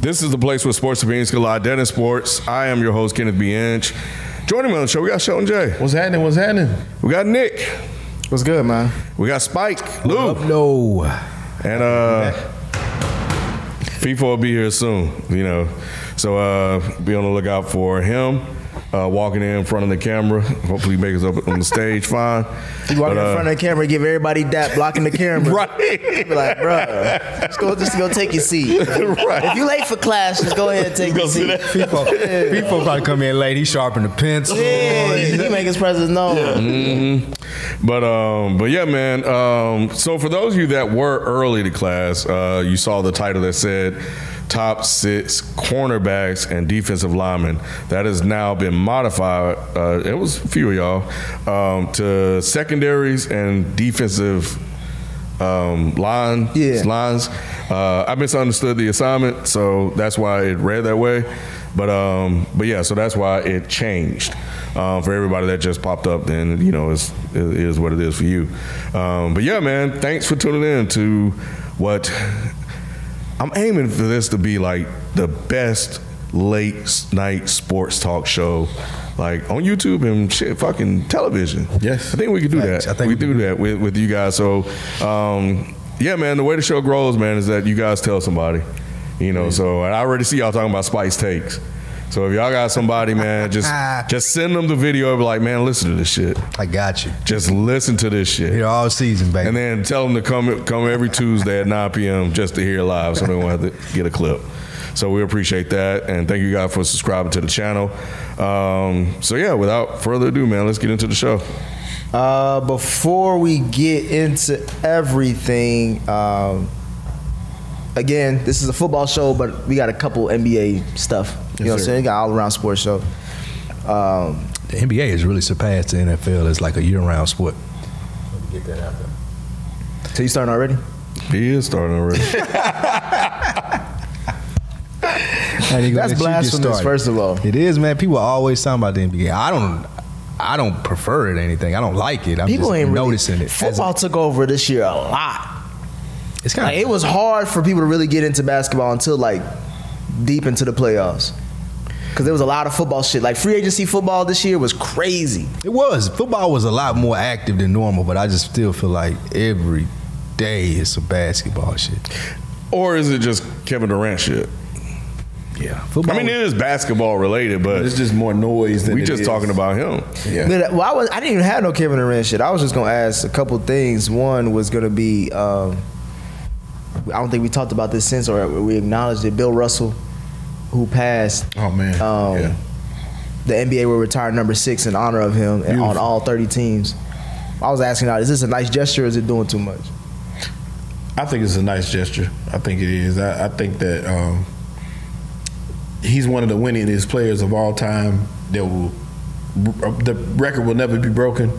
This is the place where sports opinions collide. Dead in sports. I am your host, Kenneth B. Inch. Joining me on the show, we got Shelton J. What's happening? What's happening? We got Nick. What's good, man? We got Spike, Lou, No. and uh, FIFA will be here soon. You know, so uh, be on the lookout for him uh, walking in front of the camera. Hopefully, he makes it up on the stage fine. You walk But, in uh, front of the camera, give everybody dap, blocking the camera. Right. Be like, bro, just go, just go take your seat. Right. If you late for class, just go ahead and take your seat. People, people about to come in late. He sharpened the pencil. Yeah, he make his presence known. But um, but yeah, man. Um, so for those of you that were early to class, uh, you saw the title that said top six cornerbacks and defensive linemen. That has now been modified. Uh, it was a few of y'all um, to secondaries and defensive um, line Yeah. lines. Uh, I misunderstood the assignment, so that's why it read that way. But um, but yeah, so that's why it changed uh, for everybody that just popped up. Then you know, it's, it is what it is for you. Um, but yeah, man, thanks for tuning in to what I'm aiming for this to be like the best late s- night sports talk show, like on YouTube and shit, fucking television. Yes. I think we could do Facts. that. I think we we can do that with, with you guys. So, um, yeah, man, the way the show grows, man, is that you guys tell somebody, you know. So, and I already see y'all talking about spice takes. So if y'all got somebody, man, just just send them the video. and Be like, man, listen to this shit. I got you. Just listen to this shit. Here all season, baby. And then tell them to come come every Tuesday at 9 p.m. just to hear it live, so they won't have to get a clip. So we appreciate that, and thank you guys for subscribing to the channel. Um, so yeah, without further ado, man, let's get into the show. Uh, before we get into everything, um, again, this is a football show, but we got a couple NBA stuff. You know what I'm sir. saying? We got all around sports show. Um, the NBA has really surpassed the NFL as like a year-round sport. so you starting already? He is starting already. That's blasphemous, first of all. It is, man. People are always talking about the NBA. I don't. I don't prefer it or anything. I don't like it. I'm People just ain't really noticing it. As Football a- took over this year a lot. It's kind Like, of. it was hard for people to really get into basketball until like deep into the playoffs. Cause there was a lot of football shit. Like free agency football this year was crazy. It was. Football was a lot more active than normal, but I just still feel like every day is some basketball shit. or is it just Kevin Durant shit? Yeah. I Football. mean, it is basketball related, but It's just more noise than we it just is. talking about him. Yeah. But, well, I was I didn't even have no Kevin Durant shit. I was just gonna ask a couple things. One was gonna be um, I don't think we talked about this since or we acknowledged it. Bill Russell, who passed. Oh, man. Um, Yeah. The NBA will retire number six in honor of him and on all thirty teams. I was asking out, is this a nice gesture or is it doing too much? I think it's a nice gesture. I think it is. I, I think that um, he's one of the winningest players of all time. That will uh, the record will never be broken.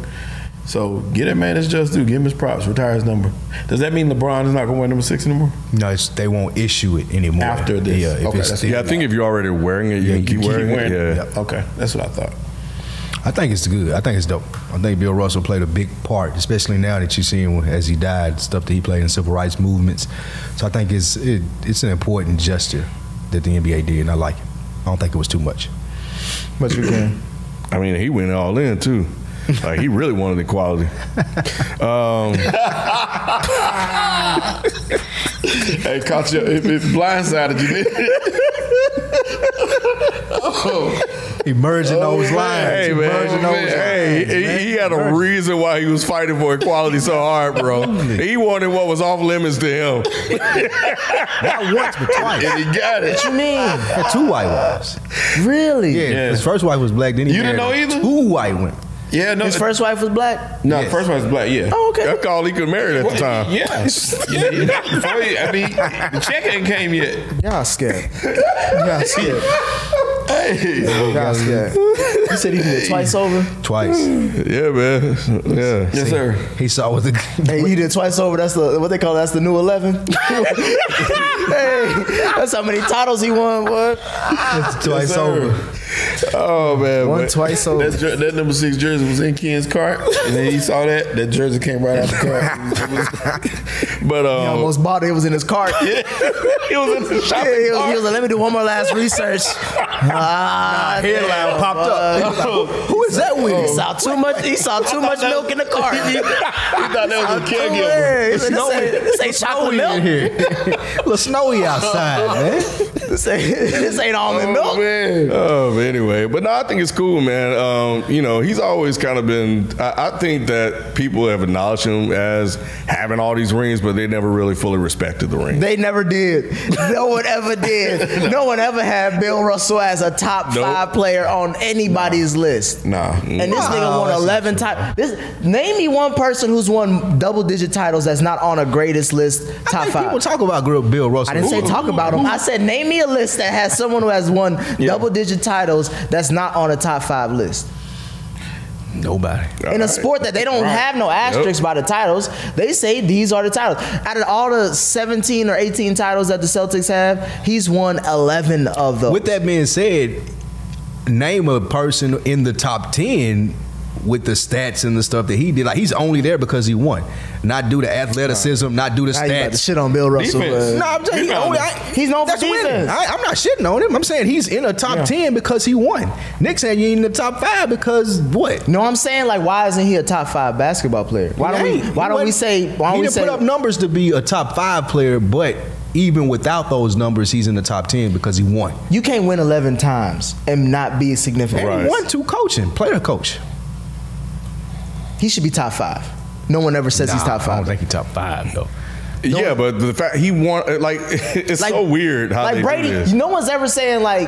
So get it, man. It's just due. Give him his props. Retire his number. Does that mean LeBron is not going to wear number six anymore? no, it's, they won't issue it anymore. After this. Yeah. If Okay, it's that's- still, Yeah, I think if you're already wearing it, you Yeah, can you keep keep wearing, it. Yeah. Okay, that's what I thought. I think it's good. I think it's dope. I think Bill Russell played a big part, especially now that you're seeing as he died, stuff that he played in civil rights movements. So I think it's it, it's an important gesture that the NBA did, and I like it. I don't think it was too much. Much we can. I mean, he went all in too. Like he really wanted equality. Um, hey, caught you. It, it blindsided you. Emerging those lines. Oh, Hey Emerging man, those hey, lines, man. he, he had a reason why he was fighting for equality so hard, bro. He wanted what was off limits to him. Not once, but twice. and he got it. What you mean? Had two white wives. Really? Yeah, his first wife was black. Then he You didn't married know either? Two white women. Yeah, no. His first wife was black. no, Yes. first one's black. Yeah. Oh, okay. That's all he could marry at the time. Yes. Yeah. Before you- I mean, the check ain't came yet. Y'all scared. Y'all scared. Hey. Y'all scared. You said he did it twice over. Twice. Yeah, man. Yeah. Yes, sir. He saw what the Hey, you did it twice over. That's the what they call that's the new eleven. hey, that's how many titles he won. What? twice sir. over. Oh man. One but- twice over. That's, jer- that number six jersey was in Ken's cart, and then he saw that that jersey came right out the cart. But um, He almost bought it. It was in his cart. Yeah, he was in the shopping he, was, cart. he was like, let me do one more last research. ah, Headline damn, popped Uh, boy. up. Who- Who is that He with? saw too much. He saw too much milk in the cart. he thought that was a Yeah, caregiver. he said, this, ain't, this ain't chocolate Snowy in milk. here. Look snowy outside, man. This ain't, this ain't almond Oh, milk. man. Oh, but anyway, but no, I think it's cool, man. Um, you know, he's always kind of been. I, I think that people have acknowledged him as having all these rings, but they never really fully respected the ring. They never did. No one ever did. No one ever had Bill Russell as a top Nope. five player on anybody's list. Nah. And this nigga won that's 11 titles. This name me one person who's won double digit titles that's not on a greatest list I top think five. People talk about Gr- Bill Russell. I didn't say talk about them. I said name me a list that has someone who has won double digit titles that's not on a top five list. Nobody. in a sport that they don't have no asterisks by the titles. They say these are the titles. Out of all the 17 or 18 titles that the Celtics have, he's won 11 of those. With that being said, name a person in the top ten with the stats and the stuff that he did. Like he's only there because he won, not due to athleticism, not due to Now you about to stats. shit on Bill Russell. Defense. but- No, I'm just, he only, I, He's known for that's winning. defense. I, I'm not shitting on him. I'm saying he's in a top ten because he won. Nick saying you ain't in the top five because what? No, I'm saying like, why isn't he a top five basketball player? Why don't we? Hey, Why he don't we wasn't- say? Why he don't we didn't say? put up numbers to be a top five player, but even without those numbers, he's in the top ten because he won. You can't win 11 times and not be significant. And he won two coaching, player coach. He should be top five. No one ever says he's Nah, top I don't five. think he's top five though. yeah, but the fact he won, uh, like, it's so weird how like they Brady, do this. no one's ever saying like.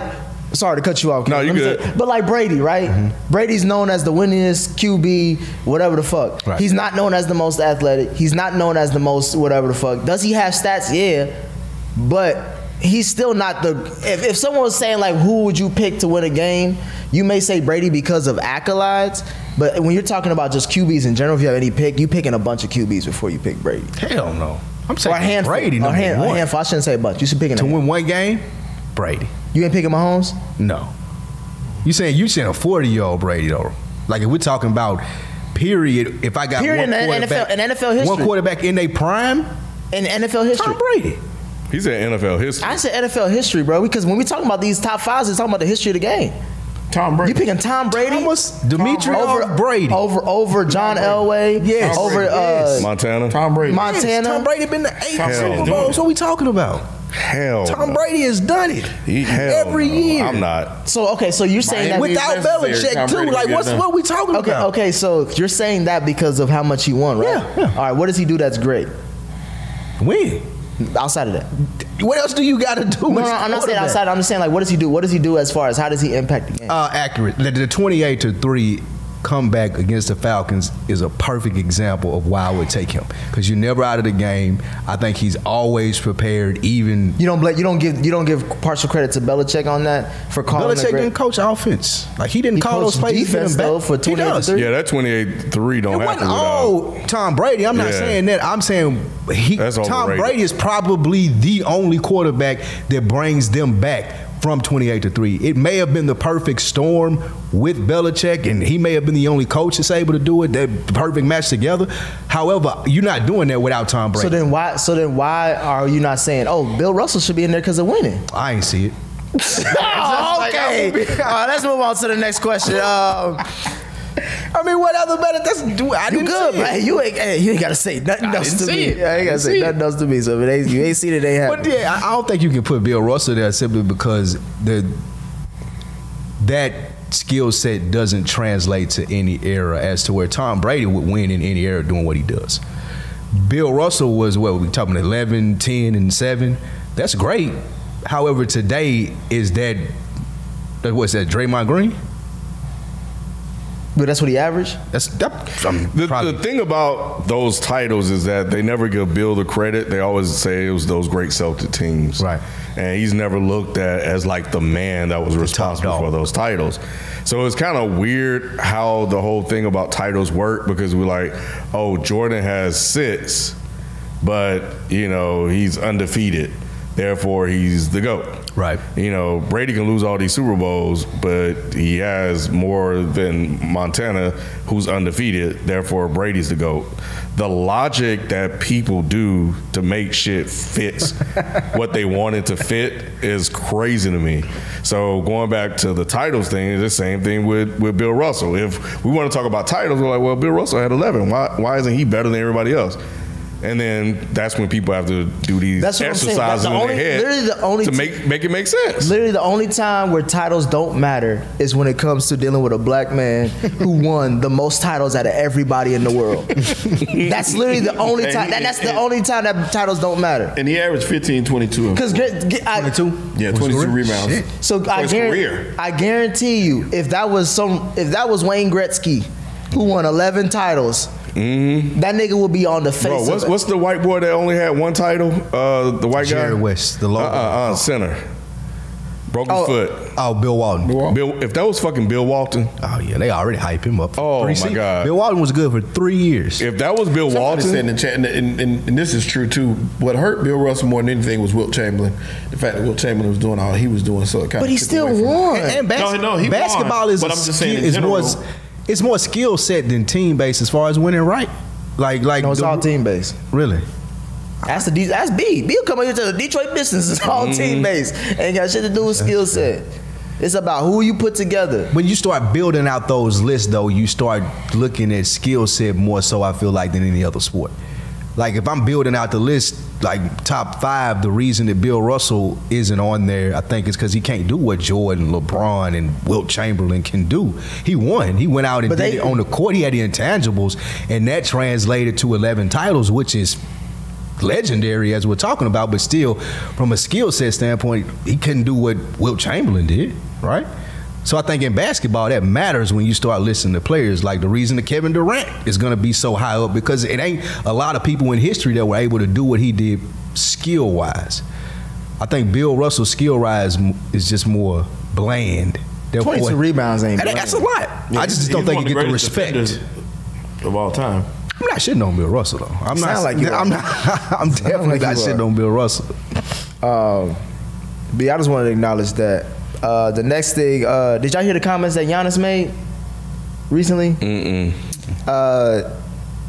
Sorry to cut you off. No, Kev. you Let me good. Mm-hmm. say- but like Brady, right? Brady's known as the winningest QB, whatever the fuck. Right. He's not known as the most athletic. He's not known as the most whatever the fuck. Does he have stats? Yeah, but he's still not the. If, if someone was saying like, who would you pick to win a game? You may say Brady because of accolades, but when you're talking about just QBs in general, if you have any pick, you picking a bunch of QBs before you pick Brady. Hell no. I'm Or saying a handful. Brady a, number hand, a one. handful. I shouldn't say a bunch. You should pick a to handful. win one game, Brady. You ain't picking Mahomes? No. You saying you saying a 40 year old Brady though? Like if we're talking about period, if I got Period one in the quarterback, NFL in NFL history. one quarterback in their prime, In NFL history. Tom Brady. He's in NFL history. I said NFL history, bro, because when we talking about these top fives, it's talking about the history of the game. Tom Brady. You picking Tom Brady? Thomas Demetrius Brady. Over over John Elway. Yes. Tom Over Brady. uh, Yes. Montana. Tom Brady. Mon- Montana. Tom Brady been to eight Tom Brady Super doing Bowls. it. What we talking about? Hell. Tom Oh, no. Brady has done it He- hell every no. year. I'm not. So okay, so you're saying that Miami. Without Necessary. Tom Belichick Brady too. Like get what's done. what we talking Okay, about? okay, so you're saying that because of how much he won, right? Yeah, yeah. All right, what does he do that's great? When? Outside of that. What else do you got to do? No, no, I'm not as saying quarterback? outside. I'm just saying like what does he do? What does he do as far as how does he impact the game? uh, accurate. The, the 28 to 3 comeback against the Falcons is a perfect example of why I would take him because you're never out of the game. I think he's always prepared, even. you don't bla- you don't give you don't give partial credit to Belichick on that for calling Belichick a great- didn't coach offense. Like he didn't He call coached those plays. he defense, didn't back- though, for He 28 to does. 3. Yeah, that 28-3 don't It happen wasn't without. all Tom Brady. I'm not Yeah. saying that. I'm saying he, That's Tom overrated. Brady is probably the only quarterback that brings them back from 28 to 3. It may have been the perfect storm with Belichick, and he may have been the only coach that's able to do it, that perfect match together. However, you're not doing that without Tom So Brady. then why? So then why are you not saying, "Oh, Bill Russell should be in there because of winning"? I ain't see it. okay. All right, let's move on to the next question. Um, I mean, what other better? That's do- I You didn't good, see it. bro. Hey, you ain't you ain't gotta say nothing I else didn't to see me. it. I ain't I gotta didn't say see nothing it. else to me. So if it ain't, you ain't seen it, they have. But yeah, I I don't think you can put Bill Russell there simply because the that skill set doesn't translate to any era as to where Tom Brady would win in any era doing what he does. Bill Russell was what we talking 11, 10 and 7. That's great. However, today is that that what's that Draymond Green? But that's what he averaged. That's that I'm The, probably- the thing about those titles is that they never give Bill the credit. They always say it was those great Celtic teams. Right. And he's never looked at as like the man that was responsible dog. for those titles. So it's kind of weird how the whole thing about titles work because we're like, oh, Jordan has six, but, you know, he's undefeated. Therefore, he's the GOAT. Right. You know, Brady can lose all these Super Bowls, but he has more than Montana, who's undefeated. Therefore, Brady's the GOAT. The logic that people do to make shit fits what they want it to fit is crazy to me. So, going back to the titles thing, it's the same thing with, with Bill Russell. If we want to talk about titles, we're like, well, Bill Russell had 11. Why, why isn't he better than everybody else? And then that's when people have to do these That's what I'm saying. exercises That's the in only- their head literally the only to t- make make it make sense. Literally, the only time where titles don't matter is when it comes to dealing with a black man who won the most titles out of everybody in the world. that's literally the only time. That, that's the only time that titles don't matter. And he averaged 15, 22. Because Yeah, Was 22 it? rebounds. Shit. So For I, his guar- career. I guarantee you, if that was some, if that was Wayne Gretzky, who won eleven titles, that nigga would be on the face. Bro, what's of what's the white boy that only had one title? Uh, the white guy, Jerry West, Oh. the uh, uh, logo. uh, center, broke his Oh. foot. Oh, Bill Walton. Bill, if that was fucking Bill Walton, Oh yeah, they already hype him up. for Oh, three my seasons. God. Bill Walton was good for three years. if that was Bill Somebody said in Walton, the chat, and, and, and, and this is true too. What hurt Bill Russell more than anything was Wilt Chamberlain. The fact that Wilt Chamberlain was doing all he was doing, so it kind But of. he still won. And, and bas- No, no, he basketball won, is but a I'm just saying skill- in is more general. it's more skill set than team based as far as winning right. Like like no, it's the- all team based. Really? That's the D- that's B. B'll come over here to the Detroit Pistons. It's all team based. Ain't got shit to do with skill set. It's about who you put together. When you start building out those lists though, you start looking at skill set more so I feel like than any other sport. Like if I'm building out the list like top five, the reason that Bill Russell isn't on there, I think, is because he can't do what Jordan, LeBron, and Wilt Chamberlain can do. He won. He went out and But did they- it on the court. He had the intangibles, and that translated to 11 titles, which is legendary as we're talking about, but still, from a skill set standpoint, he couldn't do what Wilt Chamberlain did, right? So I think in basketball that matters when you start listening to players. Like the reason that Kevin Durant is going to be so high up because it ain't a lot of people in history that were able to do what he did skill wise. I think Bill Russell's skill rise m- is just more bland. Therefore- 22 rebounds ain't And That's a bland. lot. I just don't think you get the respect. of all time. I'm not shitting on Bill Russell though. I'm Sound not. like you are. I'm not. I'm definitely like not you shitting are. on Bill Russell. Um, but yeah, I just wanted to acknowledge that. Uh, the next thing, uh, did y'all hear the comments that Giannis made recently? Mm-mm. Uh,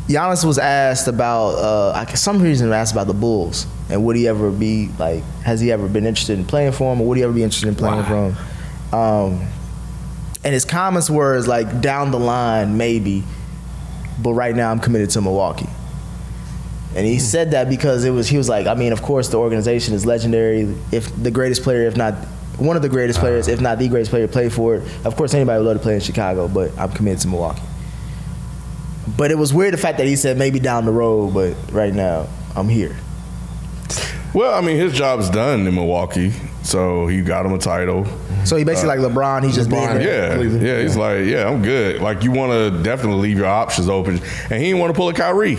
Giannis was asked about, uh, I, for some reason, asked about the Bulls and would he ever be like, has he ever been interested in playing for him, or would he ever be interested in playing for him? Um, and his comments were is like, down the line, maybe, but right now I'm committed to Milwaukee. And he said that because it was he was like, I mean, of course the organization is legendary. If the greatest player, if not one of the greatest Uh-huh. players, if not the greatest player, to play for it. Of course anybody would love to play in Chicago, but I'm committed to Milwaukee. But it was weird the fact that he said maybe down the road, but right now I'm here. well, I mean, his job's done in Milwaukee, so he got him a title. Uh, So he basically like LeBron, he's just being LeBron, there. Yeah, Cleveland. yeah, he's like, yeah, I'm good. Like, you want to definitely leave your options open, and he didn't want to pull a Kyrie.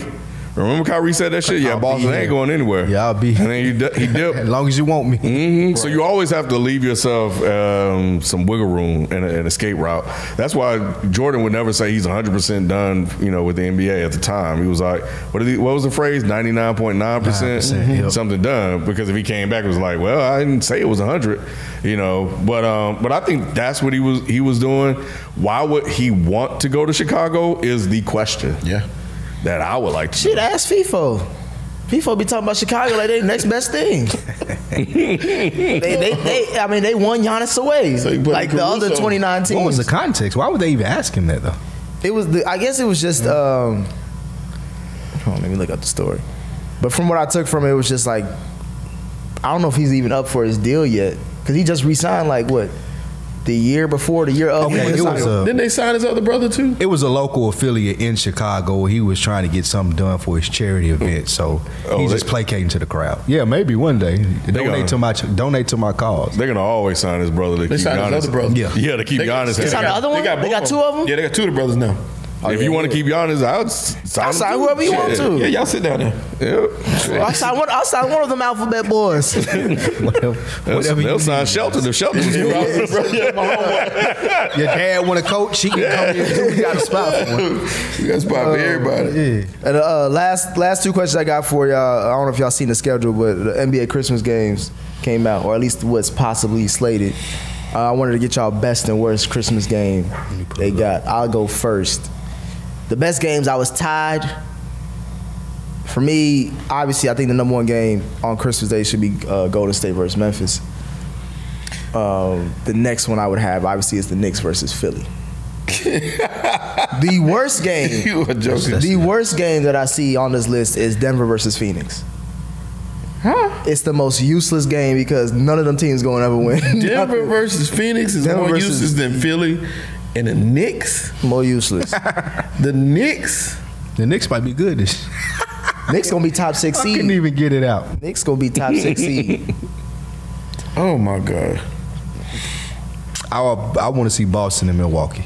Remember Kyrie said that shit? Yeah, I'll Boston be ain't here. going anywhere. Yeah, I'll be And here. then he di- he dipped. As long as you want me. hmm So you always have to leave yourself um, some wiggle room and a- an escape route. That's why Jordan would never say he's 100 percent done. You know, with the NBA at the time, he was like, what, did he, what was the phrase? 99.9 Mhm. percent yep. something done. Because if he came back, it was like, well, I didn't say it was 100. You know, but um, but I think that's what he was he was doing. Why would he want to go to Chicago? Is the question. Yeah. That I would like to. Shit, ask FIFO. FIFO be talking about Chicago like they the next best thing. they, they, they, I mean, they won Giannis away. So you put like the other Caruso. 29 teams. What was the context? Why would they even ask him that though? It was the. I guess it was just. Um, hold on, let me look up the story. But from what I took from it, it was just like, I don't know if he's even up for his deal yet, because he just resigned like what, the year before, the year of. Okay, it was a- Didn't they sign his other brother too? It was a local affiliate in Chicago. He was trying to get something done for his charity event, so he's they- just placating to the crowd. Yeah, maybe one day donate gonna- to my donate to my cause. They're gonna always sign his brother to They keep signed his Giannis. other brother. Yeah. yeah, to keep Giannis. they happy. signed the other one? They both got two of them? Yeah, they got two of the brothers now. if you want to keep Giannis, I'll s- sign, I'll him sign too. whoever you want Shit. to. Yeah, y'all sit down there. Yeah. I signed one. I signed one of them alphabet boys. whatever, They'll, whatever they'll you sign Shelton if Shelton was your need. Your dad want a coach? She can come in. too. We got a spot for him. You got a spot Uh, for everybody. Yeah. And uh, last last two questions I got for y'all. I don't know if y'all seen the schedule, but the NBA Christmas games came out, or at least what's possibly slated. Uh, I wanted to get y'all best and worst Christmas game they got. I'll go first. The best games I was tied. For me, obviously, I think the number one game on Christmas Day should be uh, Golden State versus Memphis. Um, the next one I would have, obviously, is the Knicks versus Philly. the worst game You are joking. the worst game that I see on this list is Denver versus Phoenix. It's the most useless game because none of them teams gonna ever win. Denver versus Phoenix is Denver more versus- useless than Philly. And the Knicks, More useless. the Knicks, The Knicks might be good. This Knicks gonna be top six I couldn't seed. even get it out. Knicks gonna be top six seed. oh my God. I I want to see Boston and Milwaukee.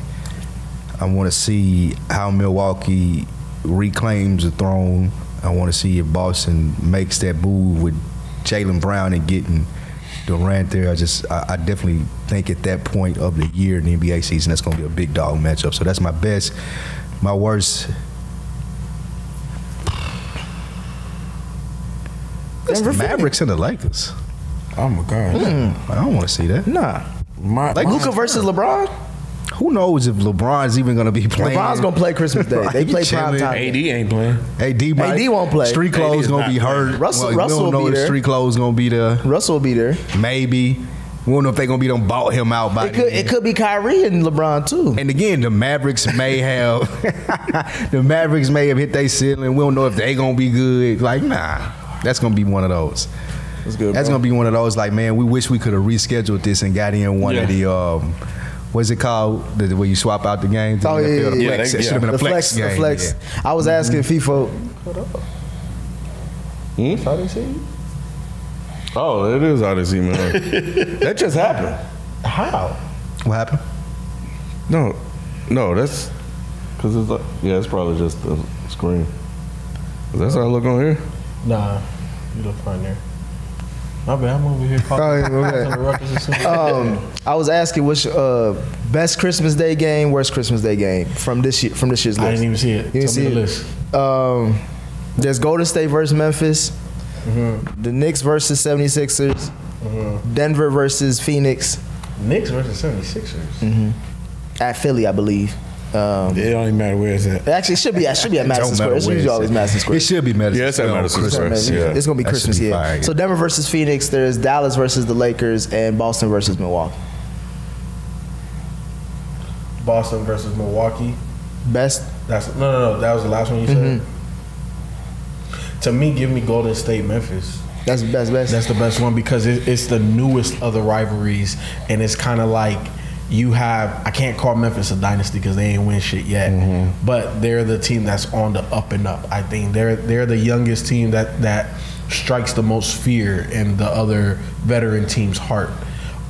I want to see how Milwaukee reclaims the throne. I want to see if Boston makes that move with Jalen Brown and getting Durant there. I just I, I definitely think at that point of the year in the NBA season that's going to be a big dog matchup. So that's my best. My worst. It's the Mavericks and the Lakers. Hmm. Oh my God. I don't want to see that. Nah. My, Like Luca versus LeBron? Who knows if LeBron's even going to be playing? LeBron's gonna play Christmas Day. They Right, play prime chilling. time. AD ain't playing. AD, might, AD won't play. Street AD clothes is gonna not be playing. hurt. Russell- we Russell will don't know be if there. street clothes gonna be there. Russell will be there. Maybe we don't know if they gonna be done bought him out by. It could it then. could be Kyrie and LeBron too. And again, the Mavericks may have the Mavericks may have hit their ceiling. We don't know if they gonna be good. Like nah, that's gonna be one of those. That's good, That's bro. gonna be one of those. Like man, we wish we could have rescheduled this and got in one of the. Um, What's it called? The, where you swap out the games? Oh, in the yeah, NFL, the yeah, flex. yeah. It should have been a The flex, flex, game. the flex. yeah. I was asking FIFA. Hmm? Oh, it is Odyssey, man. that just happened. What happened? No, no, that's because it's like, yeah, it's probably just the screen. That's how I look on here. Nah, you look fine there. My bad, I'm over here Oh, yeah, popping my bad. on the records as soon as um, I was asking which uh, best Christmas Day game, worst Christmas Day game from this year, from this year's list. I didn't even see it. You didn't Tell me see the it? list. Um, there's Golden State versus Memphis, Mm-hmm. the Knicks versus 76ers, Denver versus Phoenix Knicks versus 76ers. at Philly, I believe. Um, It don't even matter where it's at. Actually, it should be it should be at Madison Don't Square. matter It's where usually always at. Madison Square. It should be Madison. Yeah, it's at Square on Madison Christmas. Square. Man, Yeah. It's gonna be That should Christmas be here. fire, yeah. So Denver versus Phoenix. There's Dallas versus the Lakers and Boston versus Milwaukee. Boston versus Milwaukee. Best That's no, no, no. That was the last one you Mm-hmm. said. To me, give me Golden State, Memphis. that's best best. That's the best one because it, it's the newest of the rivalries, and it's kind of like you have. I can't call Memphis a dynasty because they ain't win shit yet, Mm-hmm. but they're the team that's on the up and up. I think they're they're the youngest team that that strikes the most fear in the other veteran team's heart,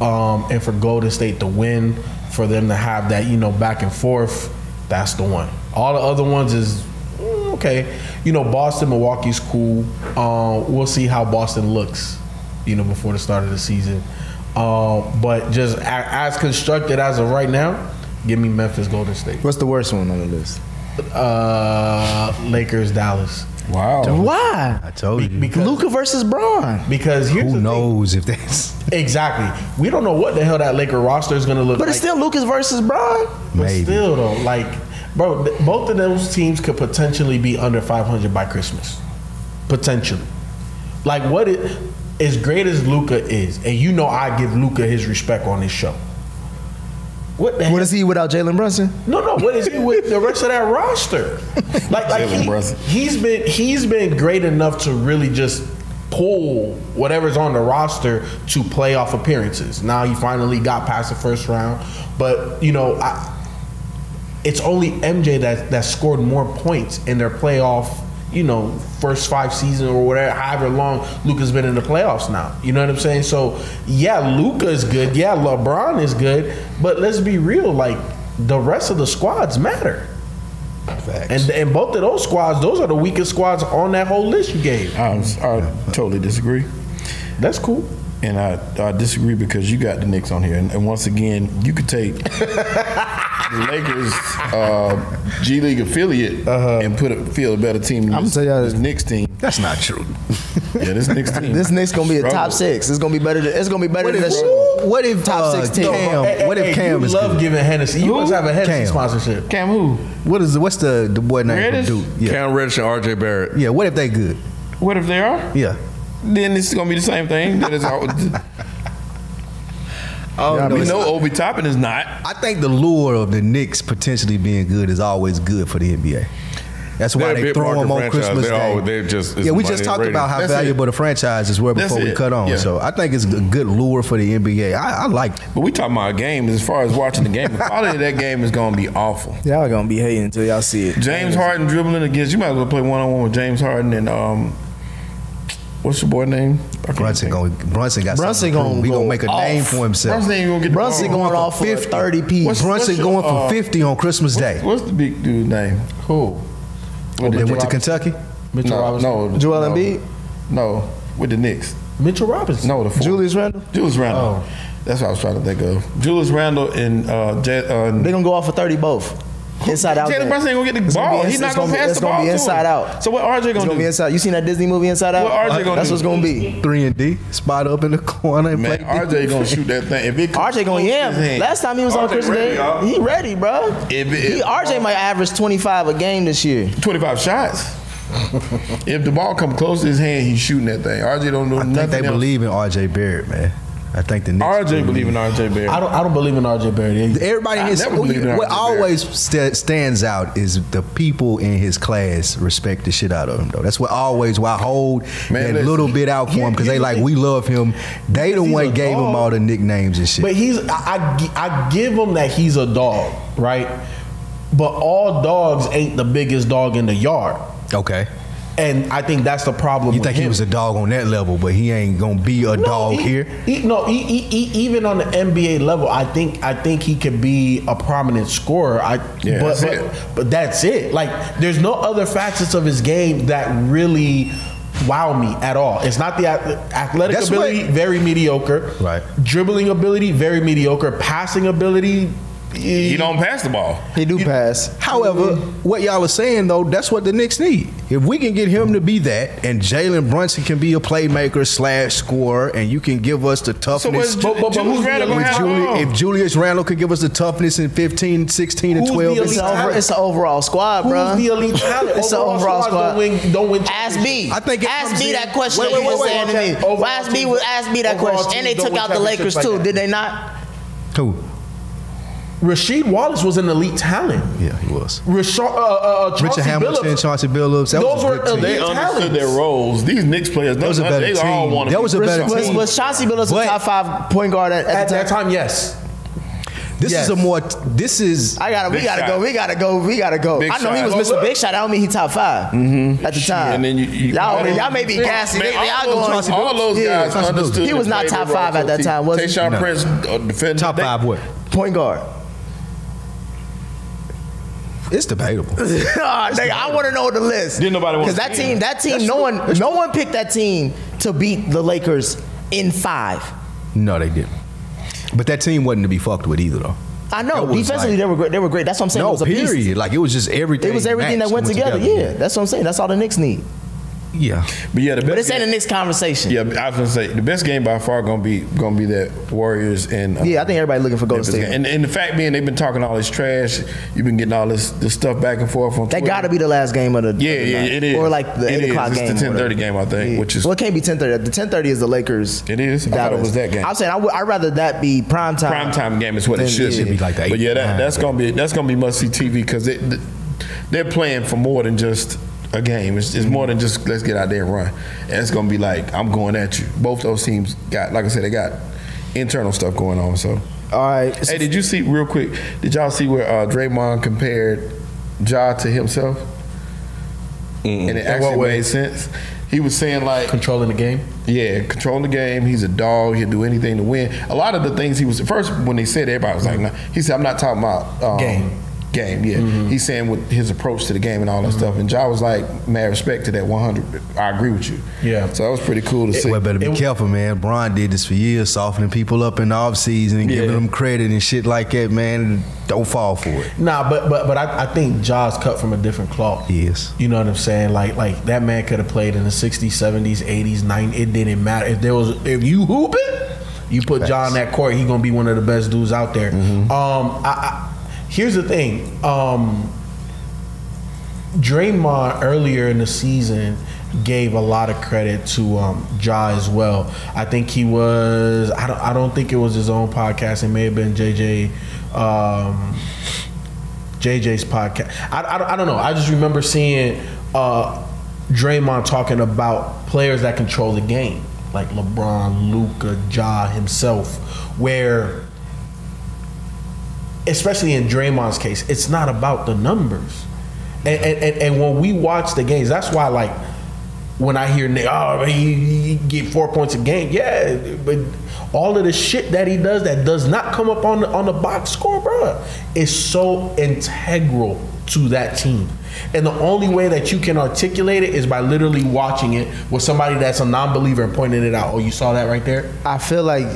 um, and for Golden State to win, for them to have that you know back and forth, that's the one. All the other ones is Mm, okay. You know, Boston, Milwaukee's cool. Um, we'll see how Boston looks, you know, before the start of the season. Um, but just a- as constructed as of right now, give me Memphis, Golden State, What's the worst one on the list? uh, Lakers, Dallas. Wow. Why? I told you. Because, Luca versus Braun. because here's Who the knows if that's thing. exactly. We don't know what the hell that Laker roster is going to look But like. it's still Lucas versus Braun. But Maybe. still, though, like, bro, th- both of those teams could potentially be under 500 by Christmas. Potentially. Like, what it, as great as Luca is, and you know I give Luca his respect on this show. What the What heck? is he without Jalen Brunson? No, no. What is he with the rest of that roster? Like, like Jalen Brunson. he, has been he's been great enough to really just pull whatever's on the roster to playoff appearances. Now he finally got past the first round, but you know, I, it's only MJ that that scored more points in their playoff. You know, first five season or whatever, however long Luca's been in the playoffs now. You know what I'm saying? So yeah, Luca's good. Yeah, LeBron is good. But let's be real, like the rest of the squads matter. And and both of those squads, those are the weakest squads on that whole list you gave. I, was- I totally disagree. That's cool. Uh, And I, I disagree because you got the Knicks on here. And, and once again, you could take the Lakers uh, G League affiliate Uh-huh. and put a, feel a better team than I'ma this, tell y'all this this- Knicks team. That's not true. Yeah, this Knicks team. This Knicks gonna be a Struggle. top six. It's gonna be better. Than, it's gonna be better What than if, the what if Top top uh, six team. Cam? Hey, hey, what if hey, Cam you is love good? giving Hennessy. You Who? must have a Hennessy Cam. sponsorship. Cam who? What is the, what's the the boy name? from Reddish? Duke? Yeah, Cam Reddish and RJ Barrett. yeah. What if they good? What if they are? Yeah. Then it's gonna be the same thing. Then it's all, Oh, we know Obi Toppin is not. I think the lure of the Knicks potentially being good is always good for the NBA. That's They're why a they big throw market them on franchise. Christmas They're Day. always- they're just- it's yeah, we money just and talked ratings. about how That's valuable it. the franchises were That's before we it. cut on. Yeah. So I think it's a good lure for the NBA. I, I like. But we talking about games as far as watching the game. The quality of that game is gonna be awful. two. Y'all gonna be hating until y'all see it. James Harden dribbling against you might as well play one on one with James Harden and um, what's your boy name? I can't Brunson think. going. Brunson got. Brunson something to prove. gonna He go gonna make a off. name for himself. Brunson ain't gonna get the Brunson ball. going off for 30 piece. What's- Brunson what's your, going for uh, fifty on Christmas Day. What's the big dude's name? Cool. With They the- went to Kentucky. Mitchell No, Robinson. no, Joel no. Embiid? No, with the Knicks. Mitchell Robinson. No, the four. Julius Randle. Julius Randle. Oh. That's what I was trying to think of. Julius Randle and uh, J- uh, They gonna go off for 30 both. Inside out. Jalen game. Brunson ain't gonna get the It's ball. be He's ins- not it's gonna, be- pass it's the ball. gonna be to inside him. out. So what RJ gonna, it's gonna do? be inside. You seen that Disney movie Inside Out? What RJ gonna That's do? what's gonna be. Three and D spot up in the corner and Man, play. RJ gonna shoot that thing. If it comes RJ close going to his yam. hand- Last time he was on RJ Christmas ready, Day, y'all. he ready, bro. If- he, if- RJ might average 25 a game this year. 25 shots. if the ball come close to his hand, he's shooting that thing. RJ don't do I nothing. think they else. believe in RJ Barrett, man. I think the Knicks RJ believe in RJ Barry. I don't. I don't believe in RJ Barrett. either. Everybody in I his never believed in what RJ always sta- stands out is the people in his class respect the shit out of him though. That's what always why I hold Man, that listen, little bit out for him because they like we love him. They the he's a one gave him dog. all the nicknames and shit. But he's I, I gi- I give him that he's a dog, right? But all dogs ain't the biggest dog in the yard, okay, and I think that's the problem. you with think he him. was a dog on that level, but he ain't gonna be a No, dog e- here. e- no, e- e- e- even on the NBA level, I think I think he could be a prominent scorer. I Yeah, but that's but, it. but that's it. Like there's no other facets of his game that really wow me at all. It's not the ath- athletic That's ability, what- very mediocre. Right. Dribbling ability, very mediocre. Passing ability, he don't pass the ball. He do pass. However, what y'all are saying though, that's what the Knicks need. If we can get him to be that, and Jalen Brunson can be a playmaker slash scorer, and you can give us the toughness. what's Ju- But- but- but Julius who's Randle the- gonna With have Juli- the ball? if Julius Randle could give us the toughness in 15, 16, and Who's 12, the it's- It's, elite an over, talent. it's an overall squad, Who's bro. the elite talent? It's an Overall overall squads squad. don't win- don't win Ask B. championships. I think it ask comes B in- that question. Wait, wait, you wait, was wait. saying to me. Overall Why ask B? teams- Was ask B that overall question? And teams they don't took win out the Lakers championships like too, that. did they not? who? Rasheed Wallace was an elite talent. Yeah, he was. Rashard, uh, uh, uh, Chauncey Richard Hamilton, Billups. Chauncey Billups. That Those was a were good team. They elite understood talents. their roles. These Knicks players, That was a they- better they all team. want That was a better Was, team. was Chauncey Billups a But- top five point guard at, at At the that time? time, yes. This Yes. is a more. This is. I gotta, we Big gotta shot. go, we gotta go, we gotta go. Big I know he shot. was Well, Mr. Big Shot. I don't mean he top 5 Mm-hmm. at the time. And then you, you all y'all, those- y'all may be gassy. Man, They- they all, those, going- all those Yeah. guys understood. He was to not play top their five roles. at that time, was he? Tayshaun No. Prince uh, defended top they- five. What? Point guard. It's debatable. Ah, nigga, I want to know the list. Didn't nobody wanna because that see team, it. that team, no one, no one picked that team to beat the Lakers in five. no, they didn't. But that team wasn't to be fucked with either, though. I know That was defensively like- they were great. They were great. That's what I'm saying. it No, was a piece. period. Like it was just everything. It was everything matched that went together. Yeah, that's what I'm saying. That's all the Knicks need. Yeah. But yeah, the best But it's in the game- next conversation. Yeah, I was gonna say the best game by far gonna be gonna be that Warriors and um, Yeah, I think everybody looking for Golden Memphis State. game. And, and the fact being, they've been talking all this trash. You've been getting all this this stuff back and forth on. That Twitter. got to be the last game of the of the Yeah, yeah, night. it is. Or like the It eight is. o'clock It's the game. or 10:30 whatever. game, I think, which is- well, it can't be ten thirty. The ten thirty is the Lakers. It is? I thought it Dallas. was that game. I'm saying I would. I'd rather that be prime time. prime time game is what it Then, should, yeah. Should be like the But eight, yeah, that, nine, that's but- gonna be that's gonna be must see TV because it, th- they're playing for more than just a game. It's, it's more than just let's get out there and run. And it's gonna be like I'm going at you. Both those teams got like I said, they got internal stuff going on. So All right. hey, did you see real quick? Did y'all see where uh, Draymond compared Ja to himself? And In it what actually way? made sense. He was saying like Controlling the game. yeah, controlling the game. He's a dog. He'll do anything to win. A lot of the things he was first when they said, it, everybody was like, nah. he said, "I'm not talking about um, Game. Mm-hmm. game." Yeah, he's saying with his approach to the game and all that stuff. And Ja was like, "Mad respect to that 100. I agree with you." Yeah. so that was pretty cool to see. Well, better be careful, man. Bron did this for years, softening people up in the offseason and Yeah. giving them credit and shit like that, man. Don't fall for it. Nah, but but but I, I think Jaws cut from a different cloth. He is. You know what I'm saying? Like like that man could have played in the 60s, 70s, 80s, 90s. It didn't matter. If there was if you hooping, you put John that court, he gonna be one of the best dudes out there. Um, I, I, here's the thing. Um, Draymond earlier in the season gave a lot of credit to um, Ja as well. I think he was. I don't. I don't think it was his own podcast. It may have been JJ. Um, JJ's podcast. I, I, I don't know. I just remember seeing uh, Draymond talking about players that control the game, like LeBron, Luca, Ja himself, where especially in Draymond's case, it's not about the numbers. And, and, and, and when we watch the games, that's why, like, when I hear Nick, oh, man, he, he get four points a game, yeah, but all of the shit that he does that does not come up on the, on the box score, bro, is so integral to that team. And the only way that you can articulate it is by literally watching it with somebody that's a non-believer and pointing it out. Oh, you saw that right there? I feel like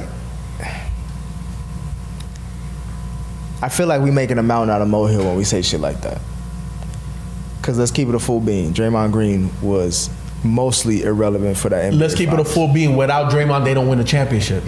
I feel like we making a mountain out of molehill when we say shit like that. Cause let's keep it a full bean. Draymond Green was mostly irrelevant for that. NBA Let's keep it a Finals. full beam. Without Draymond, they don't win the championship.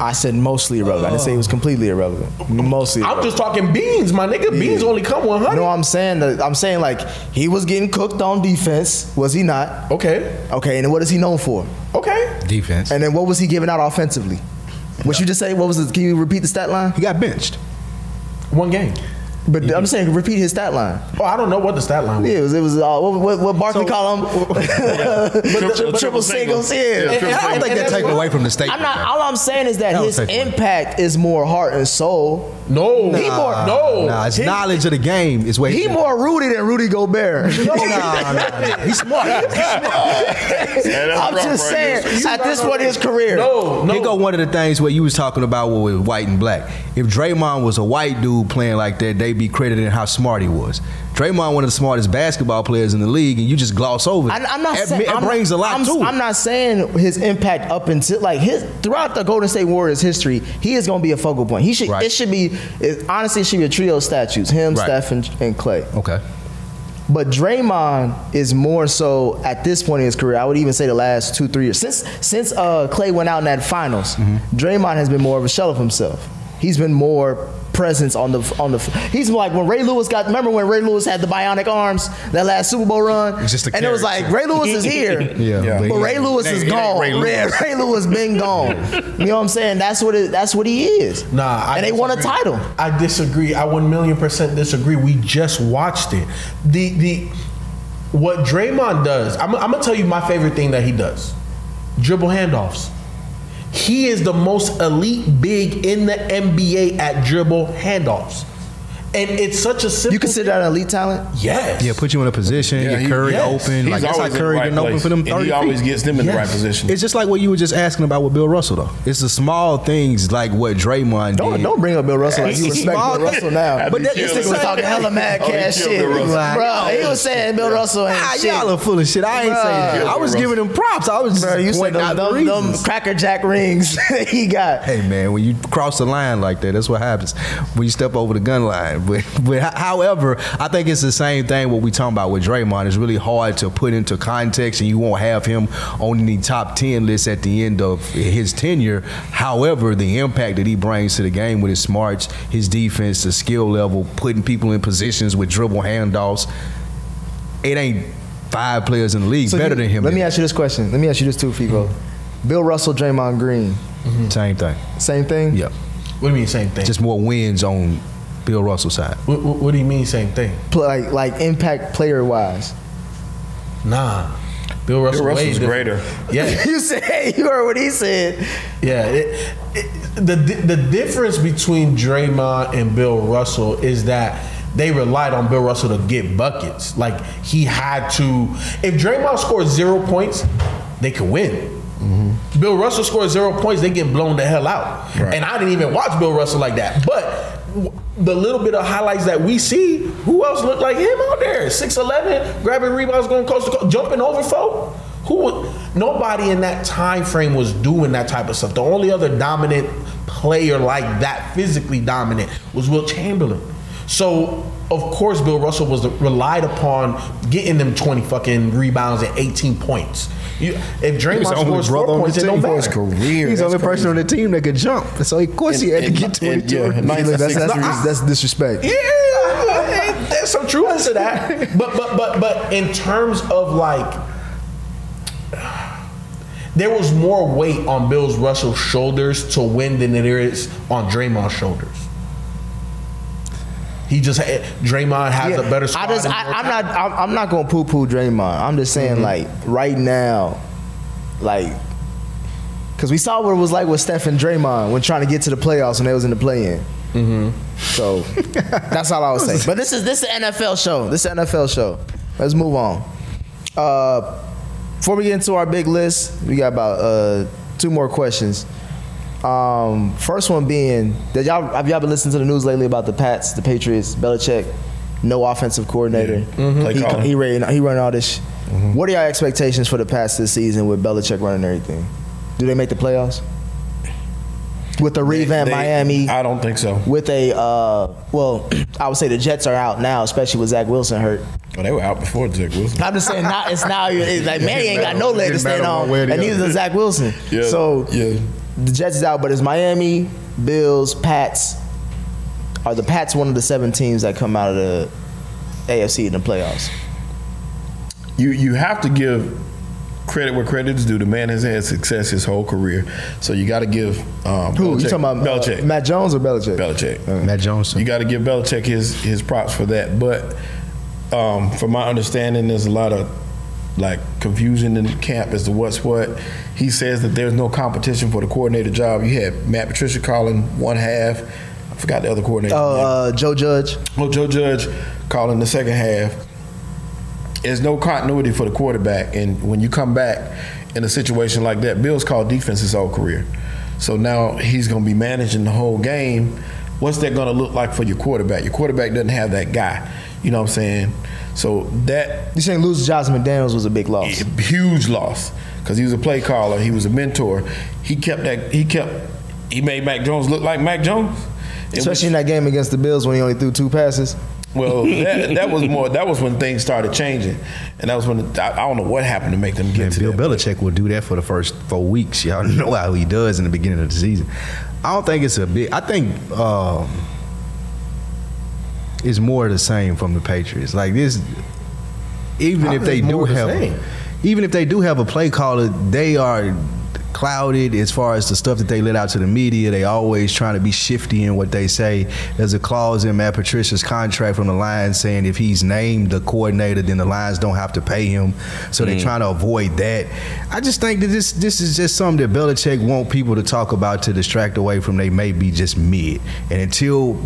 I said mostly irrelevant. I didn't say he was completely irrelevant. Mostly. I'm irrelevant. just talking beans, my nigga. Beans only come 100. You know what I'm saying? That- I'm saying like he was getting cooked on defense. Was he not? okay, Okay. And then what is he known for? okay. Defense. And then what was he giving out offensively? What you just say? What was it? Can you repeat the stat line? he got benched. One game. But I'm saying repeat his stat line. Oh, I don't know what the stat line was. Yeah, it was. It was uh, what, what, what Barkley call them? Triple- triple, triple singles. singles. Yeah, Yeah, And triple I don't singles. think Take that that's taken what- away from the statement. I'm not. All I'm saying is that That was his take away. impact is more heart and soul. No. He Nah. more no. Nah, it's He- knowledge of the game is way. He more Rudy than Rudy Gobert. Nah, nah, nah. He's smart. Yeah, that's I'm rough just right saying. there. At this point in his career, No, no. Here go one of the things where you was talking about with white and black. If Draymond was a white dude playing like that, they'd be credited in how smart he was. Draymond, one of the smartest basketball players in the league, and you just gloss over. it. I, am not That saying mi- It I'm- brings a lot I'm, to it. I'm not saying his impact up until like his throughout the Golden State Warriors history, he is going to be a focal point. He should. Right. It should be. It, honestly, it should be a trio of statues: him, Right. Steph, and, and Clay. Okay. But Draymond is more so at this point in his career. I would even say the last two, three years since since uh, Clay went out in that finals. Draymond has been more of a shell of himself. He's been more presence on the on the. He's like when Ray Lewis got. Remember when Ray Lewis had the bionic arms that last Super Bowl run? It's just a and it was like character. Ray Lewis is here. Yeah, Yeah. But, but Ray he- Lewis it is ain't- it ain't gone. Ray Lewis. Ray, Ray Lewis been gone. you know what I'm saying? That's what it, that's what he is. Nah, and they won a disagree. title. I disagree. I one million percent disagree. We just watched it. The the what Draymond does. I'm, I'm gonna tell you my favorite thing that he does: dribble handoffs. He is the most elite big in the NBA at dribble handoffs, and it's such a simple. You consider that an elite talent? yes. Yeah, put you in a position. Yeah, your he- Curry yes. open. like that's how always in the Curry right getting open place. for them And thirty he always feet. gets them in the right Yes. position. It's just like what you were just asking about with Bill Russell, though. It's the small things like what Draymond Don't did. don't bring up Bill Russell like you respect Bill Russell now. But that, He it's killed This the nigga was same- talking hella mad Oh, he cash killed shit. Bill Russell. Bro, he was saying Bill Russell ain't Ah, shit. y'all are full of shit. I ain't Bruh. saying that. I was giving him props. I was just Bro, you said pointing them, out the them, them reasons. Cracker Jack rings he got. Hey man, when you cross the line like that, that's what happens. When you step over the gun line, it. But but h- however, I think it's the same thing what we talking about with Draymond. It's really hard to put into context, and you won't have him on the top ten list at the end of his tenure. However, the impact that he brings to the game with his smarts, his defense, the skill level, putting people in positions with dribble handoffs, it ain't five players in the league So better you- than him. Let in me it. ask you this question. Let me ask you this too, Fico. Bill Russell, Draymond Green, Same thing. same thing. Yeah. What do you mean same thing? Just more wins on Bill Russell's side. what, what, what do you mean same thing? Pl- like like impact player wise. Nah. Bill Russell Bill way Russell's different. greater. Yeah. you said you heard what he said. Yeah, it, it, the the difference between Draymond and Bill Russell is that they relied on Bill Russell to get buckets. Like he had to. If Draymond scored zero points, they could win. Bill Russell scored zero points, they get blown the hell out. Right. And I didn't even watch Bill Russell like that, but. w- The little bit of highlights that we see, who else looked like him out there? 6'11, grabbing rebounds, going coast to coast, jumping over folk. Who would, nobody in that time frame was doing that type of stuff. The only other dominant player like that, physically dominant, was Will Chamberlain. So of course Bill Russell was relied upon getting them twenty fucking rebounds and eighteen points. You, if Draymond scores four points, it don't matter. career. He's the only person on the team that could jump. So of course he had to And- get and- 22. yeah, and Look, that's, that's, Nah, that's disrespect. Yeah, I- I- there's some truth to that. But but but but in terms of like, there was more weight on Bill Russell's shoulders to win than there is on Draymond's shoulders. He just had, Draymond has Yeah, a better squad. I just, and I, more I'm talent. not, I'm, I'm not gonna poo-poo Draymond. I'm just Mm-hmm. saying, like right now, like, cause we saw what it was like with Steph and Draymond when trying to get to the playoffs when they was in the play-in. So that's all I would say. But this is this is an NFL show. This is an NFL show. Let's move on. Uh, before we get into our big list, we got about uh, two more questions. Um, first one being, did y'all have y'all been listening to the news lately about the Pats, the Patriots, Belichick, no offensive coordinator? Mm-hmm. Play Mm-hmm. calling. He, he ran he running all this. Sh- What are y'all expectations for the Pats this season with Belichick running everything? Do they make the playoffs? With the revamp they- Miami, I don't think so. with a uh, well, I would say the Jets are out now, especially with Zach Wilson hurt. Well, they were out before Zach Wilson. I'm just saying, now it's now you it's like Manny ain't got no leg to Didn't stand matter one on, way or the and neither other. does Zach Wilson. Yeah, So yeah. the Jets is out, but it's Miami, Bills, Pats. Are the Pats one of the seven teams that come out of the AFC in the playoffs? you you have to give credit where credit is due. The man has had success his whole career, so you got to give um, Who Belichick, you talking about? uh, Belichick. Matt Jones or Belichick? Belichick. Matt Johnson. You got to give Belichick his his props for that. But um, from my understanding, there's a lot of like confusion in the camp as to what's what. He says that there's no competition for the coordinator job. You had Matt Patricia calling one half. I forgot the other coordinator. Oh, uh, Joe Judge. Well, Joe Judge calling the second half. There's no continuity for the quarterback, and when you come back in a situation like that, Bill's called defense his whole career. So now he's going to be managing the whole game. What's that going to look like for your quarterback? Your quarterback doesn't have that guy. You know what I'm saying? So that You saying losing Johnson McDaniels was a big loss? a huge loss because he was a play caller. He was a mentor. He kept that. He kept. He made Mac Jones look like Mac Jones. It was- Especially in that game against the Bills when he only threw two passes. Well, that, that was more. That was when things started changing, and that was when I, I don't know what happened to make them get And to Bill that. Belichick will do that for the first four weeks. Y'all know how he does in the beginning of the season. I don't think it's a big. I think um, it's more of the same from the Patriots. Like this, even I if think they it's do more of the have, same. even if they do have a play caller, they are clouded as far as the stuff that they let out to the media. They always trying to be shifty in what they say. There's a clause in Matt Patricia's contract from the Lions saying if he's named the coordinator, then the Lions don't have to pay him. So Mm. they're trying to avoid that. I just think that this this is just something that Belichick want people to talk about to distract away from they may be just mid. And until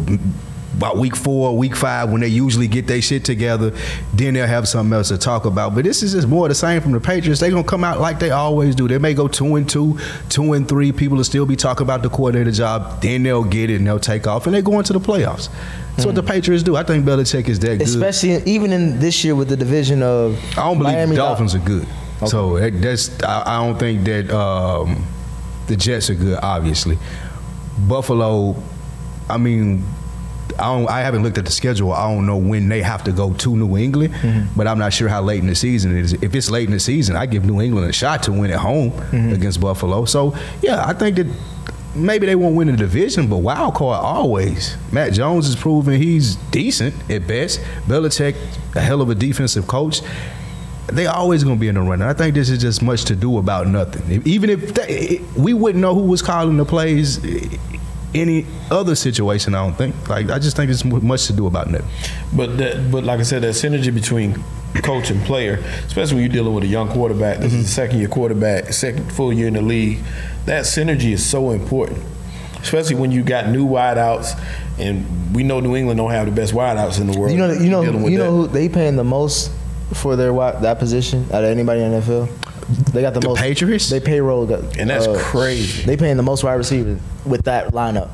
about week four, week five, when they usually get their shit together, then they'll have something else to talk about. But this is just more of the same from the Patriots. They're gonna come out like they always do. They may go two and two, two and three. People will still be talking about the coordinator job. Then they'll get it and they'll take off and they go into the playoffs. That's what the Patriots do. I think Belichick is that good. Hmm. Especially even in this year with the division of I don't believe Miami the Dolphins are good. So that, that's I, I don't think that um, the Jets are good. Obviously, Buffalo. I mean, I don't. I haven't looked at the schedule. I don't know when they have to go to New England, but I'm not sure how late in the season it is. If it's late in the season, I give New England a shot to win at home against Buffalo. So yeah, I think that maybe they won't win the division, but wild card always. Matt Jones is proving he's decent at best. Belichick, a hell of a defensive coach they always gonna be in the running. I think this is just much to do about nothing. If- Even if they, we wouldn't know who was calling the plays, eh, any other situation, I don't think. Like I just think it's mu- much to do about nothing. But that, but like I said, that synergy between coach and player, especially when you're dealing with a young quarterback, Mm-hmm. this is the second year quarterback, second full year in the league. That synergy is so important, especially when you got new wideouts, and we know New England don't have the best wideouts in the world. You know, you know, Dealing with you that. know who they paying the most for their wi- that position out of anybody in the NFL. They got the, The most Patriots? They payroll, got, uh, And that's crazy. They paying the most wide receivers with that lineup.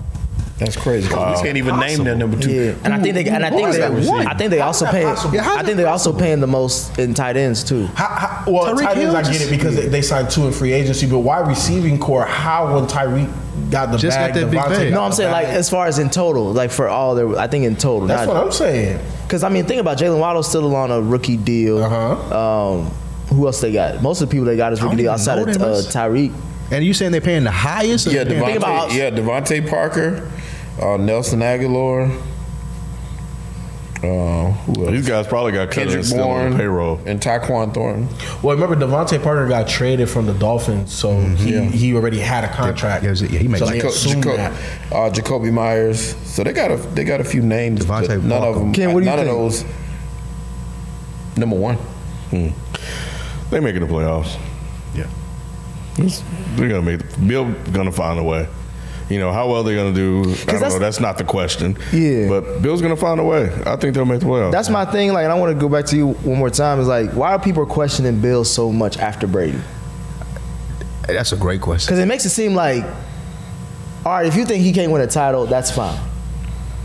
That's crazy. 'cause We can't even name their number two. Yeah, and I think they and I think is they that receiver? I think they also How is pay. that possible? Yeah, how I think they also paying the most in tight ends too. How, how, well, Tyreek tight ends, Hill I get just- it because they, they signed two in free agency, but why receiving core? How when Tyreek got the Just bag, got that big Devontae bag. got No, I'm the saying like bag? as far as in total, like for all their. I think in total. that's what I'm saying. Because I mean, think about Jalen Waddle's still on a rookie deal. Uh-huh. Um, who else they got? Most of the people they got is don't rookie deal even outside know of them, uh, that's- Tyreek. And you saying they're paying the highest? or Yeah, they're paying- Devontae, about- yeah, Devontae Parker, uh, Nelson Aguilar. Uh, who else? These guys probably got cut Kendrick and still on Bourne the payroll. and Tyquan Thornton. Well, remember Devontae Parker got traded from the Dolphins, so Mm-hmm. he, he already had a contract. Yeah, yeah, he made so like- they Co- assumed Jaco- that. uh, Jacoby Myers. So they got a they got a few names. Devontae but none of Parker. them. Ken, what do you none think? of those. Number one. They making the playoffs. Yeah. It's- They're gonna make. Bill gonna find a way. You know how well they're gonna do. I don't that's- know. That's not the question. Yeah. But Bill's gonna find a way. I think they'll make the playoffs. That's my thing. Like, and I want to go back to you one more time. Is like, why are people questioning Bill so much after Brady? That's a great question. Because it makes it seem like, all right, if you think he can't win a title, that's fine.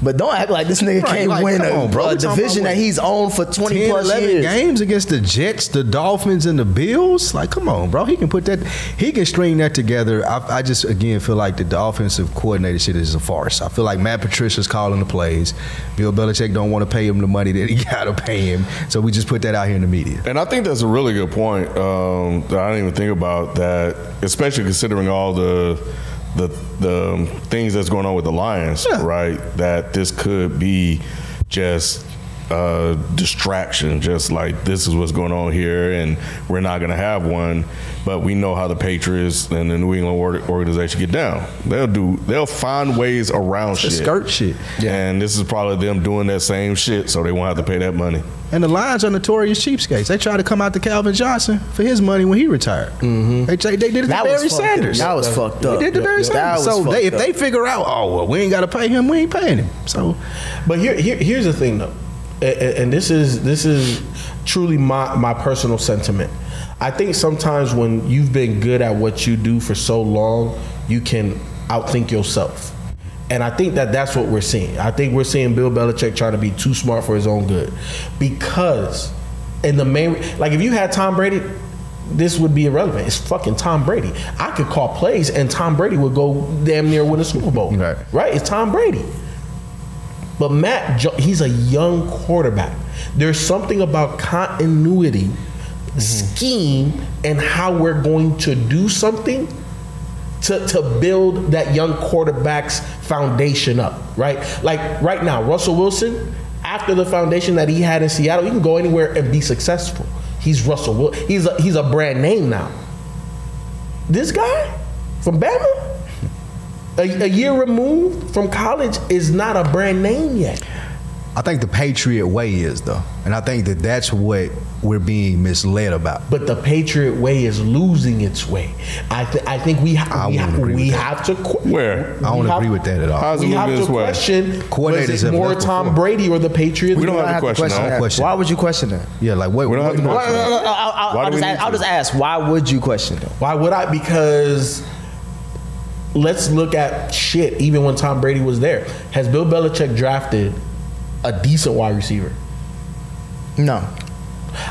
But don't act like this nigga Right, can't like, win come a, on, bro. a We talking division about that what? he's owned for 20 10, plus 11 years. games against the Jets, the Dolphins, and the Bills. Like, come on, bro. He can put that. He can string that together. I, I just again feel like the, the offensive coordinator shit is a farce. I feel like Matt Patricia's calling the plays. Bill Belichick don't want to pay him the money that he gotta pay him. So we just put that out here in the media. And I think that's a really good point um, that I didn't even think about. That especially considering all the the, the um, things that's going on with the Lions, Yeah. right? That this could be just a distraction, just like this is what's going on here, and we're not going to have one. But we know how the Patriots and the New England or- organization get down. They'll do. They'll find ways around shit. Skirt shit. And this is probably them doing that same shit, so they won't have to pay that money. And the Lions are notorious cheapskates. They tried to come out to Calvin Johnson for his money when he retired. They, they did it Mm-hmm. That to was Barry fucked up. Sanders. That was fucked They up. did to Barry Yeah, that Sanders. was So fucked they, if up. they figure out, oh well, we ain't got to pay him, we ain't paying him. So But here, here here's the thing though, A- a- and this is this is truly my my personal sentiment. I think sometimes when you've been good at what you do for so long, you can outthink yourself. And I think that that's what we're seeing. I think we're seeing Bill Belichick trying to be too smart for his own good, because, and the main like if you had Tom Brady, this would be irrelevant. It's fucking Tom Brady. I could call plays, and Tom Brady would go damn near win a Super Bowl. Right. right? It's Tom Brady. But Matt, Jo- he's a young quarterback. There's something about continuity, Mm-hmm. scheme, and how we're going to do something to, to build that young quarterback's foundation up, right? Like right now, Russell Wilson, after the foundation that he had in Seattle, he can go anywhere and be successful. He's Russell. Wil- He's a, he's a brand name now. This guy from Bama, a, a year removed from college, is not a brand name yet. I think the Patriot way is though, and I think that that's what we're being misled about. But the Patriot way is losing its way. I, th- I think we, ha- I we, wouldn't ha- agree we with that. have to. qu- Where? I don't we have- agree with that at all. How's it we have moving to this way? question: Coordinators Was it have more left Tom before. Brady or the Patriots? We don't have I the question. question huh? that. Question. Why would you question that? Yeah, like wait, We don't have to wait, question wait. that. I'll, I'll- Why I'll do we just, ask, need I'll to? just ask, why would you question it? Why would I? Because let's look at shit. Even when Tom Brady was there, has Bill Belichick drafted a decent wide receiver? No.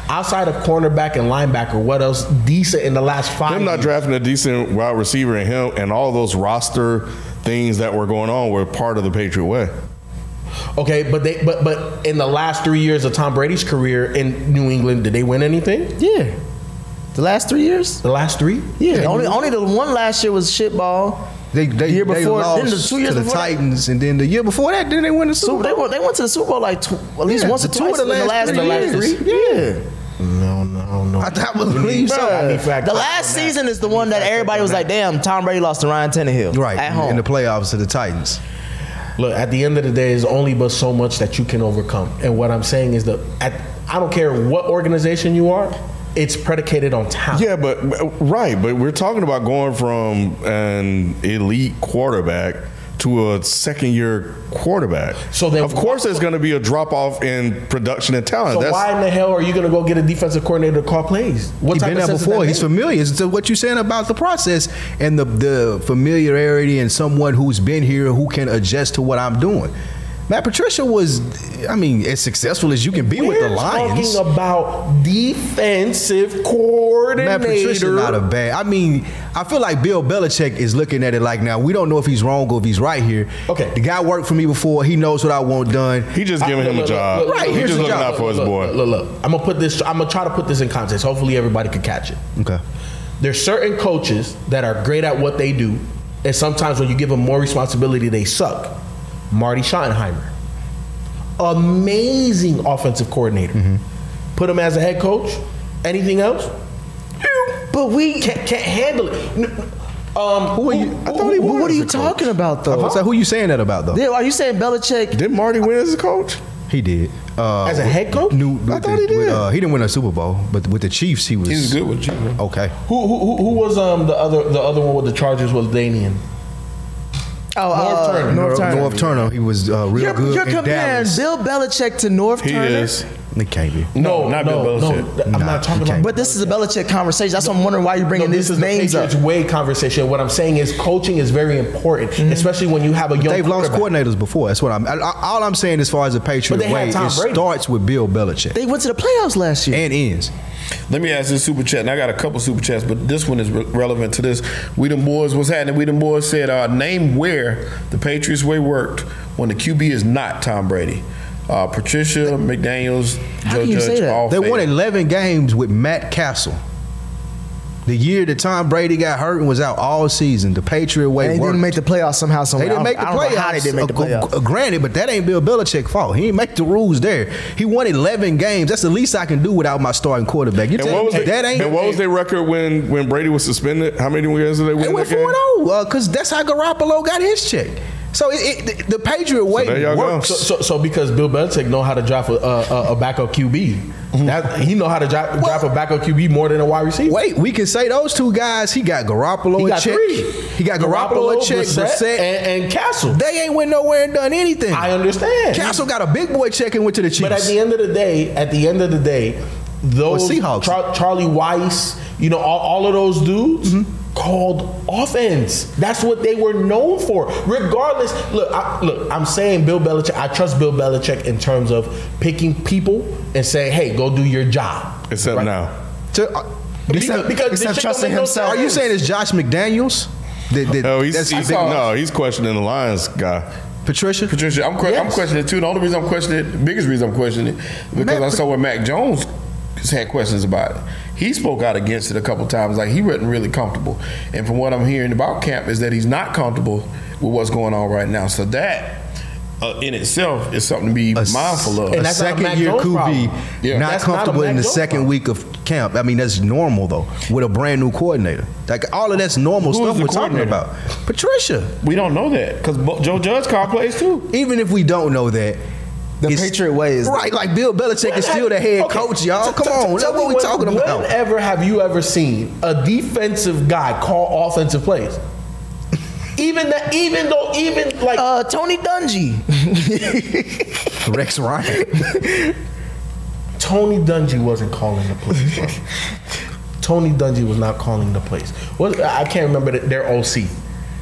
Outside of cornerback and linebacker, what else decent in the last five? Him not years? drafting a decent wide receiver and him and all those roster things that were going on were part of the Patriot way. Okay, but they but but in the last three years of Tom Brady's career in New England, did they win anything? Yeah. The last three years? The last three? Yeah. Only only the one last year was shit ball. They, they, The year before- they then lost the two years to the before that- Titans, and then the year before that, then they win the Super So Bowl. they went, they went to the Super Bowl like tw- at least Yeah, once or the two twice of in the last, three the last years. three. Yeah. No, no, no. I thought was believe so. I need fact The check last on that. season is the one that everybody was like, damn, Tom Brady lost to Ryan Tannehill. Right At in- home. in the playoffs to the Titans. Look, at the end of the day, there's only but so much that you can overcome. And what I'm saying is that at, I don't care what organization you are, it's predicated on talent. Yeah, but but- right, but we're talking about going from an elite quarterback to a second year quarterback. So then- of course there's going to be a drop off in production and talent. So That's- why in the hell are you going to go get a defensive coordinator to call plays? What He's type been of there sense does before. that He's make? familiar. It's to what you're saying about the process and the, the familiarity and someone who's been here who can adjust to what I'm doing. Matt Patricia was, I mean, as successful as you can be with the We're Lions. talking about defensive coordinator. Matt Patricia not a bad. I mean, I feel like Bill Belichick is looking at it like now we don't know if he's wrong or if he's right here. Okay. the guy worked for me before. He knows what I want done. He just giving him a job. look, Right, He here's just the looking job. out for his look, boy. Look, look, look. I'm gonna put this. I'm gonna try to put this in context. Hopefully, everybody can catch it. Okay, There's certain coaches that are great at what they do, and sometimes when you give them more responsibility, they suck. Marty Schottenheimer, amazing offensive coordinator. Mm-hmm. Put him as a head coach. Anything else? But we can't, can't handle it. N- Um, Who are you- I thought he But was what are a you coach. talking about though? so who you saying that about though? Yeah, are you saying Belichick? Did Marty win as a coach? He did uh, As a head coach? New, I with thought the- he did. with, uh, he didn't win a Super Bowl, but with the Chiefs, he was. He's good with you. man. Okay, Who, who, who- who was um the other the other one with the Chargers was Danian. Oh, North Turner. North Turner. North Turner. He was uh, real You're, good you're in comparing Dallas. Bill Belichick to North He Turner. is. It can't be. No, not Bill Belichick. th- I'm Nah, not talking he about. can't. But this is a Belichick conversation. That's why I'm wondering why you're No, bringing this these is the names up. Patriots way conversation. What I'm saying is coaching is very important, especially when you have a young. They've lost quarterback. coordinators before. That's what I'm. I, I- all I'm saying as far as the Patriot they had way, it Tom Brady. starts with Bill Belichick They went to the playoffs last year. and ends. Let me ask this super chat, and I got a couple super chats, but this one is re- relevant to this. We the Moors, what's happening? We the Moors said, uh, name where the Patriots way worked when the QB is not Tom Brady. Uh, Patricia, McDaniels, How Joe can you Judge, say that? all They won failed. 11 games with Matt Castle. The year that Tom Brady got hurt and was out all season, the Patriot way And they worked. didn't make the playoffs somehow. Somewhere. They didn't make I the don't, I don't know how playoffs. they didn't make the uh, g- playoffs. g- Granted, but that ain't Bill Belichick's fault. He didn't make the rules there. He won 11 games. That's the least I can do without my starting quarterback. You And tell what was, me that they- ain't and what was their record when, when Brady was suspended? How many years did they win? They that went oh. game? 4 0 because uh, that's how Garoppolo got his check. So it, it, the, the Patriot way there y'all go. works. So, so, so because Bill Belichick know how to draft a, a, a backup QB, that, he know how to dra- draft a backup QB more than a wide receiver. Mm-hmm. Wait, we can say those two guys. He got Garoppolo He a got check. three. He got Garoppolo, a check. Brissett, Brissett. and, and Castle. they ain't went nowhere and done anything. I understand. Castle got a big boy check and went to the Chiefs. But at the end of the day, at the end of the day, those Seahawks. Char- Charlie Weiss, you know, all, all of those dudes Mm-hmm. called offense. That's what they were known for. Regardless, look, I, look, I'm saying Bill Belichick. I trust Bill Belichick in terms of picking people and saying, "Hey, go do your job." Except now. To- uh, Because- because this shit don't trusting make no himself. are sense. you saying it's Josh McDaniels? That, that, Oh, he's, that's he's big- no, he's questioning the Lions guy. Patricia. Patricia, I'm, que- I'm Yes. questioning it too. The only reason I'm questioning it, the biggest reason I'm questioning it, because Matt- I saw where Mac Jones has had questions about it. He spoke out against it a couple times, like he wasn't really comfortable. And from what I'm hearing about camp is that he's not comfortable with what's going on right now. So that uh, in itself is something to be a s- mindful of. A And that's not a second Mac year Jones problem. QB Yeah. not That's not a comfortable Mac in the Jones second problem. week of camp. I mean, that's normal though with a brand new coordinator. Like all of that's normal Who is stuff the we're talking coordinator? about. Patricia. we don't know that because Joe Judge called plays too. Even if we don't know that. The it's- Patriot way is- right. Like Bill Belichick is still the head coach, y'all. Come on, that's what we are talking about. Whenever have you ever seen a defensive guy call offensive plays? Even that, even though, even like Uh, Tony Dungy. Rex Ryan. Tony Dungy wasn't calling the plays. bro. Tony Dungy was not calling the plays. What I can't remember the, their OC,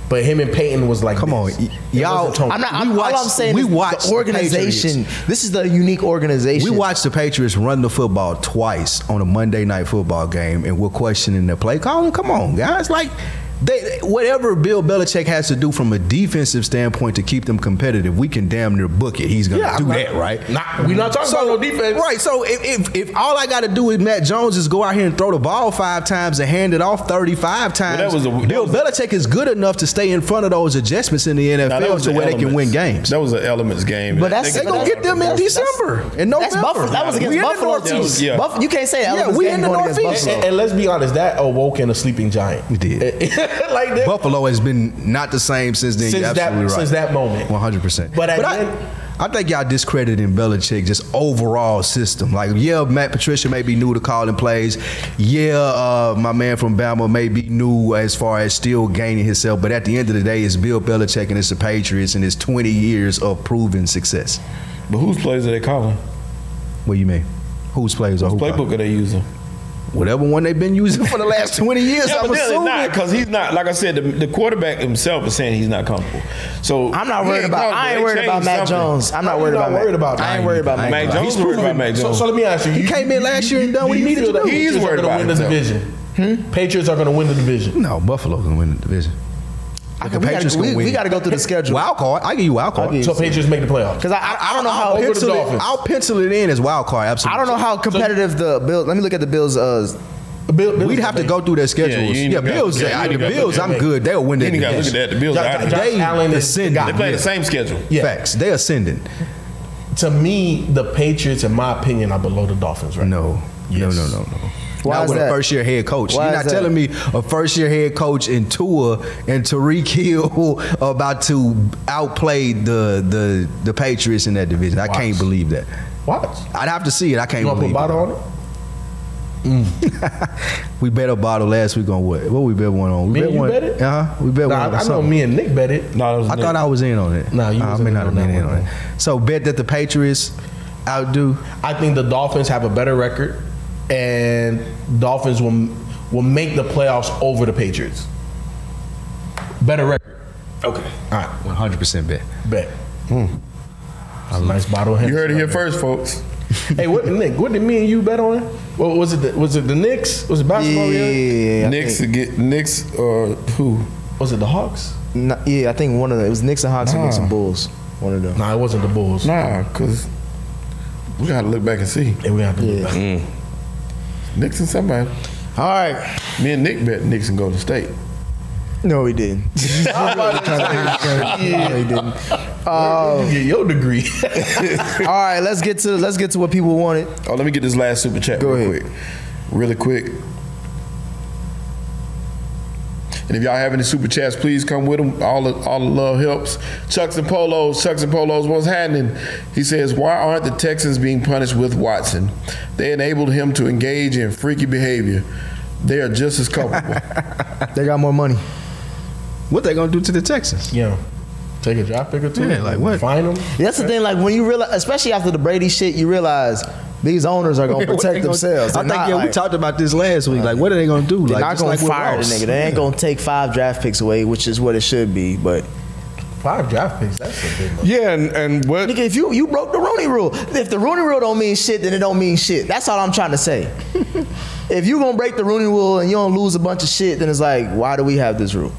but him and Peyton was like, Come on, this. y- It y'all- wasn't Tony. Oh, I'm not. We I'm, all watched- I'm saying we is watched the the organization. Patriots. this is the unique organization. We watched the Patriots run the football twice on a Monday night football game, and we're questioning their play calling. Come on, guys! Like They, whatever Bill Belichick has to do from a defensive standpoint to keep them competitive, we can damn near book it. He's gonna Yeah, do I'm not- that, right? not- we not talking about no defense. right? So if, if if all I got to do with Matt Jones is go out here and throw the ball five times and hand it off thirty-five times, that was a- that Bill was a- Belichick is good enough to stay in front of those adjustments in the Now, that NFL was to the where they can elements. win games. That was an elements game. But that's- They gonna get them in That's- that's- December and November. That's Buffalo. That was We against in the Buffalo. Northeast. was- yeah. Buff- you can't say that. Yeah, Elvis we Game in the going against Northeast. Buffalo. And, and let's be honest, that awoke in a sleeping giant. We did. like that. Buffalo has been not the same since then. Since You're that- absolutely right. since that moment. one hundred percent. But at the I, end- I think y'all discrediting Belichick just overall system. Like, yeah, Matt Patricia may be new to calling plays. Yeah, uh, my man from Bama may be new as far as still gaining himself. But at the end of the day, it's Bill Belichick and it's the Patriots and it's twenty years of proven success. But whose plays are they calling? What do you mean? Whose plays are who? Playbook are they using? Whatever one they've been using for the last twenty years. Yeah, I'm but then it's assuming. not because he's not. Like I said, the, the quarterback himself is saying he's not comfortable. So I'm not he worried ain't about. I comfortable. ain't They worried about changed Matt something. Jones. I'm not I'm worried not about. Matt. worried about I that. ain't worried about Matt Matt. Jones Jones. is worried about Matt So, Jones. so let me ask you. you came in last year and done what he needed to do. He's He's worried worried about about win the himself. division. Patriots are going to win the division. No, Buffalo gonna win the division. I- The we gotta- Patriots gonna we- win. we gotta go through the schedule. Wild card. I give you wild card. So Patriots make the playoffs. Because I, I, I don't know how I'll go to the pencil it, Dolphins. I'll pencil it in as wild card. Absolutely. I don't know how competitive uh, the Bills. Let me look at the Bills. Uh, Bill, Bill's We'd have to amazing. go through their schedules. you ain't Yeah, even gotta Bills. look at- I- you ain't the gotta look Bills. at I'm that. good. They'll win You that. ain't got to look at division. that. The Bills Josh- are out of Josh here. They Allen is the ascending. guy. They play the same schedule. Yeah. Facts. They ascending. To me, the Patriots, in my opinion, are below the Dolphins right No. Yes. No. No. No. No. Why Not is with a that? first year head coach. Why You're is not that? telling me a first year head coach in Tua and Tariq Hill are about to outplay the the the Patriots in that division. I can't Watch. believe that. Watch. I'd have to see it. I can't You want to believe put bottle on it? We bet a bottle last week on what? What we bet one on? We Me and you one. bet it? Uh huh. We bet Nah, one. on I, I know something. me and Nick bet it. No, I thought I was in on it. Nah, you I wasn't may in not have on been that in one, on it. So bet that the Patriots outdo. I think the Dolphins have a better record, and Dolphins will will make the playoffs over the Patriots. Better record. Okay. All right. 100% bet. Bet. It's a nice bottle. Of You heard it Hennessy here right first, folks. there. Hey, what Nick? What did me and you bet on? What was it? The, was it the Knicks? Was it basketball? yeah, Yeah. yeah, yeah. Knicks get Knicks or who? Was it the Hawks? No, yeah, I think one of the it was Knicks and Hawks or Knicks and Bulls. One of them. Nah, it wasn't the Bulls. Nah, cause we gotta look back and see. Hey, we have to look Yeah. back. Knicks and somebody. All right. Me and Nick bet Knicks and Golden State. No, we didn't. yeah. we didn't. You get your degree. All right, let's get to let's get to what people wanted. Oh, let me get this last super chat Go real ahead. quick. Really quick. And if y'all have any super chats, please come with them. All the, all the love helps. Chucks and Polos, Chucks and Polos, what's happening? He says, Why aren't the Texans being punished with Watson? They enabled him to engage in freaky behavior. They are just as culpable. They got more money. What they going to do to the Texans? yeah. Take a draft pick or two. Yeah, like what? Find them. That's the thing. Like when you realize, especially after the Brady shit, you realize these owners are gonna What they protect gonna- themselves. I They're think, not, yeah, we like- talked about this last week. Like, what are they going to do? They're like, not just gonna like with fire the Ross. nigga. They ain't gonna take five draft picks away, which is what it should be. But Five draft picks. That's a big one. Yeah, and, and what? nigga, if you you broke the Rooney Rule, if the Rooney Rule don't mean shit, then it don't mean shit. That's all I'm trying to say. if you gonna break the Rooney Rule and you don't lose a bunch of shit, then it's like, why do we have this rule?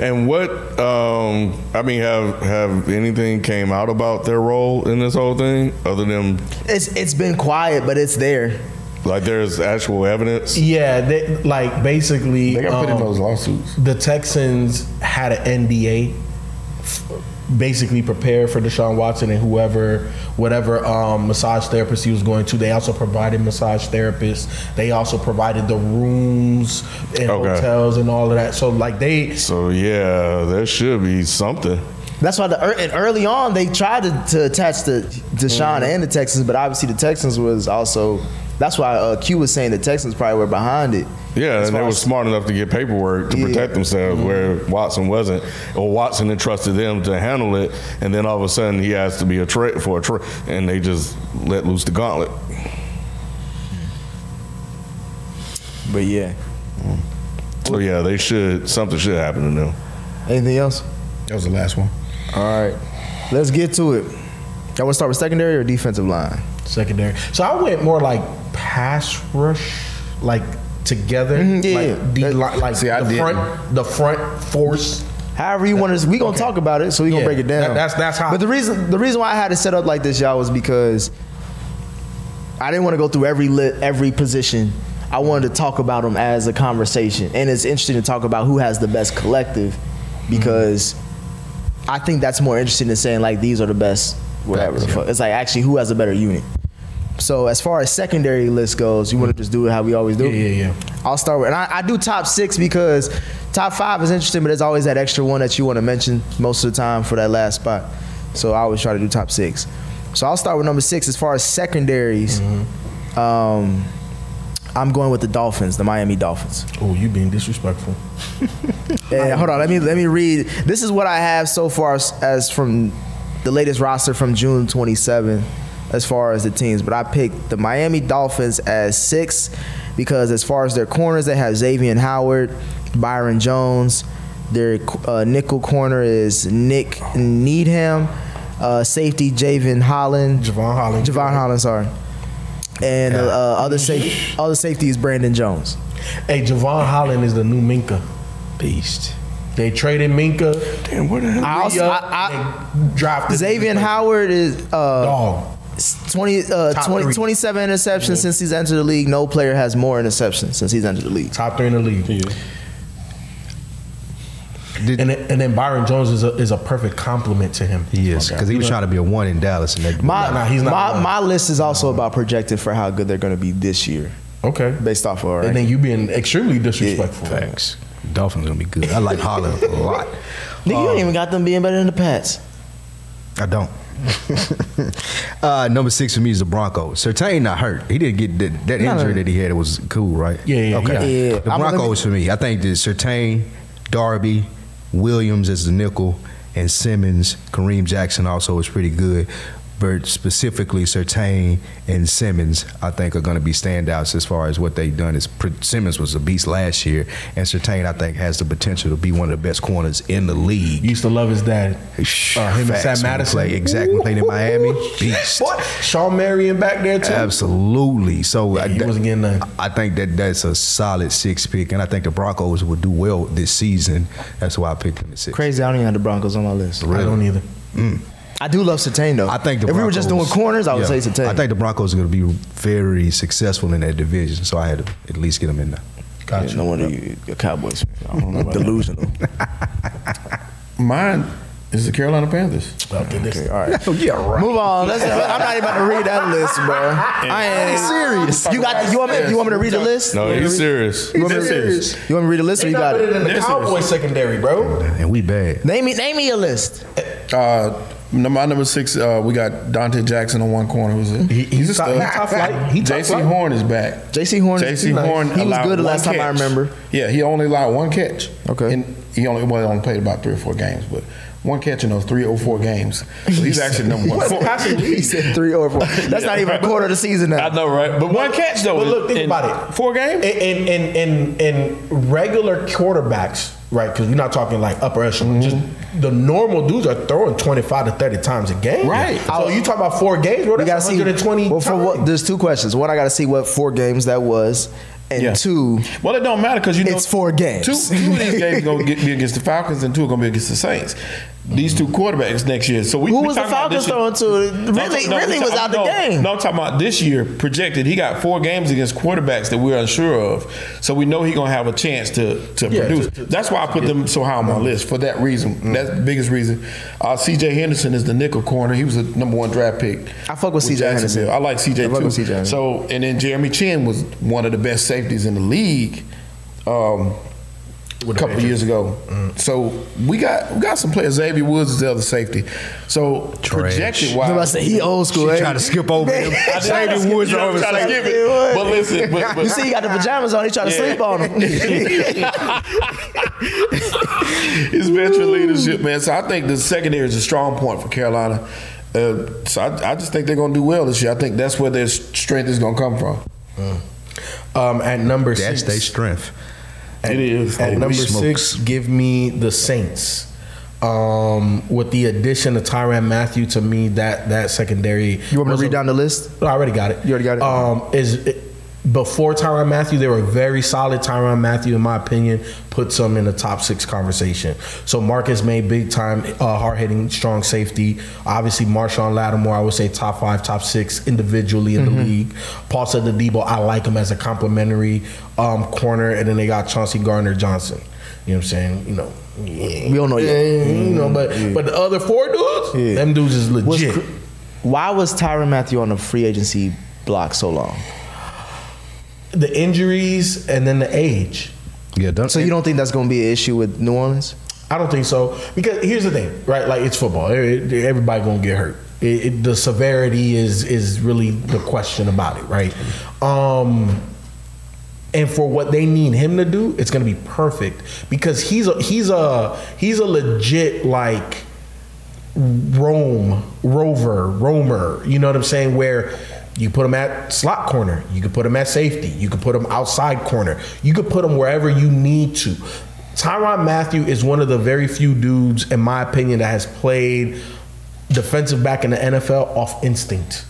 And what? Um, I mean, have have anything came out about their role in this whole thing, other than It's it's been quiet, but it's there. like there's actual evidence? Yeah, they, like basically. they got put in um, those lawsuits. the Texans had an NDA f- basically prepared for Deshaun Watson and whoever, whatever um, massage therapist he was going to. They also provided massage therapists. They also provided the rooms and Okay. hotels and all of that. So like they, So yeah, there should be something. That's why the ear- and early on they tried to, to attach the Deshaun and the Texans, but obviously the Texans was also. That's why uh, Q was saying the Texans probably were behind it. Yeah, As and they far were as- smart enough to get paperwork to Yeah. protect themselves, where Watson wasn't, or Watson entrusted them to handle it, and then all of a sudden he has to be a tra- for a tra- and they just let loose the gauntlet. But yeah, So yeah, they should something should happen to them. anything else? That was the last one. All right, let's get to it. Y'all want to start with secondary or defensive line? secondary. So I went more like pass rush, like together. Mhm, yeah, yeah. like the, li- like See, I the didn't. front, the front force. However you want to, we gonna Okay. talk about it, so we gonna Yeah, break it down. that- that's- that's how- But the reason, the reason why I had it set up like this, y'all, was because I didn't want to go through every lit, every position. I wanted to talk about them as a conversation, and it's interesting to talk about who has the best collective, because I think that's more interesting than saying like these are the best, whatever the fuck. It's like actually who has a better unit. So as far as secondary list goes, you want to just do it how we always do. Yeah, yeah, yeah. I'll start with, and I, I do top six because top five is interesting, but there's always that extra one that you want to mention most of the time for that last spot. So I always try to do top six. So I'll start with number six as far as secondaries. Mm-hmm. Um, I'm going with the Dolphins, the Miami Dolphins. Oh, you being disrespectful. Yeah, hold on. Let me let me read. This is what I have so far as, as from the latest roster from June 27, as far as the teams. But I picked the Miami Dolphins as six because as far as their corners, they have Xavier Howard, Byron Jones. Their uh, nickel corner is Nick Needham. Uh, safety Javon Holland. Javon Holland. Javon Holland. Sorry. And uh, other safety, other safety is Brandon Jones. Hey, Javon Holland is the new Minka. Beast. They traded Minka. Damn, what the hell? I also- re-up, I- I- they drafted Xavier him. Howard is uh, Dog. 20, uh, Top 20, three. 27 interceptions since he's entered the league. No player has more interceptions since he's entered the league. Top three in the league. Did- And, then- and then Byron Jones is a, is a perfect compliment to him. He Oh, is because he was trying to be a one in Dallas, and that My, Nah, nah, he's not my, one. my list is also about projected for how good they're going to be this year Okay. based off of our And then ranking. you being extremely disrespectful. facts. Dolphins gonna be good. I like Holland a lot. Nigga, you Um, ain't even got them being better than the Pats. I don't. uh, number six for me is the Broncos. Certain not hurt. He didn't get that, that No, no. injury that he had. It was cool, right? Yeah, yeah, okay. yeah. Yeah. The I'm- let me- Broncos for me. I think that Certain, Darby, Williams as the nickel, and Simmons, Kareem Jackson also is pretty good. But specifically, Certain and Simmons, I think, are going to be standouts as far as what they've done. Is pre- Simmons was a beast last year, and Certain, I think, has the potential to be one of the best corners in the league. Used to love his dad. Uh, Shh, him facts, and when Sam he Madison. played- exactly, played in Miami. Beast. What? Sean Marion back there too. Absolutely. So I, he wasn't getting none. I think that that's a solid six pick, and I think the Broncos will do well this season. That's why I picked them at six. Crazy, I don't even have the Broncos on my list. I don't either. I do love Sertain, though. I think the if we were just doing Broncos- corners, I would say yeah. Sertain. I think the Broncos are going to be very successful in that division, so I had to at least get them in there. Yeah, no wonder you, you're Cowboys. fan. I don't know about Delusional. Mine is the Carolina Panthers. Okay, all right. Move on. Let's, I'm not even about to read that list, bro. I ain't serious. You got? The, you want me? You want me to read the list? No, You want me he's to read- serious. You want, me to, serious. you want me to read the list or you got it? the Cowboys secondary, bro. And we bad. Name me, name me a list. Uh, num- my number six, uh, we got Dante Jackson on one corner. Who's it? He- he's top- he top flight. He top J.C. flight. Horn is back. J.C. Horn is- J.C. he's nice. Horn. He was allowed good the one last time I catch. remember. Yeah, he only allowed one catch. Okay. And he only well, he only played about three or four games, but one catch in those three or four games. So he's actually number one. He said three or four. That's not even a quarter of the season now. I know, right? But one catch though. But look, think in about it. Four games. In in in, in regular quarterbacks, right? Because we're not talking like upper Mm-hmm. echelon. Just the normal dudes are throwing twenty five to thirty times a game. Right. So you talk about four games, bro? We That's gotta see. 120 Well, for what? times. There's two questions. One, I gotta see what four games that was, and Yeah. two, Well, it don't matter because you know It's four games. Two, two of these games gonna get, be against the Falcons, and two are gonna be against the Saints. These two quarterbacks next year. So we who we was the talking about Falcons this year- throwing to? No, Really, no, really we was talk- out the no, game. No, I'm talking about this year projected. He got four games against quarterbacks that we're unsure of, so we know he's gonna have a chance to to Yeah, produce. to- to- That's why I put them so high on my list for that reason. That's the biggest reason. Uh, C.J. Henderson is the nickel corner. He was a number one draft pick. I fuck with C.J. Henderson. Jacksonville. I like C.J. I fuck too. with C.J. So and then Jeremy Chin was one of the best safeties in the league. Um, a couple years ago, so we got we got some players. Xavier Woods is the other safety. So projected wise, I'm about to say he old school. She eh? tried to skip over him. I tried to skip- Xavier Woods you know, over I tried to Saint- skip it. But listen, but, but You see, he got the pajamas on. He tried to sleep on him. it's veteran leadership, man. So I think the secondary is a strong point for Carolina. Uh, so I, I just think they're going to do well this year. I think that's where their strength is going to come from. um, at number Hmm. That's six. their strength. At, It is. At Holy number smokes. six, give me the Saints. Um, with the addition of Tyrann Matthew, to me that that secondary. You want me to was read a- down the list? I already got it. You already got it? Um, is it, before Tyron Matthew, they were very solid. Tyron Matthew, in my opinion, put some in the top six conversation. So Marcus made big time, uh, hard hitting, strong safety. Obviously, Marshawn Lattimore, I would say top five, top six individually Mm-hmm. in the league. Paul said the Debo, I like him as a complimentary um, corner. And then they got Chauncey Gardner Johnson. You know what I'm saying? You know. Yeah. We don't know yet. Mm-hmm. Yeah, You know, but but the other four dudes, Yeah. them dudes is What's legit. cr- why was Tyron Matthew on the free agency block so long? the injuries and then the age. Yeah, done. So you don't think that's going to be an issue with New Orleans? I don't think so because here's the thing, right? Like it's football. It- it- Everybody gonna get hurt. It, it, the severity is is really the question about it, right? Um, and for what they need him to do, it's gonna be perfect because he's a he's a he's a legit like roam rover roamer. You know what I'm saying? Where you put him at slot corner, you could put him at safety, you could put him outside corner, you could put him wherever you need to. Tyron Matthew is one of the very few dudes, in my opinion, that has played defensive back in the NFL off instinct.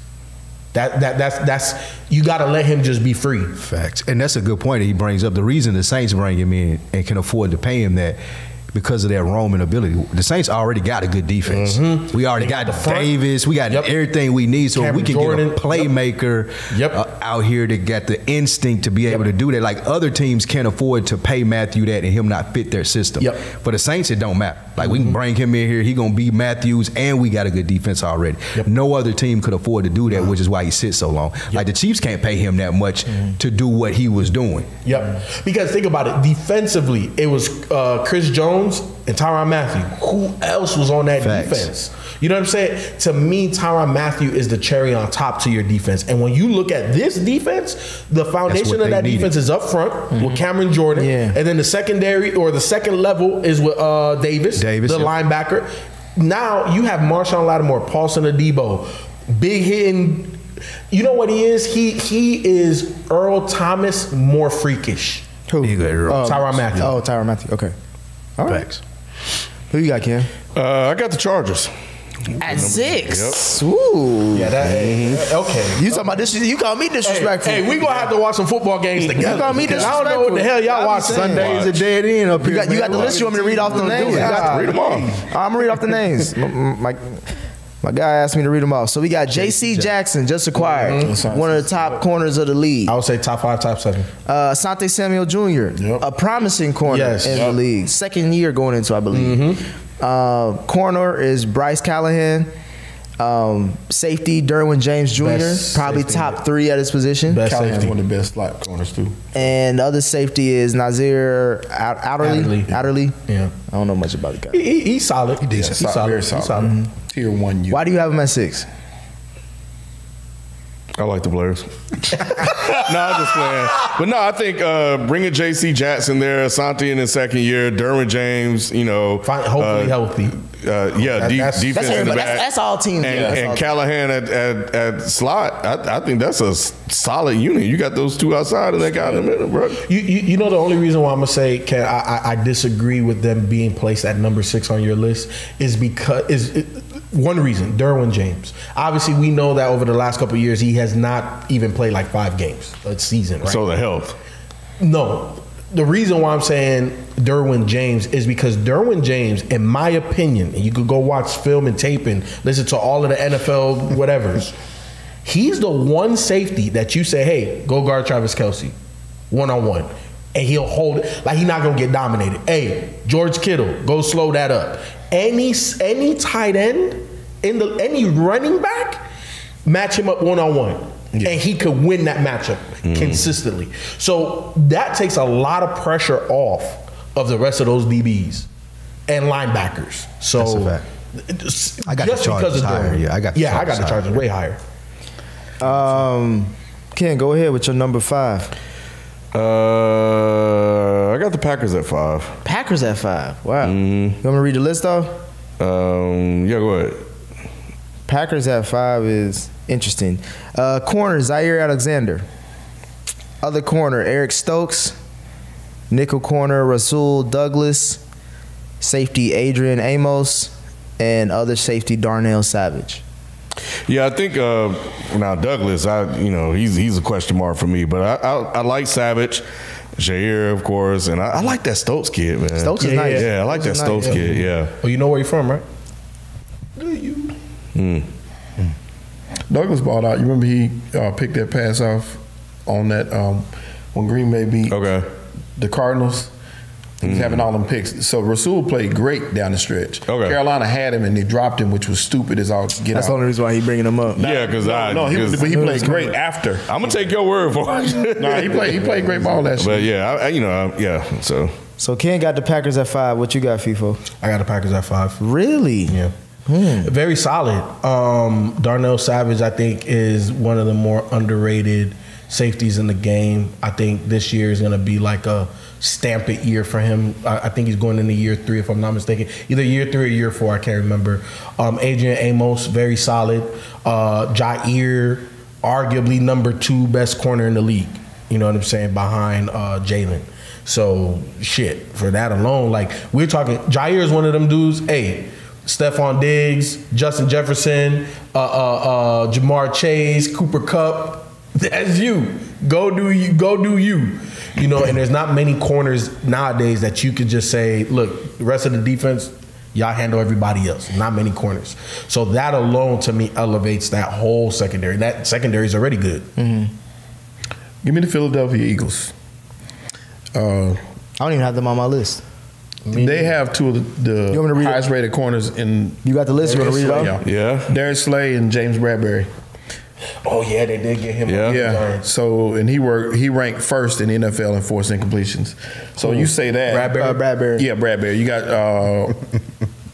That that that's that's you got to let him just be free. Facts. And that's a good point that he brings up. The reason the Saints bring him in and can afford to pay him that because of their roaming ability. The Saints already got a good defense. We already They got Mm-hmm. got, the front. Davis. We got Yep. everything we need. So if Cameron we can Jordan. get a playmaker uh, Yep. Yep. out here that got the instinct to be able to do that. Like other teams can't afford to pay Matthew that and him not fit their system. Yep. For the Saints, it don't matter. Like Mm-hmm. we can bring him in here. He gonna be Matthews, and we got a good defense already. No other team could afford to do Uh-huh. that, which is why he sits so long. Like the Chiefs can't pay him that much Mm-hmm. to do what he was doing. Yep. Because think about it. Defensively, it was uh, Chris Jones and Tyron Matthew. Who else was on that Facts. defense? You know what I'm saying? To me, Tyron Matthew is the cherry on top to your defense. And when you look at this defense, the foundation what of they that needed. defense is up front with Cameron Jordan. Mm-hmm. Yeah. And then the secondary or the second level is with uh, Davis, Davis, the yep. linebacker. Now you have Marshawn Lattimore, Paulson Adebo, big hitting. You know what he is? He he is Earl Thomas more freakish. Who? Earl. Tyrann Mathieu. Oh, Tyron Matthew. Okay. All right. Facts. Who you got, Ken? Uh, I got the Chargers. At six. Ooh. Yeah, that, okay. You talking about this? You call me Hey, disrespectful? hey, we gonna have to watch some football games together. You call me because I don't know what the hell disrespectful. y'all watch I be Sunday. Days a dead end up You here. got, you got the list. You want me to read off the names? Yeah, read them all. I'm gonna read off the names. M- my, my guy asked me to read them off. So we got J.C. Jackson, just acquired, Mm-hmm. one of the top corners of the league. I would say top five, top seven. Uh, Asante Samuel Jr., Yep. a promising corner Yes. in the Yep. Mm-hmm. league, second year going into, I believe. Uh, corner is Bryce Callahan. Um, safety Derwin James Jr., Best probably safety. top three at his position. Best Callahan's safety. one of the best slot corners too. And the other safety is Nazir Out- Outerly. Adderley. Yeah. I don't know much about the guy. He, he, he's solid. He Yeah, decent. He's solid. Very He's solid. Mm-hmm. solid. Tier one. You. Why do you have him at six? I like the Blurs. no, I'm just playing. But no, I think uh, bringing J.C. Jackson there, Asante in his second year, Derwin James, you know, Fine, Uh, hopefully healthy. Uh, yeah, That- de- that's- defense That's in the everybody. back. That's, that's all teams. and, do. That's and all- Callahan at, at, at slot, I, I think that's a s- solid unit. You got those two outside and that guy in the middle, bro. You, you, you know the only reason why I'm gonna say can I, I, I disagree with them being placed at number six on your list is because is it, one reason Derwin James. Obviously, we know that over the last couple of years he has not even played like five games a season. Right? So the health. No. The reason why I'm saying Derwin James is because Derwin James, in my opinion, and you could go watch film and tape and listen to all of the NFL whatever's, he's the one safety that you say, hey, go guard Travis Kelsey one on one. And he'll hold it. Like he's not gonna get dominated. Hey, George Kittle, go slow that up. Any any tight end in the any running back, match him up one on one, and he could win that matchup Mm. consistently. So that takes a lot of pressure off of the rest of those DBs and linebackers. So That's a fact. just- I got the just Chargers because of higher, Jordan. yeah, I got the yeah, I got Chargers the higher. Chargers way higher. Um, Ken, go ahead with your number five. Uh, I got the Packers at five. Packers at five. Wow. Mm-hmm. You want me to read the list off? Um, yeah, go ahead. Packers at five is interesting. Uh, corner Zaire Alexander. Other corner Eric Stokes. Nickel corner Rasul Douglas. Safety Adrian Amos, and other safety Darnell Savage. Yeah, I think uh, now Douglas, I you know he's he's a question mark for me, but I I, I like Savage, Jair of course, and I, I like that Stokes kid, man. Stokes is yeah, nice. Yeah, I like that Stokes Stokes is nice, kid. Yeah, Well, Oh, you know where you're from, right? Hmm. Douglas balled out. You remember he uh, picked that pass off on that um, when Green Bay beat Okay. Hmm. the Cardinals. He's having all them picks. So Rasul played great down the stretch. Okay. Carolina had him and they dropped him, which was stupid as all get That's the out. only reason why he bringing him up. yeah, because I no, he, 'cause- but he played great after. I'm gonna take your word for it. Nah, he played. He played great ball last year. But yeah, I, I, you know, I, yeah. So So Ken got the Packers at five. What you got, FIFO? I got the Packers at five. Really? Yeah. Very solid. Um, Darnell Savage, I think, is one of the more underrated safeties in the game. I think this year is going to be like a stamp it year for him. I, I think he's going into year three, if I'm not mistaken. Either year three or year four, I can't remember. Um, Adrian Amos, very solid. Uh, Jair, arguably number two best corner in the league. You know what I'm saying? Behind uh, Jalen. So shit, for that alone, like we're talking, Jair is one of them dudes. Hey, Stephon Diggs, Justin Jefferson, uh, uh, uh, Jamar Chase, Cooper Cup. That's you. Go do you. Go do you. You know, and there's not many corners nowadays that you could just say, look, the rest of the defense, Y'all handle everybody else. Not many corners. So that alone to me elevates that whole secondary. That secondary is already good. Give me the Philadelphia Eagles. Uh, I don't even have them on my list. they have two of the, You want me to the read it? highest rated corners in. You got the list? You want to read it off? Yeah. Yeah. Darius Slay and James Bradbury. Oh yeah, they did get him. Yeah. on the Yeah. Giants. So and he worked. He ranked first in the NFL in forced incompletions. So you say that Bradbury? Uh, Bradbury. Yeah, Bradbury. You got uh,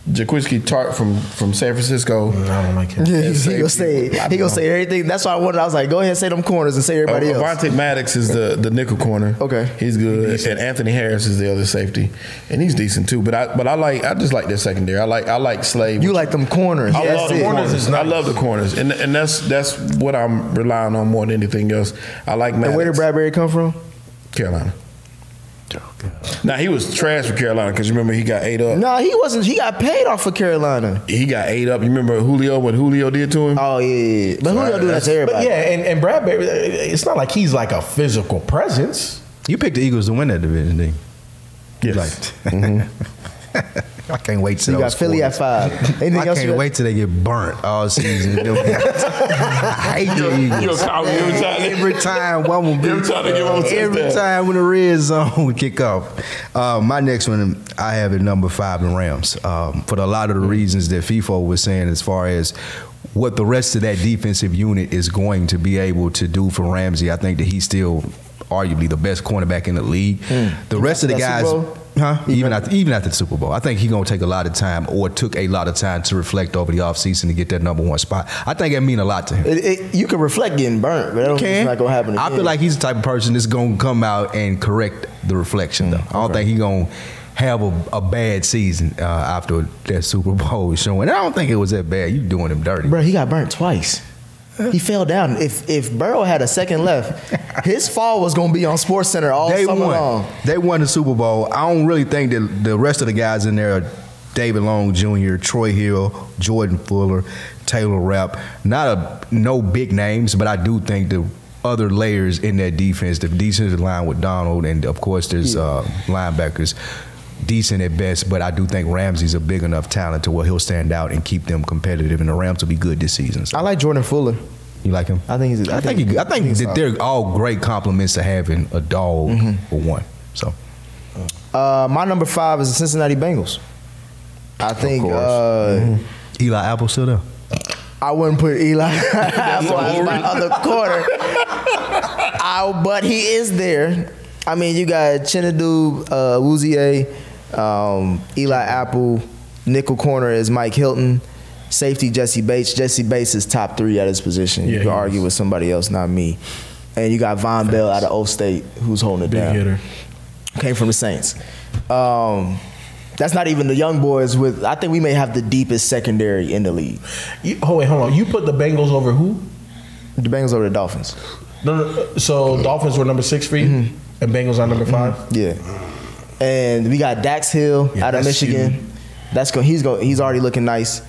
Jaquiski Tart from from San Francisco. Mm, I don't like him. Yeah, And he gonna say safety. he gonna say everything. That's why I wanted. I was like, go ahead, say them corners and say Uh, everybody else. Avante Maddox is the, the nickel corner. Okay. he's good, and Anthony Harris is the other safety, and he's decent too. But I but I like I just like their secondary. I like I like Slade. You like them corners. I That's love the it. corners. I love the corners, and and that's that's what I'm relying on more than anything else. I like Maddox. And where did Bradbury come from? Carolina. Oh, Now he was trash for Carolina because you remember he got ate up. Nah, he wasn't. He got paid off of Carolina. He got ate up. You remember Julio what Julio did to him? Oh yeah, yeah, yeah. but who So y'all do that that's- to everybody? But yeah, and, and Bradbury, it's not like he's like a physical presence. You picked the Eagles to win that division, didn't you? yes. Like, I can't wait Mm-hmm. till you got those Philly at quarters. five. Anything I else? you can't got? wait till they get burnt all season. I hate the Eagles. Every time one will be Every time they give up a every touchdown. time when the red zone would kick off. Uh, my next one, I have it number five in Rams um, for a lot of the reasons that FIFO was saying as far as. What the rest of that defensive unit is going to be able to do for Ramsey, I think that he's still arguably the best cornerback in the league. The rest of the that Super guys, Bowl? huh? Even after, even after the Super Bowl, I think he's gonna take a lot of time or took a lot of time to reflect over the offseason to get that number one spot. I think it mean a lot to him. It, it, you can reflect getting burnt, but I don't think it's not gonna happen. I again. feel like he's the type of person that's gonna come out and correct the reflection. though. I don't think he's gonna have a, a bad season uh, after that Super Bowl was showing. And I don't think it was that bad. You doing him dirty. bro, he got burnt twice. He fell down. If if Burrow had a second left, his fall was gonna be on Sports Center all they summer won. long. They won the Super Bowl. I don't really think that the rest of the guys in there are David Long Jr., Troy Hill, Jordan Fuller, Taylor Rapp. Not a no big names, but I do think the other layers in that defense, the defensive line with Donald, and of course there's uh, linebackers. Decent at best, but I do think Ramsey's a big enough talent to where he'll stand out and keep them competitive, and the Rams will be good this season. So, I like Jordan Fuller. you like him? I think he's. I think he, I think he's that solid. they're all great compliments to having a dog for one. So Uh, my number five is the Cincinnati Bengals. I think course. uh, Mm-hmm. Eli Apple still there. I wouldn't put Eli Apple as my other corner. I, but he is there. I mean, you got Chinadu, uh, Wuzier, um, Eli Apple, nickel corner is Mike Hilton, safety Jesse Bates. Jesse Bates is top three at his position. you Yeah, can he argue is. with somebody else, not me. And you got Von Bell out of O State, who's holding it Big down hitter. came from the Saints. Um, that's not even the young boys with. I think we may have the deepest secondary in the league. You, oh wait, hold on. You put the Bengals over who? The Bengals over the Dolphins. No, no, so Dolphins were number six for you, Mm-hmm. and Bengals are number 5 Yeah, and we got Dax Hill Yeah, out of that's Michigan. huge. That's go, he's go, he's already looking nice.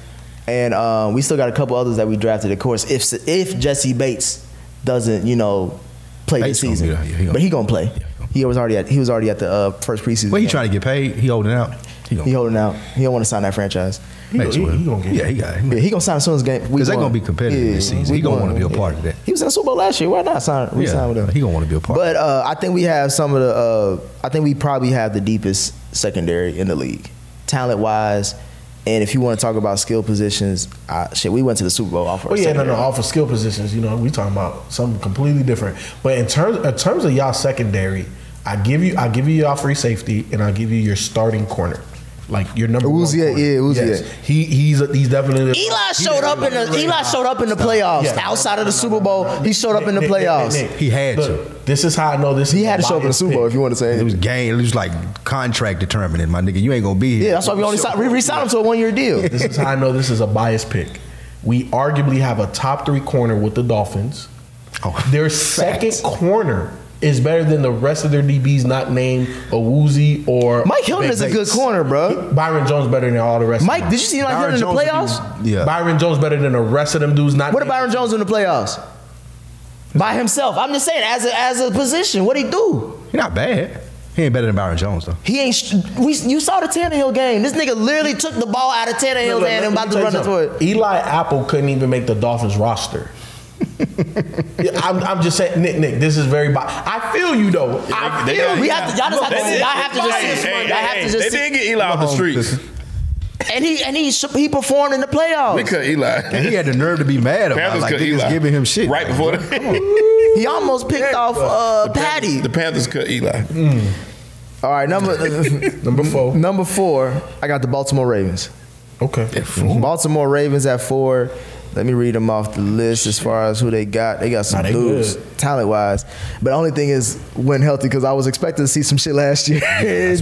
and um, we still got a couple others that we drafted. Of course, if if Jesse Bates doesn't, you know, play Bates this gonna season, be- yeah, he gonna- but he gonna play. He was already at he was already at the uh, first preseason. Well, he game. trying to get paid. He holding out. He gonna, He holding out. He don't want to sign that franchise. may as he- well. he gonna get Yeah, he got. Yeah, It. he gonna sign as soon as game. Because they gonna be competitive this season. He gonna wanna be a part of that. He was in the Super Bowl last year. Why not sign? Re-sign Yeah, with him? he gonna wanna be a part. But uh, I think we have some of the. Uh, I think we probably have the deepest secondary in the league, talent wise. And if you want to talk about skill positions, I, shit, we went to the Super Bowl off. our Well, yeah, no, no. secondary. All for skill positions, you know, we talking about something completely different. But in terms, in terms of y'all secondary, I give you, I give you y'all free safety, and I give you your starting corner, like your number Uzi, one. yeah, corner. Uzi, Yes. yeah. He, he's, he's definitely. Eli he's showed up in the definitely- Eli showed up in the playoffs Yeah. outside of the Super Bowl. He showed up in the Nick, Nick, Nick, playoffs. Nick, He had to. Look, This is how I know this. He is had to a show up in the biased Super Bowl pick. if you want to say It was anything. game. It was like contract determining, my nigga. You ain't gonna be here. Yeah, that's why we only signed, we re-signed him to a one-year deal. This is how I know this is a biased pick. We arguably have a top three corner with the Dolphins. Oh, Their second corner is better than the rest of their DBs not named Awuzie or Mike Hilton is a good Bates. corner, bro. Byron Jones better than all the rest. Mike, of did them. you see Eli Byron Hilton in the Jones playoffs? would be- Yeah. Byron Jones better than the rest of them dudes not. What named- about Byron Jones in the playoffs? By himself. I'm just saying, as a, as a position, what he do? He not bad. He ain't better than Byron Jones though. He ain't. sh- We, you saw the Tannehill game. This nigga literally took the ball out of Look, Tannehill's look, hand let and me about tell to you run into something. it. Eli Apple couldn't even make the Dolphins roster. Yeah, I'm, I'm just saying, Nick, Nick, this is very. Bi- I feel you though. I They- they feel got you. We have to. Y'all just have to. They See, did- y'all have to just see. Hey, this hey, one. Y'all have hey, to just. They See. did get Eli off the streets. And he and he sh- he performed in the playoffs. They cut And he Eli. had the nerve to be mad about it. Panthers like cut they was Eli. giving him shit. Right Like, before the, He almost picked off uh, the Panthers- Patty. The Panthers cut Eli. All right, number Number four. number four. I got the Baltimore Ravens. Okay. Mm-hmm. Baltimore Ravens at four. Let me read them off the list as far as who they got. They got some Nah, they dudes, good. talent wise. But the only thing is, when healthy, because I was expecting to see some shit last year. that's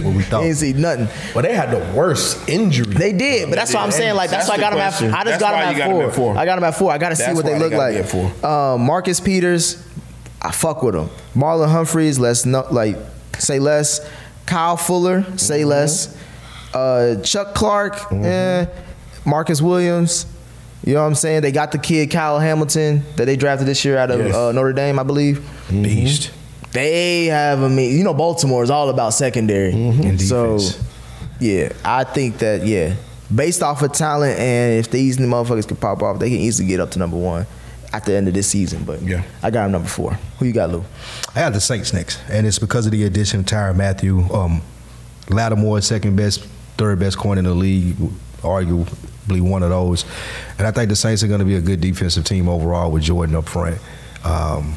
what we thought. Didn't see nothing. Well, they had the worst injury. They did, but that's They what I'm did. saying. Like that's, That's why I the got them at. question. I just That's got why them you at, got 'em four. at four. I got them at four. I got to see That's what they why they look gotta like. be at four. Um, Marcus Peters, I fuck with him. Marlon Humphreys, let's not like say less. Kyle Fuller, Mm-hmm. say less. Uh, Chuck Clark, eh. Marcus Williams. You know what I'm saying? They got the kid Kyle Hamilton that they drafted this year out of Yes. Mm-hmm. uh, Notre Dame, I believe. Beast. They have a me. You know, Baltimore is all about secondary. Mm-hmm. And So, defense. yeah, I think that yeah, based off of talent and if these motherfuckers can pop off, they can easily get up to number one at the end of this season. But Yeah. I got him number four. Who you got, Lou? I have the Saints next, and it's because of the addition of Tyron Matthew. Um, Lattimore, second best, third best corner in the league, arguably one of those. And I think the Saints are going to be a good defensive team overall with Jordan up front. Um,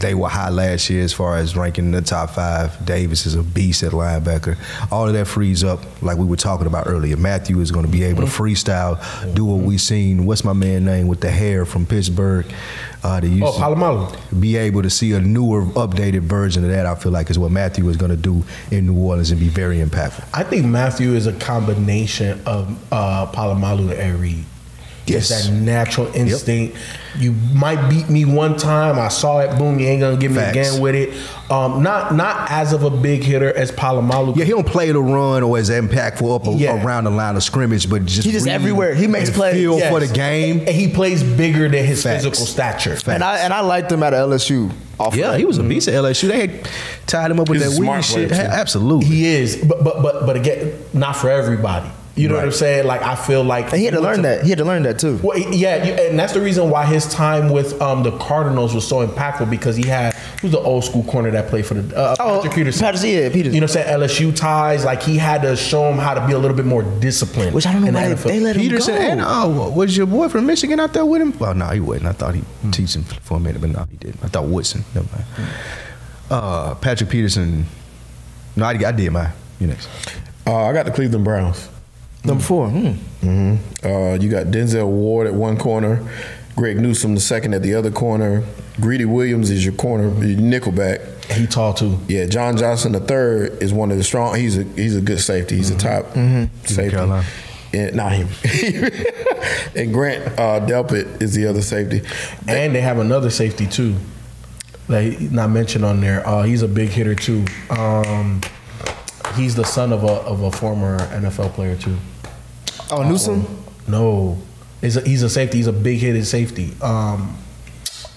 they were high last year as far as ranking in the top five. Davis is a beast at linebacker. All of that frees up, like we were talking about earlier. Matthew is going to be able to freestyle, do what we seen. What's my man name with the hair from Pittsburgh? Uh, that used Oh, to- Palomalu. be able to see a newer, updated version of that, I feel like is what Matthew is going to do in New Orleans and be very impactful. I think Matthew is a combination of uh, Palomalu and Air Reed. It's Yes. that natural instinct. You might beat me one time. I saw it. Boom! You ain't gonna get me Facts. again with it. Um, not not as of a big hitter as Palomalu. Yeah, he don't play the run or is impactful up a- Yeah. around the line of scrimmage, but just He just read everywhere. He makes and plays. Feel Yes. for the game. and he plays bigger than his Facts. physical stature. Facts. And I and I liked him out of LSU. Off Yeah, he was a beast at LSU. They had tied him up with He's a that weed smart player, shit. too. Absolutely. He is, but but but but again, not for everybody. You know what I'm Right. saying? Like I feel like and he had to learn that. He had to learn that too. Well, yeah, you, and that's the reason why his time with um, the Cardinals was so impactful because he had who's the old school corner that played for the uh, Oh, Patrick Peterson. Patrick- yeah, Peterson. You know, what I'm saying LSU ties. Like he had to show him how to be a little bit more disciplined. Which I don't know in the why NFL. they let him Peterson go. and um, oh, was your boy from Michigan out there with him? Well, no, he wasn't. I thought he teached him for a minute, but no, he didn't. I thought Woodson. Never mind. Uh, Patrick Peterson. No, I, I did mine. You next. Uh, I got the Cleveland Browns. Number four. Hmm. hmm Uh, you got Denzel Ward at one corner, Greg Newsom the second at the other corner. Greedy Williams is your corner, your nickelback. He tall too. Yeah, John Johnson the third is one of the strong. He's a he's a good safety. He's Mm-hmm. a top safety. Carolina. And, not him. and Grant uh, Delpit is the other safety. And they have another safety too. Like not mentioned on there. Uh, he's a big hitter too. Um, he's the son of a of a former NFL player too. Oh, Newsom. No, Is a, he's a safety. He's a big hitted safety. Um,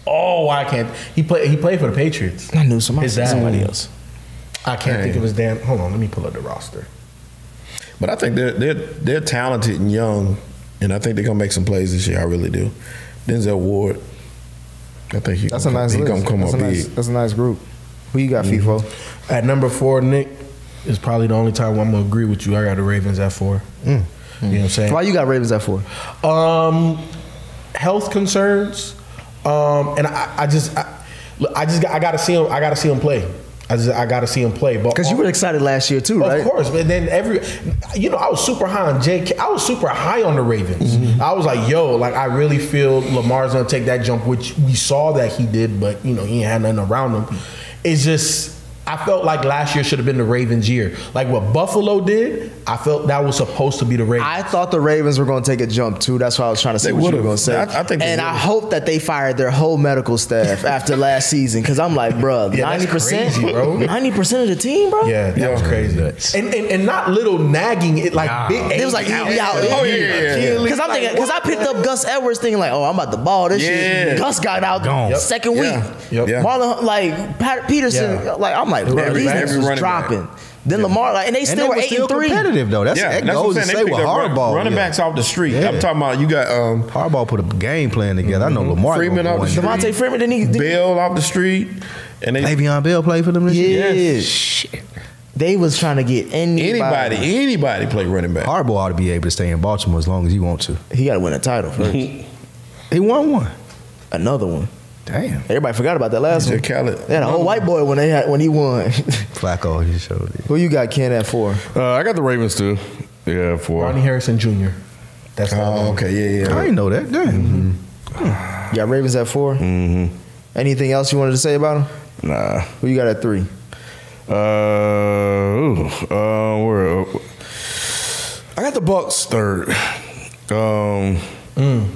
oh, I can't. He played. He played for the Patriots. I knew somebody- His dad. somebody else. I can't think Hey. of his damn. Hold on, let me pull up the roster. But I think they're they're they're talented and young, and I think they're gonna make some plays this year. I really do. Denzel Ward, I think he That's a gonna, nice he list. gonna come that's, up a nice, big. that's a nice group. Who you got, FIFO? At number four, Nick is probably the only time I'm gonna agree with you. I got the Ravens at four. You know what I'm saying? Mm. Why you got Ravens at four? Um, health concerns, um, and I, I just, I, look, I just, got, I gotta see him. I gotta see him play. I just, I gotta see him play. But Because you were excited last year too, Of right? course, but then every, you know, I was super high on JK. I was super high on the Ravens. Mm-hmm. I was like, yo, like I really feel Lamar's gonna take that jump, which we saw that he did, but you know, he ain't had nothing around him. It's just, I felt like last year should have been the Ravens' year. Like what Buffalo did, I felt that was supposed to be the Ravens. I thought the Ravens were going to take a jump too. That's why I was trying to say They what you were would've. going to say. I- I think they and I would've. hope that they fired their whole medical staff after last season because I'm like, bro, Yeah, that's ninety percent, crazy, bro. ninety percent of the team, bro. Yeah, that was crazy. And, and and not little nagging, it like big. It was like, yeah, yeah, Oh, yeah, yeah, yeah. Because I'm thinking, because I picked up Gus Edwards thinking like, oh, I'm about to ball this Yeah. shit. Gus got out Gone. Yep. second Yeah. week. Yep. Yeah. Marlon, like Pat Peterson, Yeah. like I'm like, bro, Every these back- niggas every was running back. dropping. Then Lamar, like, and they still they were were eight still and three. competitive though. That's that that's what I'm goes to saying. They say with picked up run- Harbaugh. running yeah. backs off the street. I'm Yeah. talking about you got um, Harbaugh put a game plan together. I know Lamar. gonna Freeman go off the in there. street. Devontae Freeman didn't he? didn't- Bell off the street, and they Le'Veon Bell played for them this Yeah. year. Shit. They was trying to get anybody. anybody anybody play running back. Harbaugh ought to be able to stay in Baltimore as long as he wants to. He got to win a title first. He won one. Another one. Damn. Everybody forgot about that last Jay one. Khaled. They had a whole white boy when they had when he won. Flacco, he showed it. Who you got Ken at four? Uh, I got the Ravens too. Yeah, for Ronnie Harrison Jr. That's Oh, all. okay, yeah, I yeah. didn't know that. Damn. Mm-hmm. You got Ravens at 4 Mm-hmm. Anything else you wanted to say about him? Nah. Who you got at three? Uh, ooh, uh, where? I got the Bucks third. Um, Mm.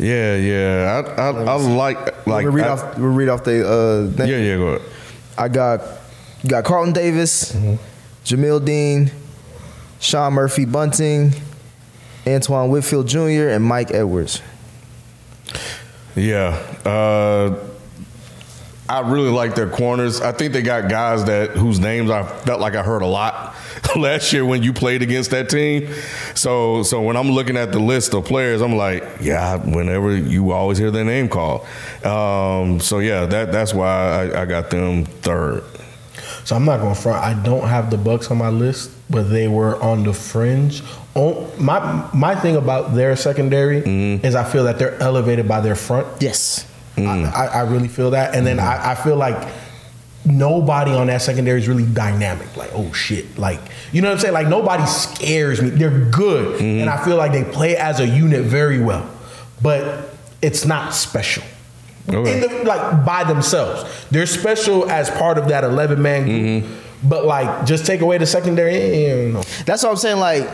yeah, yeah. I, I, I like like. we read I- off. We read off the. Uh, yeah, thing. yeah. Go ahead. I got you got Carlton Davis, Mm-hmm. Jamil Dean, Sean Murphy Bunting, Antoine Whitfield Jr. and Mike Edwards. Yeah. Uh, I really like their corners. I think they got guys that whose names I felt like I heard a lot last year when you played against that team. So so when I'm looking at the list of players, I'm like, yeah, whenever you always hear their name called. Um, so yeah, that that's why I, I got them third. So I'm not going to front. I don't have the Bucks on my list, but they were on the fringe. On, my my thing about their secondary is I feel that they're elevated by their front. Yes. I, I, I really feel that. And then I, I feel like nobody on that secondary is really dynamic. Like, oh shit. Like, you know what I'm saying? Like, nobody scares me. They're good. And I feel like they play as a unit very well. But it's not special. Okay. In the, like by themselves. They're special as part of that 11 man group. But like, just take away the secondary. eh, eh, no. That's what I'm saying. Like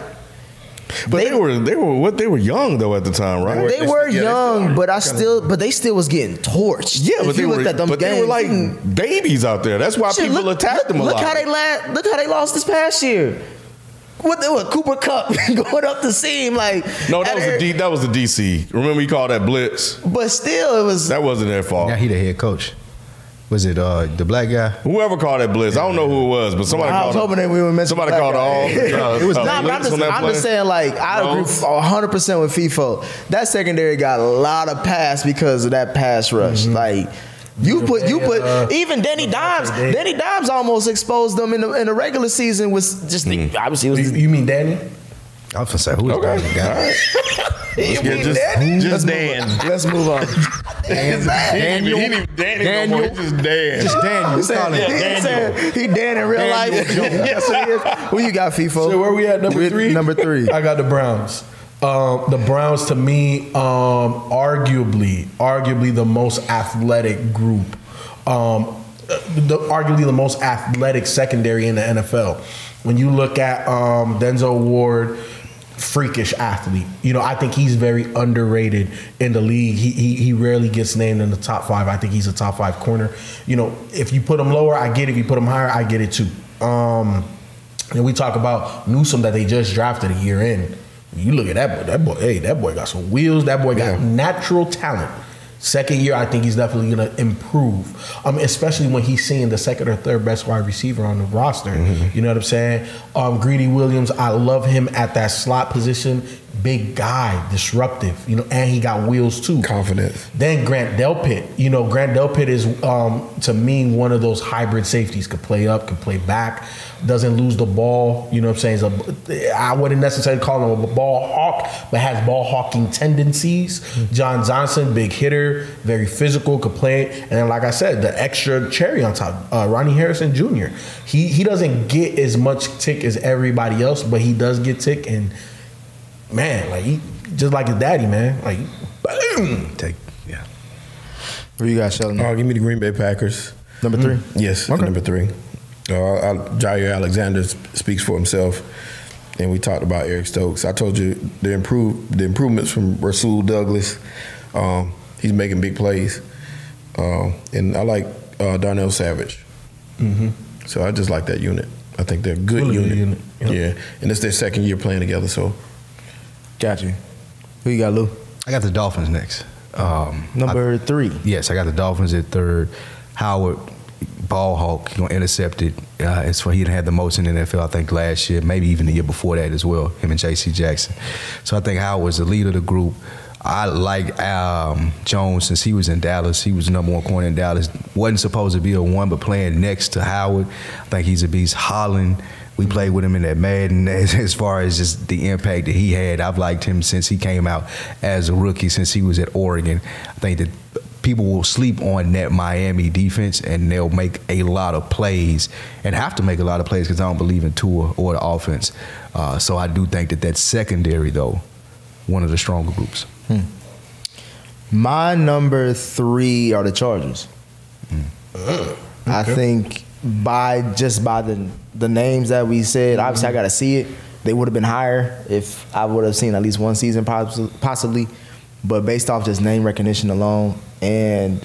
But they, were they were what they were young though at the time, right? they were young, but I still, but they still was getting torched. yeah, If but they you were, looked at them but they were games, like you can- babies out there. That's why Shit, people attacked them a look lot. How they la- look how they lost this past year. What they were Cooper Cup going up the seam like No, that was at a D, that was a DC. Remember you called that blitz. But still, it was That wasn't their fault. Now he the head coach. Was it uh, the black guy? Whoever called that blitz, I don't know who it was, but somebody I was called. hoping that we would mention Somebody black called guy. all. It was- uh, Nah, but I'm blitz just, on that I'm just play. saying, like, I agree Rose. 100% with FIFO. That secondary got a lot of pass because of that pass rush. Mm-hmm. Like, you put, you put, uh, even Danny Dimes, Danny Dimes almost exposed them in the, in the regular season was just, Mm-hmm. the, obviously, it was You, you mean Danny? I was gonna say who is Okay. that guy? Yeah, just, just Dan. Let's move on. Just Daniel. He didn't even Danny no more. It's just Dan. Just Daniel. we Saying- call him. he said he Dan in real Daniel life. yes, he is. Who you got, FIFO? So where we at? Number We're three. Number three. I got the Browns. Um, the Browns to me, um, arguably, arguably the most athletic group. Um, the, arguably the most athletic secondary in the NFL. When you look at um, Denzel Ward, freakish athlete. You know, I think he's very underrated in the league. He, he he rarely gets named in the top five. I think he's a top five corner. You know, if you put him lower, I get it. If you put him higher, I get it too. Um, and we talk about Newsom that they just drafted a year in. You look at that boy. That boy, hey, that boy got some wheels. That boy got Yeah. natural talent. Second year, I think he's definitely gonna improve. Um, especially when he's seeing the second or third best wide receiver on the roster. You know what I'm saying? Um, Greedy Williams, I love him at that slot position. Big guy, disruptive. You know, and he got wheels too. Confidence. Then Grant Delpit. You know, Grant Delpit is um, to me one of those hybrid safeties. Could play up, could play back, doesn't lose the ball. You know what I'm saying? Is a, I wouldn't necessarily call him a ball hawk, but has ball hawking tendencies. John Johnson, big hitter, very physical, could play. And then, like I said, the extra cherry on top, uh, Ronnie Harrison Jr. He he doesn't get as much tick as everybody else, but he does get tick and man, like he just like his daddy, man, like. Boom. Take yeah. Who you got, Sheldon? Uh, Oh, give me the Green Bay Packers. Number three? Yes, Okay. number three. Uh, I, Jair Alexander sp- speaks for himself, and we talked about Eric Stokes. I told you the improve the improvements from Rasul Douglas. Um, he's making big plays, um, and I like uh, Darnell Savage. So I just like that unit. I think they're a good Mm-hmm. Really good unit. unit, yep. Yeah, and it's their second year playing together. So Got you. Who you got, Lou? I got the Dolphins next. Um, Number three. Yes, I got the Dolphins at third. Howard, ball hawk, he gonna intercept it. Uh, it's for he had the most in the NFL, I think, last year, maybe even the year before that as well. Him and J.C. Jackson. So I think Howard was the leader of the group. I like um, Jones since he was in Dallas. He was the number one corner in Dallas. wasn't supposed to be a one, but playing next to Howard, I think he's a beast. Holland. We played with him in that Madden. As, as far as just the impact that he had, I've liked him since he came out as a rookie, since he was at Oregon. I think that people will sleep on that Miami defense and they'll make a lot of plays and have to make a lot of plays because I don't believe in Tua or the offense. Uh, so I do think that that secondary, though, one of the stronger groups. My number three are the Chargers. I think by just by the the names that we said, obviously I got to see it. They would have been higher if I would have seen at least one season poss- possibly, but based off just name recognition alone and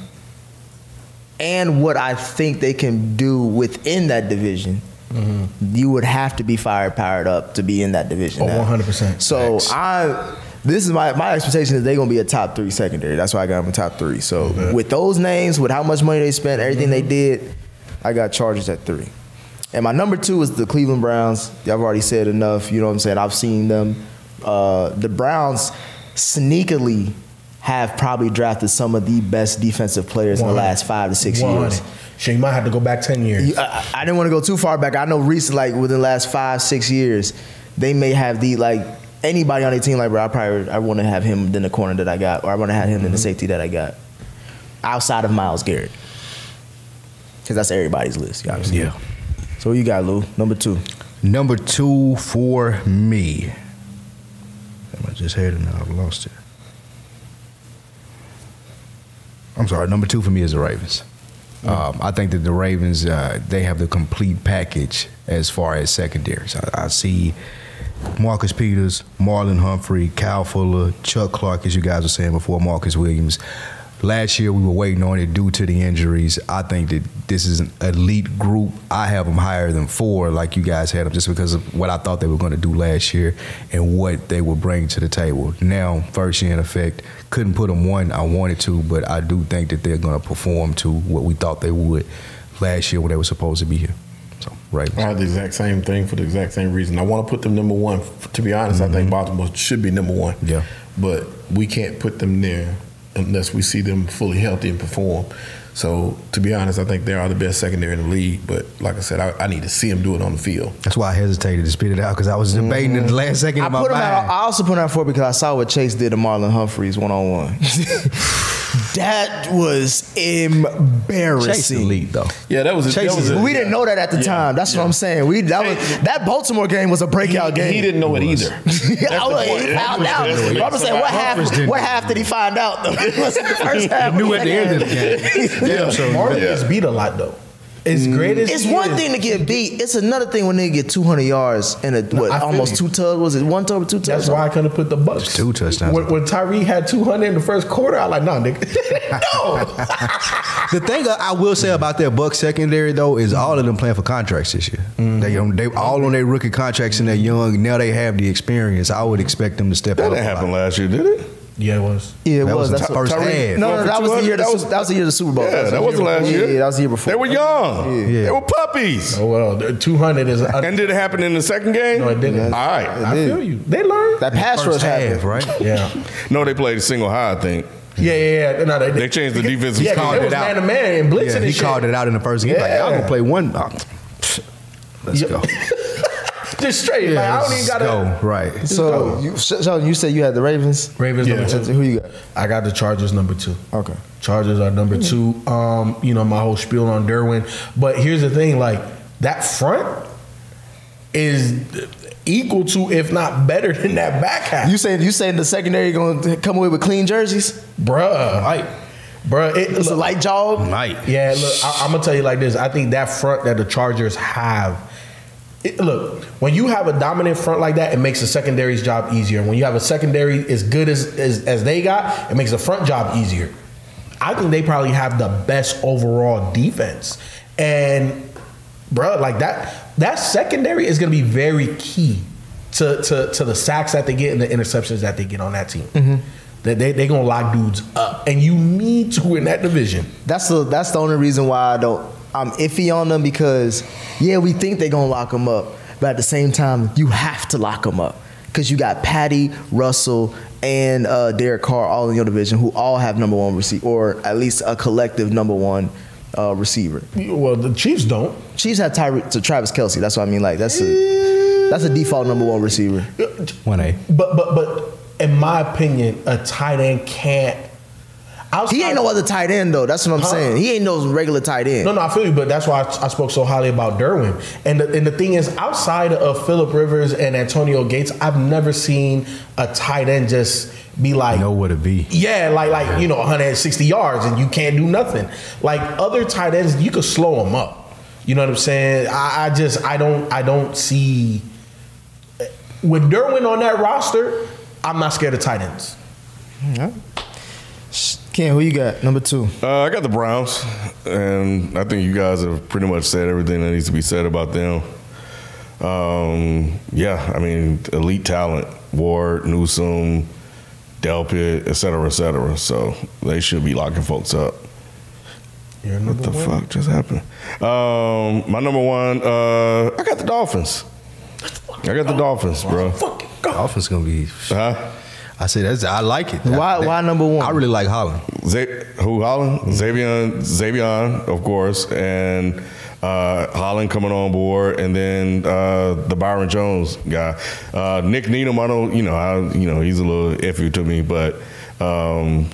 and what I think they can do within that division, you would have to be fired powered up to be in that division. Oh, now. 100%. So I, this is my my expectation is they're gonna be a top three secondary. That's why I got them a top three. So with those names, with how much money they spent, everything they did, I got Chargers at three. And my number two is the Cleveland Browns. Y'all have already said enough. You know what I'm saying? I've seen them. Uh, the Browns sneakily have probably drafted some of the best defensive players in the last five to six years. So you might have to go back ten years. You- I, I didn't want to go too far back. I know recent, like within the last five, six years, they may have the like anybody on their team. Like, bro, I probably I want to have him than the corner that I got, or I want to have him than the safety that I got, outside of Miles Garrett, because that's everybody's list. You obviously. Yeah. So who you got Lou number two. Number two for me. Damn, I just had it now. I've lost it. I'm sorry. Number two for me is the Ravens. Um, I think that the Ravens uh, they have the complete package as far as secondaries. I, I see Marcus Peters, Marlon Humphrey, Kyle Fuller, Chuck Clark, as you guys were saying before, Marcus Williams. Last year we were waiting on it due to the injuries. I think that this is an elite group. I have them higher than four, like you guys had them, just because of what I thought they were going to do last year and what they would bring to the table. Now, first year in effect, couldn't put them one I wanted to, but I do think that they're going to perform to what we thought they would last year when they were supposed to be here. So, right. I had the exact same thing for the exact same reason. I want to put them number one. F- To be honest, Mm-hmm. I think Baltimore should be number one. Yeah. But we can't put them there unless we see them fully healthy and perform. So, to be honest, I think they are the best secondary in the league. But like I said, I, I need to see them do it on the field. That's why I hesitated to spit it out because I was debating at the last second I of my put him out. mind. I also put him out four because I saw what Chase did to Marlon Humphreys one on one. That was Chase embarrassing. elite though. Yeah, that was. A, Chase that was is- a- We didn't know that at the yeah, time. That's what yeah. I'm saying. We that was that Baltimore game was a breakout He, game. he didn't know it either. I was like, point. he That's found what- out. that's But what- I'm just saying, what Humphries half? didn't What know. half did he find out though? It wasn't the first half. Knew at the end of the Second half. game. Damn, so Marlon gets beat a lot though. It's Mm. great as It's he one is, thing to get beat. It's another thing when they get 200 yards in a what, I feel almost you. two tug was it one tug or two tugs? That's why I couldn't put the Bucks. two touchdowns. When, when Tyree had 200 in the first quarter, I like, nah, nigga. no. The thing I I will say about that Buck secondary though is all of them playing for contracts this year. Mm-hmm. They um, they all on their rookie contracts and they're young. Now they have the experience. I would expect them to step That out. didn't happen last year, did it? Yeah, it was. Yeah, it That was. was That's the what, first Tyreek- half. No, Going no, for that was the 200? year. That That was was- that was the year of the Super Bowl. Yeah, That's that the was year last before. year. Yeah, that was the year before. They were young. They were puppies. Oh, well, the 200 is. And did it happen in the second game? No, it All didn't. right. I feel you. They learned. That pass rush First happened. half, right? yeah. No, they played a single high, I think. Yeah, yeah, yeah. No, they, They changed the defensive Yeah, 'cause called they it was man out. to man and blitzing Yeah, and he shit. called it out in the first game. Like, y'all Yeah. gonna play one? oh, pfft, let's Yeah. go. Just straight. like, I don't even got go. to. Right. Oh, So, you, Sheldon, you said you had the Ravens. Ravens Yeah. number That's- two. Who you got? I got the Chargers number two. Okay. Chargers are number two. Um, you know, my whole spiel on Derwin. But here's the thing, like, that front is equal to, if not better than that back half. You saying you saying the secondary going to come away with clean jerseys? bruh. Like, bruh, it, It's a look- light jog. Night. Yeah, look, I, I'm gonna tell you like this. I think that front that the Chargers have. It, look, when you have a dominant front like that, it makes the secondary's job easier. When you have a secondary as good as as, as they got, it makes the front job easier. I think they probably have the best overall defense, and bruh, like that that secondary is gonna be very key to to, to the sacks that they get and the interceptions that they get on that team. That they they gonna lock dudes up, and you need to win that division. That's the that's the only reason why I don't. I'm iffy on them because yeah, we think they're gonna lock them up, but at the same time, you have to lock them up because you got Patty Russell and uh, Derek Carr all in your division who all have number one receiver or at least a collective number one uh, receiver. Well, the Chiefs don't. Chiefs have Tyre- to Travis Kelsey. That's what I mean. Like that's a that's a default number one receiver. One A. But but but in my opinion, a tight end can't. Outside, He ain't no other tight end though. That's what I'm Huh? saying. He ain't no regular tight end. No, no, I feel you, but that's why I, I spoke so highly about Derwin. And the, and the thing is, outside of Philip Rivers and Antonio Gates, I've never seen a tight end just be like, Know where to be. yeah, like like you know, 160 yards, and you can't do nothing. Like other tight ends, you could slow them up. You know what I'm saying? I, I just I don't I don't see eh, with Derwin on that roster. I'm not scared of tight ends. Ken, who you got? Number two. Uh, I got the Browns, and I think you guys have pretty much said everything that needs to be said about them. Um, yeah, I mean, elite talent, Ward, Newsom, Delpit, et cetera, et cetera. So they should be locking folks up. What the fuck just happened? Um, my number one, uh, I got the Dolphins. I got the Dolphins, bro. Offense gonna be. Huh? I said that's. I like it. Why- why number one? I really like Holland. Z- who Holland, Xavier, Xavier, of course, and uh, Holland coming on board, and then uh, the Byron Jones guy, uh, Nick Needham. I don't, you know, I, you know, he's a little iffy to me, but um,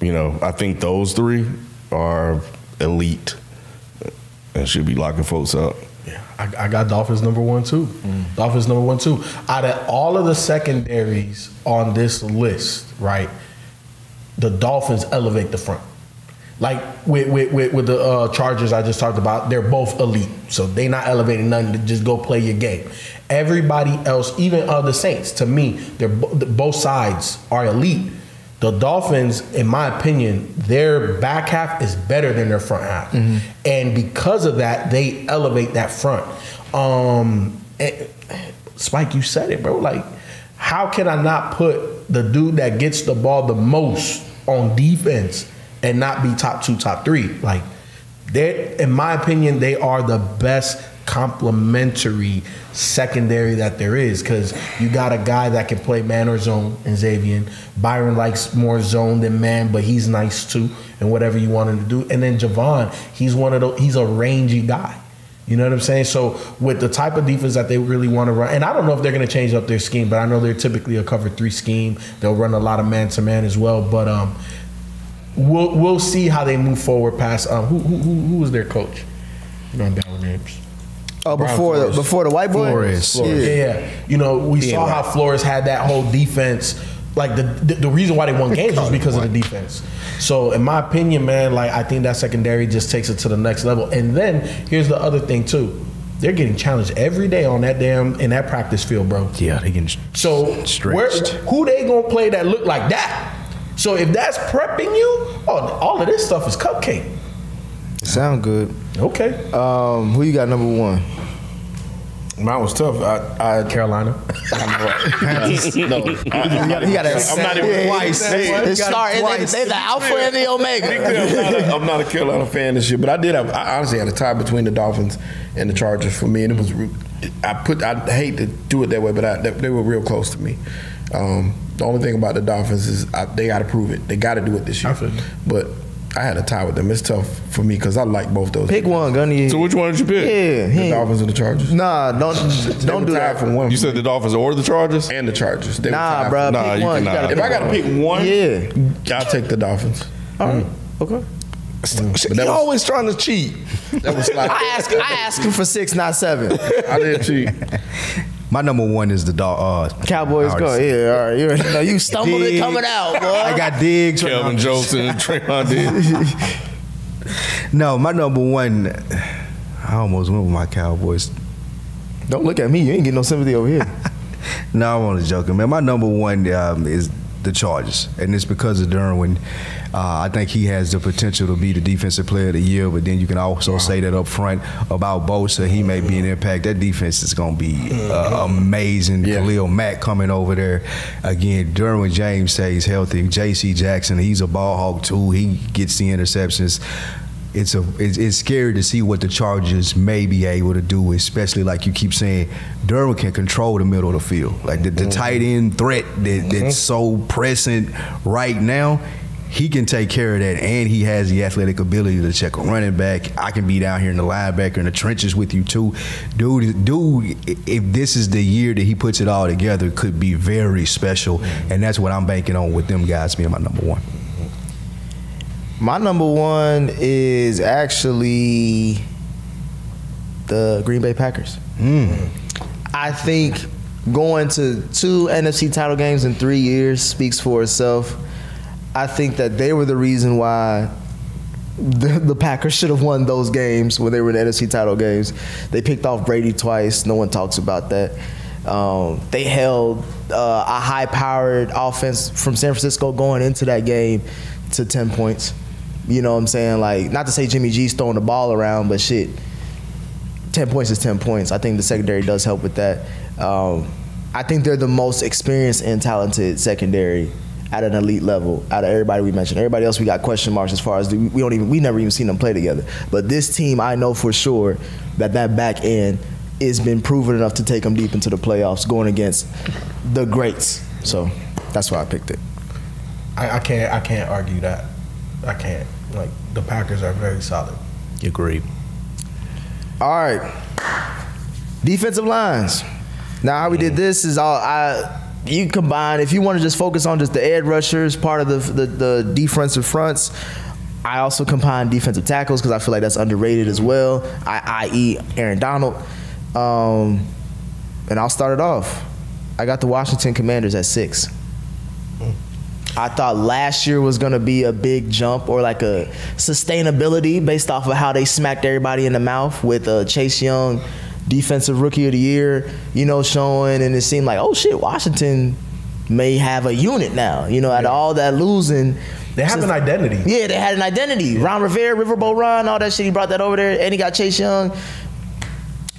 you know, I think those three are elite and should be locking folks up. Yeah, I, I got Dolphins number one too. Dolphins number one too. Out of all of the secondaries on this list, right? The Dolphins elevate the front. Like with with, with, with the uh, Chargers I just talked about, they're both elite, so they not elevating nothing. To just go play your game. Everybody else, even uh, the Saints, to me, they're bo- the- both sides are elite. The Dolphins, in my opinion, their back half is better than their front half, and because of that, they elevate that front. Um, eh, Spike, you said it, bro. Like, how can I not put the dude that gets the ball the most on defense and not be top two, top three? Like, they, in my opinion, they are the best complementary secondary that there is because you got a guy that can play man or zone in Xavier. Byron likes more zone than man, but he's nice too, and whatever you want him to do. And then Javon, he's one of those. He's a rangy guy. You know what I'm saying? So with the type of defense that they really want to run, and I don't know if they're going to change up their scheme, but I know they're typically a cover three scheme. They'll run a lot of man to man as well, but um, we'll we'll see how they move forward past um who who who, who was their coach? You know, I'm down with names. Oh, Brian before the, Flores. before the white boy. Flores. Yeah. Yeah. yeah, you know, we saw right. how Flores had that whole defense Like the, the the reason why they won games was because of the defense. So in my opinion, man, like I think that secondary just takes it to the next level. And then here's the other thing too. They're getting challenged every day on that damn in that practice field, bro. Yeah, they getting So where, stretched. who they gonna play that look like that? So if that's prepping you, oh, all of this stuff is cupcake. Sound good. Okay, Um, who you got number one? Mine was tough. I, I Carolina. no, I, You gotta- you gotta I'm not even yeah, twice. They, Hey, they start. They, they, they the alpha and the Be omega. clear, I'm, not a, I'm not a Carolina fan this year, but I did. Have, I honestly had a tie between the Dolphins and the Chargers for me, and it was. re- I put. I hate to do it that way, but I, they, they were real close to me. Um, the only thing about the Dolphins is I, they got to prove it. They got to do it this year. I feel you. But I had a tie with them. It's tough for me because I like both those. Pick one, Gunny. So which one did you pick? Yeah, The he ain't- Dolphins and the Chargers. Nah, don't They don't were do tied that. for one. You said the Dolphins or the Chargers? and the Chargers. They were tied Nah, for- bro. Nah, pick you one. cannot. gotta If I got to pick one, yeah. Mm. I'll take the Dolphins. Okay. But that You're was- always trying to cheat. That was like I ask I asked him for six, not seven. I did cheat. My number one is the dog. Uh, Cowboys I already go. said- Yeah, all right. You already know you stumbled it Diggs. coming out, boy. I got Diggs. Kelvin Joseph, Trayvon did. No, my number one. I almost went with my Cowboys. Don't look at me. You ain't getting no sympathy over here. No, I'm only joking, man. My number one um, is the Chargers, and it's because of Derwin. Uh, I think he has the potential to be the defensive player of the year, but then you can also say that up front about Bosa. He may be an impact. That defense is going to be uh, Mm-hmm. amazing. Khalil Mack coming over there. Again, Derwin James stays healthy. J.C. Jackson, he's a ball hawk too. He gets the interceptions it's a it's, it's scary to see what the Chargers may be able to do, especially like you keep saying, Derwin can control the middle of the field, like the, the tight end threat that, that's so present right now. He can take care of that, and he has the athletic ability to check a running back. I can be down here in the linebacker in the trenches with you too, dude. Dude, i- if this is the year that he puts it all together, could be very special, and that's what I'm banking on with them guys being my number one. My number one is actually the Green Bay Packers. I think going to two NFC title games in three years speaks for itself. I think that they were the reason why the, the Packers should have won those games when they were in the NFC title games. They picked off Brady twice. No one talks about that. Um, they held uh, a high powered offense from San Francisco going into that game to 10 points. You know what I'm saying? Like, not to say Jimmy G's throwing the ball around, but shit, 10 points is 10 points. I think the secondary does help with that. Um, I think they're the most experienced and talented secondary at an elite level out of everybody we mentioned. Everybody else we got question marks as far as we don't even we never even seen them play together. But this team, I know for sure that that back end has been proven enough to take them deep into the playoffs going against the greats. So that's why I picked it. I, I can't I can't argue that. I can't. Like the Packers are very solid. Agreed. All right. Defensive lines. Now how we did this is all I you combine if you want to just focus on just the edge rushers part of the the, the defensive fronts. I also combine defensive tackles because I feel like that's underrated as well. I i.e. Aaron Donald. Um, and I'll start it off. I got the Washington Commanders at six. I thought last year was going to be a big jump or like a sustainability based off of how they smacked everybody in the mouth with uh, Chase Young, defensive rookie of the year, you know, showing. And it seemed like, oh shit, Washington may have a unit now, you know, out of all that losing. They have an identity. Yeah, they had an identity. Ron Rivera, Riverboat Ron, all that shit. He brought that over there, and he got Chase Young.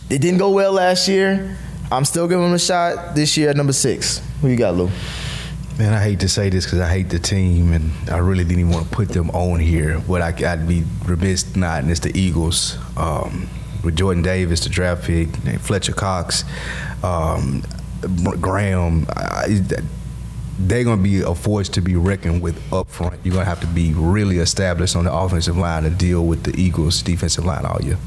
It didn't go well last year. I'm still giving him a shot this year at number six. Who you got, Lou? Man, I hate to say this because I hate the team, and I really didn't even want to put them on here. But I, I'd be remiss not, and it's the Eagles um, with Jordan Davis, the draft pick, and Fletcher Cox, um, Graham. I, I- they're going to be a force to be reckoned with up front. You're going to have to be really established on the offensive line to deal with the Eagles' defensive line all year.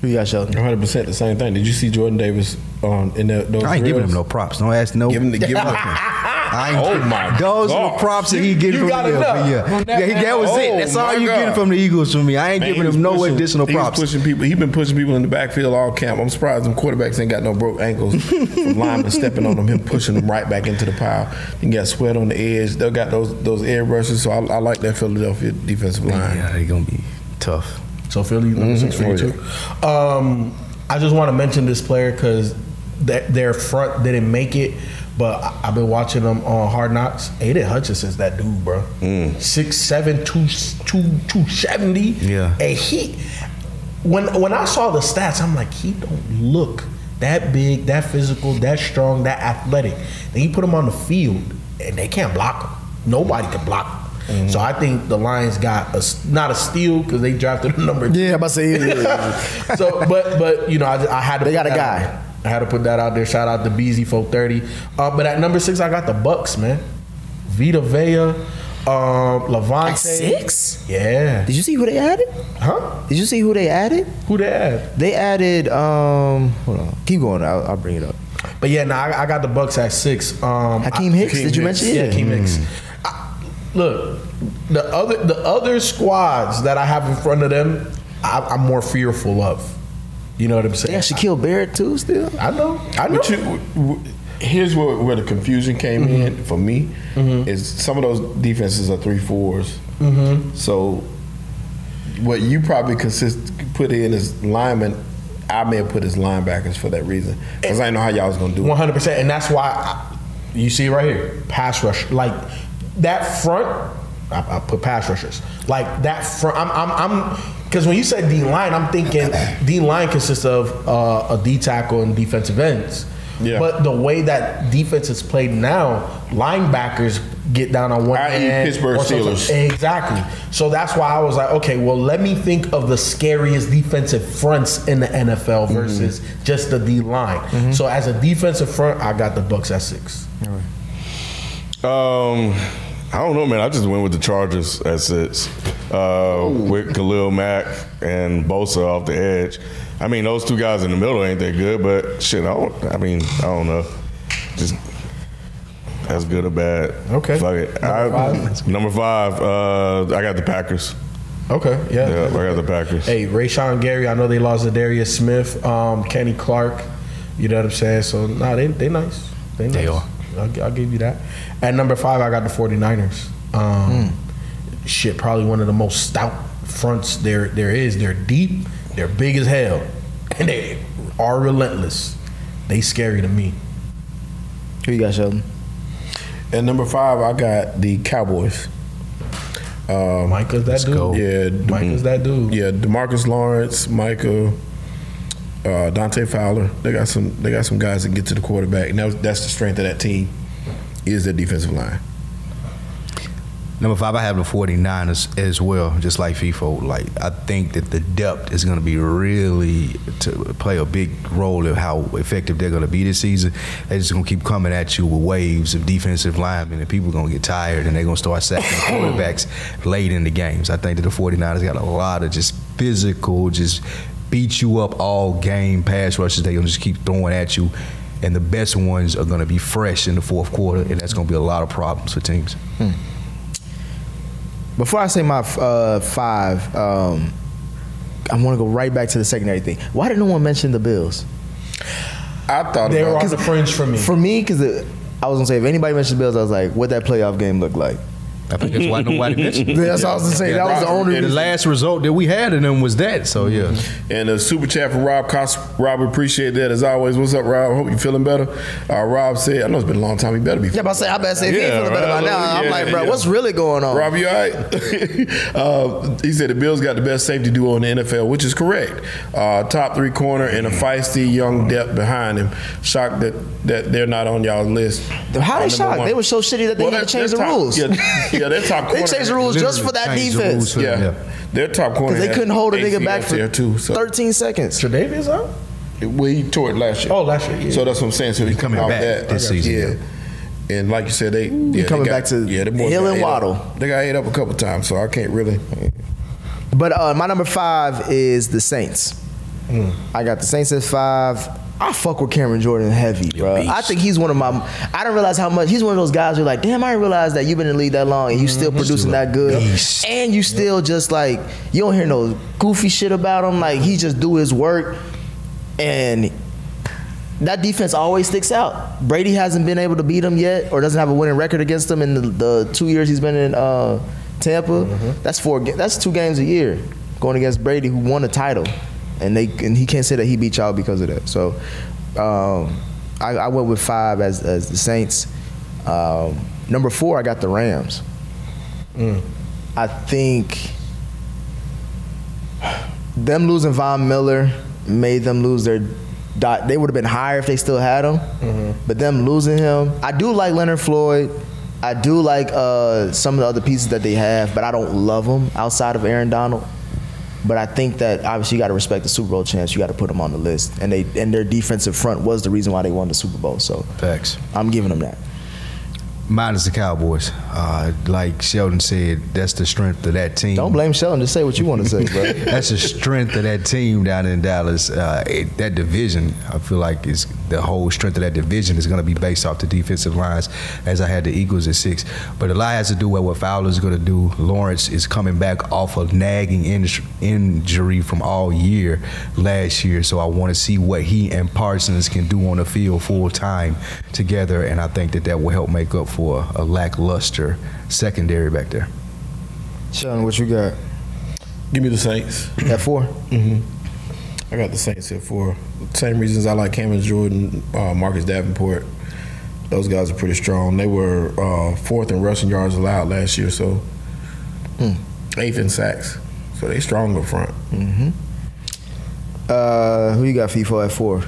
Who you got, Sheldon? 100 percent the same thing. Did you see Jordan Davis on in the, those? I ain't giving him drills? no props. Don't ask no. Give him the- give him the- I ain't Oh giving- my Those are the gosh. props that he getting You from got the Eagles. enough Yeah, from that yeah he, that man. was it. Oh, That's all my you God. getting from the Eagles from me. I ain't Man, giving he was him no pushing- additional he was props. pushing people. He's been pushing people in the backfield all camp. I'm surprised them quarterbacks ain't got no broke ankles from linemen stepping on them. Him pushing them right back into the pile. And got sweat on the edge. They got those those air brushes. So I, I like that Philadelphia defensive line. Yeah, they gonna be tough. So Philly, number six for you Oh, yeah. too. Um, I just want to mention this player because their front didn't make it, but I- I've been watching them on Hard Knocks. Aiden Hutchinson's that dude, bro. Six seven two two two seventy. Yeah. and he when when I saw the stats, I'm like, he don't look that big, that physical, that strong, that athletic. Then you put him on the field, and they can't block him. Nobody can block him. So I think the Lions got a, s- not a steal because they drafted a number. Yeah, I'm about to say, yeah, yeah, so, but but you know, I, I had to. They put got a that guy. out. I had to put that out there. Shout out to BZ Folk Thirty. Uh, but at number six, I got the Bucks, man. Vita Vea, um, Levante. At six? Yeah. Did you see who they added? Huh? Did you see who they added? Who they add? They added. Um, hold on. Keep going. I'll, I'll bring it up. But yeah, no, I, I got the Bucks at six. Um, Hakeem I- Hicks, did you mention? Hmm. Yeah, Yeah. Hakeem Hicks. I, look, the other the other squads that I have in front of them, I, I'm more fearful of. You know what I'm They got saying? Shaquille Barrett too. Still. I know. I know. Mm-hmm. But you, w- w- here's where, where the confusion came in for me is some of those defenses are three fours. Mm-hmm. So what you probably consist put in as linemen, I may have put as linebackers for that reason because I didn't know how y'all was gonna do it. One hundred percent, and that's why I, you see it right here, pass rush. Like that front, I, I put pass rushers. Like that front, I'm, I'm, I'm, because when you said D line, I'm thinking D line consists of uh, a D tackle and defensive ends. Yeah. But the way that defense is played now, linebackers get down on one I.e. hand. Pittsburgh or something. Steelers. Exactly. So that's why I was like, okay, well, let me think of the scariest defensive fronts in the NFL versus just the D line. So as a defensive front, I got the Bucks at six. Um, I don't know, man. I just went with the Chargers at six, uh, with Khalil Mack and Bosa off the edge. I mean, those two guys in the middle ain't that good, but shit, I don't. I mean, I don't know. Just that's good or bad. Okay. Fuck it. Number five. Number five. Uh, I got the Packers. Okay, yeah. Yeah, I got the Packers. Hey, Rayshon Gary, I know they lost to Darius Smith, um, Kenny Clark. You know what I'm saying? So, nah, they, they nice. They, nice. They are. I'll, gi- I'll give you that. At number five, I got the 49ers. Um, Hmm. Shit, probably one of the most stout fronts there there is. They're deep, they're big as hell, and they are relentless. They scary to me. Who you got, Sheldon? At number five, I got the Cowboys. Um, Micah's that dude. go. Yeah, Micah's that dude. Yeah, Demarcus Lawrence, Micah, uh, Dante Fowler. They got some. They got some guys that get to the quarterback. And that was, that's the strength of that team is their defensive line. Number five, I have the 49ers as well, just like FIFO. Like, I think that the depth is going to be really to play a big role in how effective they're going to be this season. They're just going to keep coming at you with waves of defensive linemen, and people are going to get tired, and they're going to start sacking quarterbacks late in the games. I think that the 49ers got a lot of just physical, just beat you up all game pass rushes. They're going to just keep throwing at you. And the best ones are going to be fresh in the fourth quarter, and that's going to be a lot of problems for teams. Before I say my uh, five, um, I want to go right back to the secondary thing. Why did no one mention the Bills? I thought They were about on the fringe for me. For me, because I was gonna say if anybody mentioned the Bills, I was like, what that playoff game look like? I think that's why nobody mentioned it. That's what I was gonna say. That was the only The reason. last result that we had in them was that. So yeah, And a super chat from Rob Cos. Rob, we appreciate that as always. What's up, Rob? Hope you're feeling better. Uh, Rob said, I know it's been a long time. He better be. Yeah, but I say I better say if he ain't Yeah, feeling better by right. now. I'm Yeah, like, bro, yeah. what's really going on? Rob, you all right? uh, he said the Bills got the best safety duo in the NFL, which is correct. Uh, top three corner and a feisty young depth behind him. Shocked that, that they're not on y'all's list. How Uh, they number shocked? one. They were so shitty that they had that- to change the their top- rules. Yeah, yeah, their top They corner. changed the rules just for that Literally changed the defense rules for Yeah, them, their top corner. because they had couldn't hold a nigga ACL back for tear too. So 13 seconds. Tredavious out? well, he tore it last year. Oh, last year, yeah. So that's what I'm saying. So he's coming back this season, yeah. Yeah. And like you said, they yeah, they coming got- back to yeah, them boys Hill got and ate up. Waddle. They got ate up a couple times, so I can't really. But uh, my number five is the Saints. I got the Saints at five. I fuck with Cameron Jordan heavy, bro. I think he's one of my. I didn't realize how much he's one of those guys who are like, damn, I didn't realize that you've been in the league that long and you still producing that good, and you still just like you don't hear no goofy shit about him. Like he just do his work, and that defense always sticks out. Brady hasn't been able to beat them yet, or doesn't have a winning record against them in the, the two years he's been in uh, Tampa. That's four. ga- That's two games a year going against Brady, who won a title, and they and he can't say that he beat y'all because of that. So, um, I, I went with five as as the Saints. Um, number four, I got the Rams. I think them losing Von Miller made them lose their dot. They would have been higher if they still had him, but them losing him, I do like Leonard Floyd. I do like uh, some of the other pieces that they have, but I don't love them outside of Aaron Donald. But I think that obviously you got to respect the Super Bowl chance. You got to put them on the list, and they and their defensive front was the reason why they won the Super Bowl. So Facts. I'm giving them that. Mine is the Cowboys. Uh, like Sheldon said, that's the strength of that team. Don't blame Sheldon. Just say what you want to say, bro. That's the strength of that team down in Dallas. Uh, it, that division, I feel like, is the whole strength of that division is going to be based off the defensive lines. As I had the Eagles at six, but a lot has to do with what Fowler's going to do. Lawrence is coming back off a nagging inj- injury from all year last year, so I want to see what he and Parsons can do on the field full time together, and I think that that will help make up for a lackluster secondary back there. Sheldon, what you got? Give me the Saints. At four. Mm-hmm. I got the Saints here for same reasons I like Cameron Jordan, uh, Marcus Davenport. Those guys are pretty strong. They were uh, fourth in rushing yards allowed last year, so Hmm. eighth in sacks. So they strong up front. Uh, who you got FIFA at four?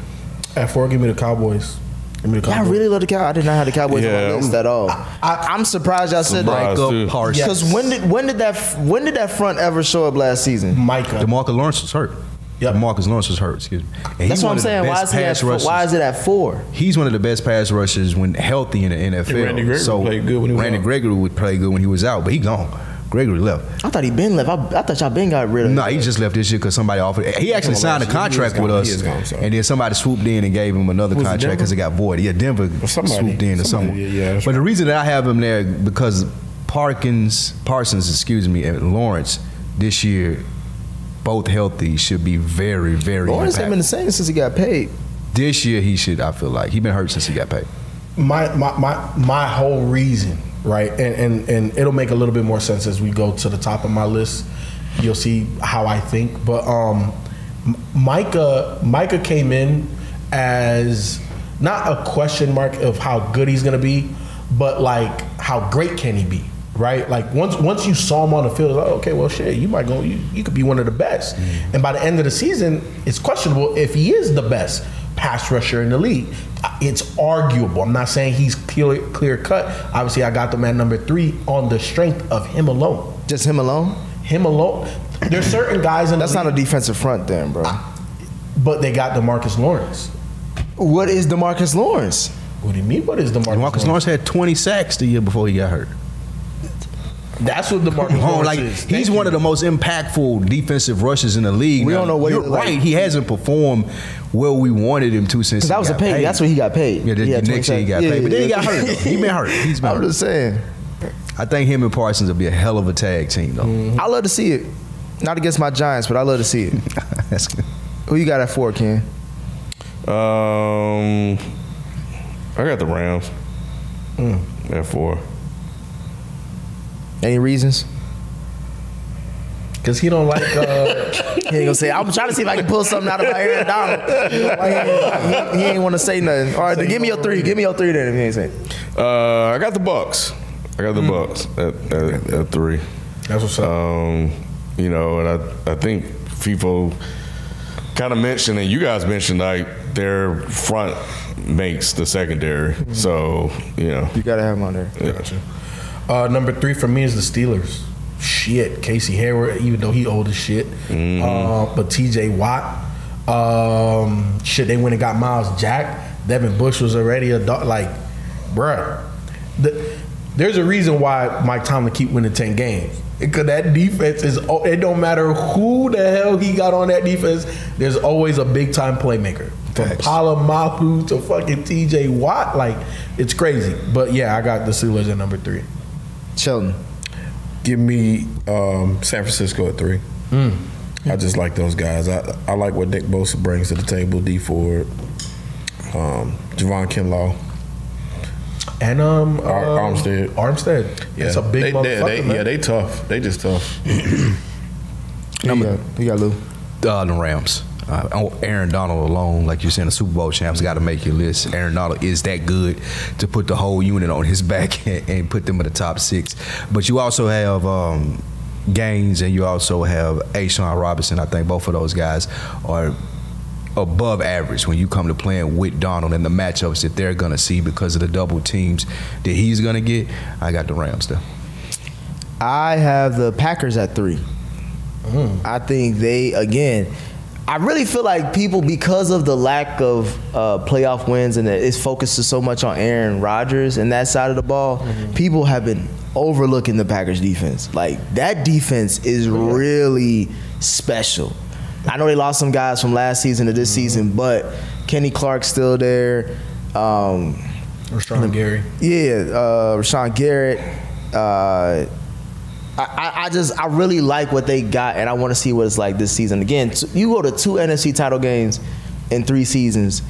At four, give me the Cowboys. Give me the Yeah, I Cowboys. really love the Cowboys. I did not have the Cowboys on Yeah, my list I'm- at all. I, I'm surprised y'all said Surprised, uh, that. too. Parsons. Because when did when did that f- when did that front ever show up last season? Micah. Demarcus Lawrence was hurt. Yeah, Yep. Demarcus Lawrence was hurt. Excuse me. And he's That's what one I'm of the saying. Why best is, it at, pass four- rushers. why is it at four? He's one of the best pass rushers when healthy in the NFL. And Randy Gregory played good when he was Randy out. Gregory would play good when he was out, but he gone. Gregory left. I thought he been left. I, I thought y'all been got rid of. No, him. he just left this year because somebody offered. He actually Come on, signed Lawrence. a He- he contract is with gone. us, He is gone, sorry. and then somebody swooped in and gave him another Was it contract Denver? because it got voided. Yeah, Denver Or somebody. swooped in Somebody, or someone. yeah, yeah, that's but the reason that I have him there because Parkins, Parsons, excuse me, and Lawrence this year, both healthy, should be very, very. Lawrence impactful. been the same since he got paid. This year he should. I feel like he been hurt since he got paid. my my my my whole reason, right? And and and it'll make a little bit more sense as we go to the top of my list. You'll see how I think, but um, M- Micah Micah came in as not a question mark of how good he's gonna be, but like how great can he be, right? Like once once you saw him on the field, like, okay, well shit, you might go, you, you could be one of the best. And by the end of the season, it's questionable if he is the best pass rusher in the league. It's arguable. I'm not saying he's clear clear cut. Obviously, I got them at number three on the strength of him alone. Just him alone. Him alone. There's certain guys in the That's not a league, defensive front, then, bro. but they got Demarcus Lawrence. What is Demarcus Lawrence? What do you mean? What is Demarcus, Marcus Lawrence had 20 sacks the year before he got hurt. That's what Demarcus Oh, Lawrence like is. he's Thank one you. of the most impactful defensive rushes in the league. We Now, don't know what you're he- like- right. He hasn't performed where we wanted him to since. Because that he was a got pay. That's what he got paid. Yeah, the, had the next year he 27. got Yeah, paid, but then he yeah, got hurt. yeah. though. He been hurt. He's been I'm hurt. just saying. I think him and Parsons will be a hell of a tag team though. I love to see it. Not against my Giants, but I love to see it. That's good. Who you got at four, Ken? Um, I got the Rams Hmm. at four. Any reasons? Cause he don't like. Uh, He ain't gonna say. I'm trying to see if I can pull something out of my Aaron Donald. He ain't- He, he ain't want to say nothing. All right, then give me your three. Give me your three then. If he ain't say. Uh, I got the Bucks. I got the Bucks at, at, at three. That's what's up. Um, you know, and I I think FIFO kind of mentioned and you guys mentioned like their front makes the secondary. So you know, You gotta have him on there. gotcha. Uh, number three for me is the Steelers. Shit, Casey Hayward, even though he old as shit, uh, but T.J. Watt, um, shit, they went and got Miles Jack. Devin Bush was already a dog. Like, bruh, the, There's a reason why Mike Tomlin keep winning ten games because that defense is. oh, It don't matter who the hell he got on that defense. There's always a big time playmaker from Facts. Palomalu to fucking T.J. Watt. Like it's crazy. But yeah, I got the Steelers at number three. Chilton. Give me um, San Francisco at three. Hmm. I just like those guys. I, I like what Nick Bosa brings to the table. D Ford, um, Javon Kinlaw. And um, Ar- uh, Armstead. Armstead. Yeah, It's a big they, they, motherfucker. they- man. Yeah, they tough. They just tough. Number. You got Lou. uh, the Rams. Uh, oh, Aaron Donald alone, like you're saying, the Super Bowl champs got to make your list. Aaron Donald is that good to put the whole unit on his back and, and put them in the top six. But you also have um, Gaines and you also have A. Sean Robinson. I think both of those guys are above average when you come to playing with Donald and the matchups that they're going to see because of the double teams that he's going to get. I got the Rams, though. I have the Packers at three. I think they again. I really feel like people, because of the lack of uh, playoff wins and that it's focuses so much on Aaron Rodgers and that side of the ball, people have been overlooking the Packers defense. Like that defense is really special. I know they lost some guys from last season to this season, but Kenny Clark's still there. Um, Rashawn Gary. yeah, uh, Rashawn Garrett. Uh, I, I, I just I really like what they got, and I want to see what it's like this season. Again, t- you go to two NFC title games in three seasons.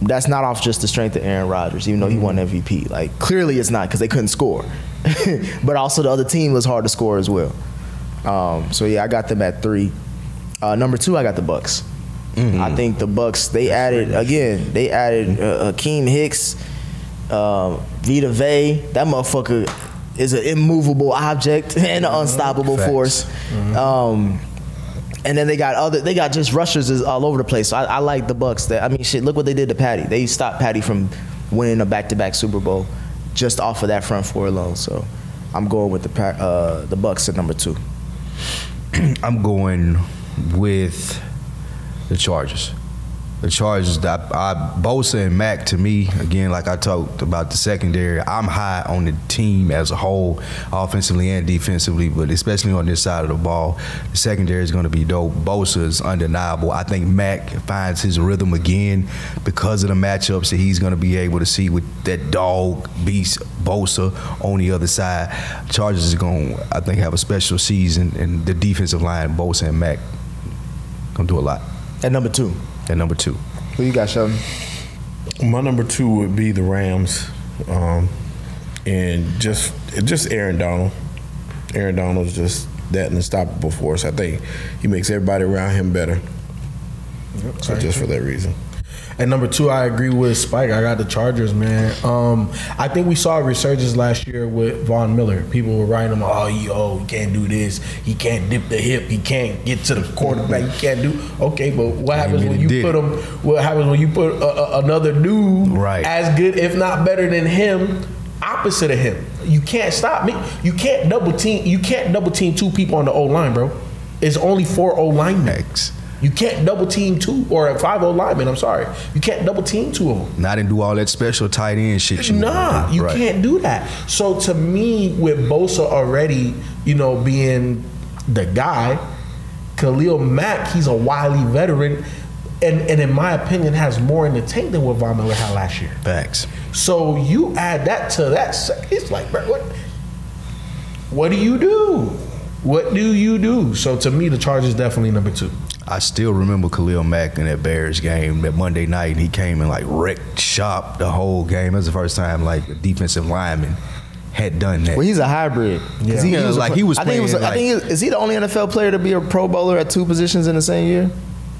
That's not off just the strength of Aaron Rodgers, even though he won MVP. Like clearly, it's not because they couldn't score, but also the other team was hard to score as well. Um, so yeah, I got them at three. Uh, number two, I got the Bucks. I think the Bucks they added again. They added uh, Hakeem Hicks, uh, Vita Vey. That motherfucker is an immovable object and an unstoppable Facts. force. Um, and then they got other. They got just rushers is all over the place. So I, I like the Bucks. That I mean, shit. Look what they did to Patty. They stopped Patty from winning a back-to-back Super Bowl just off of that front four alone. So I'm going with the Pa- uh, the Bucks at number two. I'm going with the Chargers. The Chargers, I, I, Bosa and Mac to me, again, like I talked about the secondary, I'm high on the team as a whole, offensively and defensively, but especially on this side of the ball. The secondary is going to be dope. Bosa is undeniable. I think Mac finds his rhythm again because of the matchups that he's going to be able to see with that dog beast Bosa on the other side. Chargers is going, to I think, have a special season, and the defensive line, Bosa and Mac, going to do a lot. At number two, At number two. who you got, Sheldon? My number two would be the Rams, um, and just just Aaron Donald. Aaron Donald's just that unstoppable force. I think he makes everybody around him better. So just for that reason, And number two, I agree with Spike. I got the Chargers, man. Um, I think we saw a resurgence last year with Von Miller. People were writing him, oh, he, oh, he can't do this. He can't dip the hip. He can't get to the quarterback. He can't do. Okay, but what happens when really you did put it. him? What happens when you put a, a, another dude Right. as good, if not better than him, opposite of him? You can't stop me. You can't double team. You can't double team two people on the O line, bro. It's only four O linemen. X. You can't double team two or five O linemen. I'm sorry, you can't double team two of them. Not and do all that special tight end shit. You wanna Nah, do. you Right. can't do that. So to me, with Bosa already, you know, being the guy, Khalil Mack, he's a wily veteran, and and in my opinion, has more in the tank than what Von Miller had last year. Facts. So you add that to that, se- it's like, bro, what? What do you do? What do you do? So to me, the charge is definitely number two. I still remember Khalil Mack in that Bears game that Monday night, and he came and like wrecked shop the whole game. That's the first time like a defensive lineman had done that. Well, he's a hybrid. 'Cause Yeah, a like pla- he was I think, was a- playing, I think he- is he the only NFL player to be a Pro Bowler at two positions in the same year?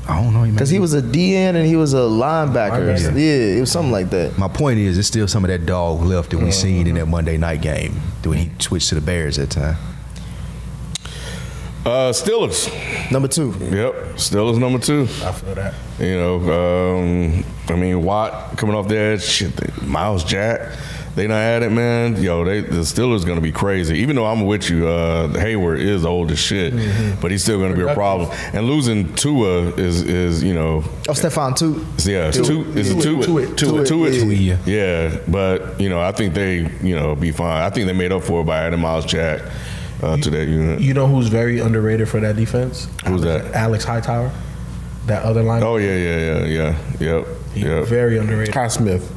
I don't know. Because he was a DN and he was a linebacker. Linebacker. Yeah, it was something like that. My point is, there's still some of that dog left that we seen in that Monday night game when he switched to the Bears that time. Uh, Steelers. Number two. Yep, Steelers number two. I feel that. You know, um, I mean Watt coming off the edge, shit, Miles Jack. they not at it, man. Yo, they the Steelers gonna be crazy. Even though I'm with you, uh, Hayward is old as shit, Mm-hmm. but he's still gonna be a problem. And losing Tua is is you know Oh, Stefan too. yeah, it's two. It's a two. Two Two. it. Two. Two. Two it, it. yeah. Yeah, but you know, I think they, you know, be fine. I think they made up for it by adding Miles Jack uh, to that unit. You know who's very underrated for that defense? Who's Alex- that? Alex Hightower. That other line. Oh yeah, yeah, yeah, yeah. Yep. He's Yep. very underrated. Ty Smith.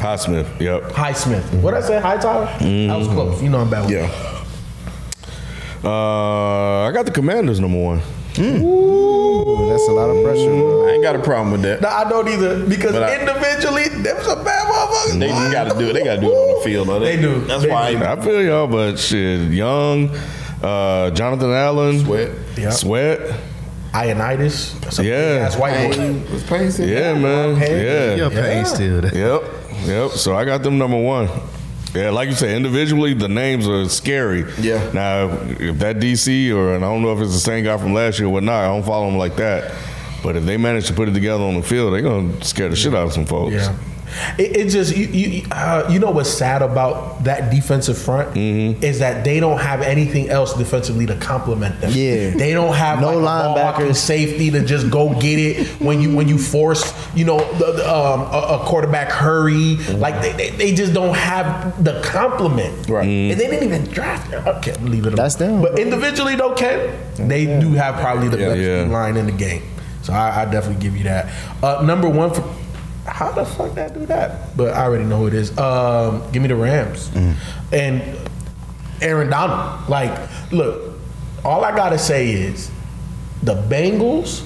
Highsmith. Yep. Highsmith. What I say? Hightower? That was close. You know I'm bad with Mm-hmm. Yeah. Uh, I got the Commanders number one. Ooh, that's a lot of pressure. bro. I ain't got a problem with that. No, I don't either. Because But I- individually, them some bad motherfuckers. They just gotta do it. They gotta do it on the field. though. They do. That's They why. do. I- I feel y'all, but shit, Young, uh, Jonathan Allen, Sweat. Yep. Sweat. Ionitis. That's a Yeah. big-ass white boy. Payne was Payne still Yeah, there? man. Yeah. Yeah, Payne still. there. Yep, yep. So I got them number one. Yeah, like you said, individually the names are scary. Yeah. Now, if that DC or and I don't know if it's the same guy from last year or whatnot, I don't follow them like that. But if they manage to put it together on the field, they're gonna scare the shit out of some folks. Yeah. It, it just you you, uh, you know what's sad about that defensive front is that they don't have anything else defensively to complement them. Yeah. they don't have No like, a ball-hawking linebackers. safety to just go get it when you when you force you know the, the, um, a, a quarterback hurry. Like they, they, they just don't have the complement. Right, and they didn't even draft. Okay, leave it. alone. That's them, But bro. individually, though, Ken, they do have probably the Yeah. best Yeah. line in the game. So I, I definitely give you that. Uh, number one for how the fuck that do that? But I already know who it is. Um, give me the Rams Mm. and Aaron Donald. Like, look, all I gotta say is the Bengals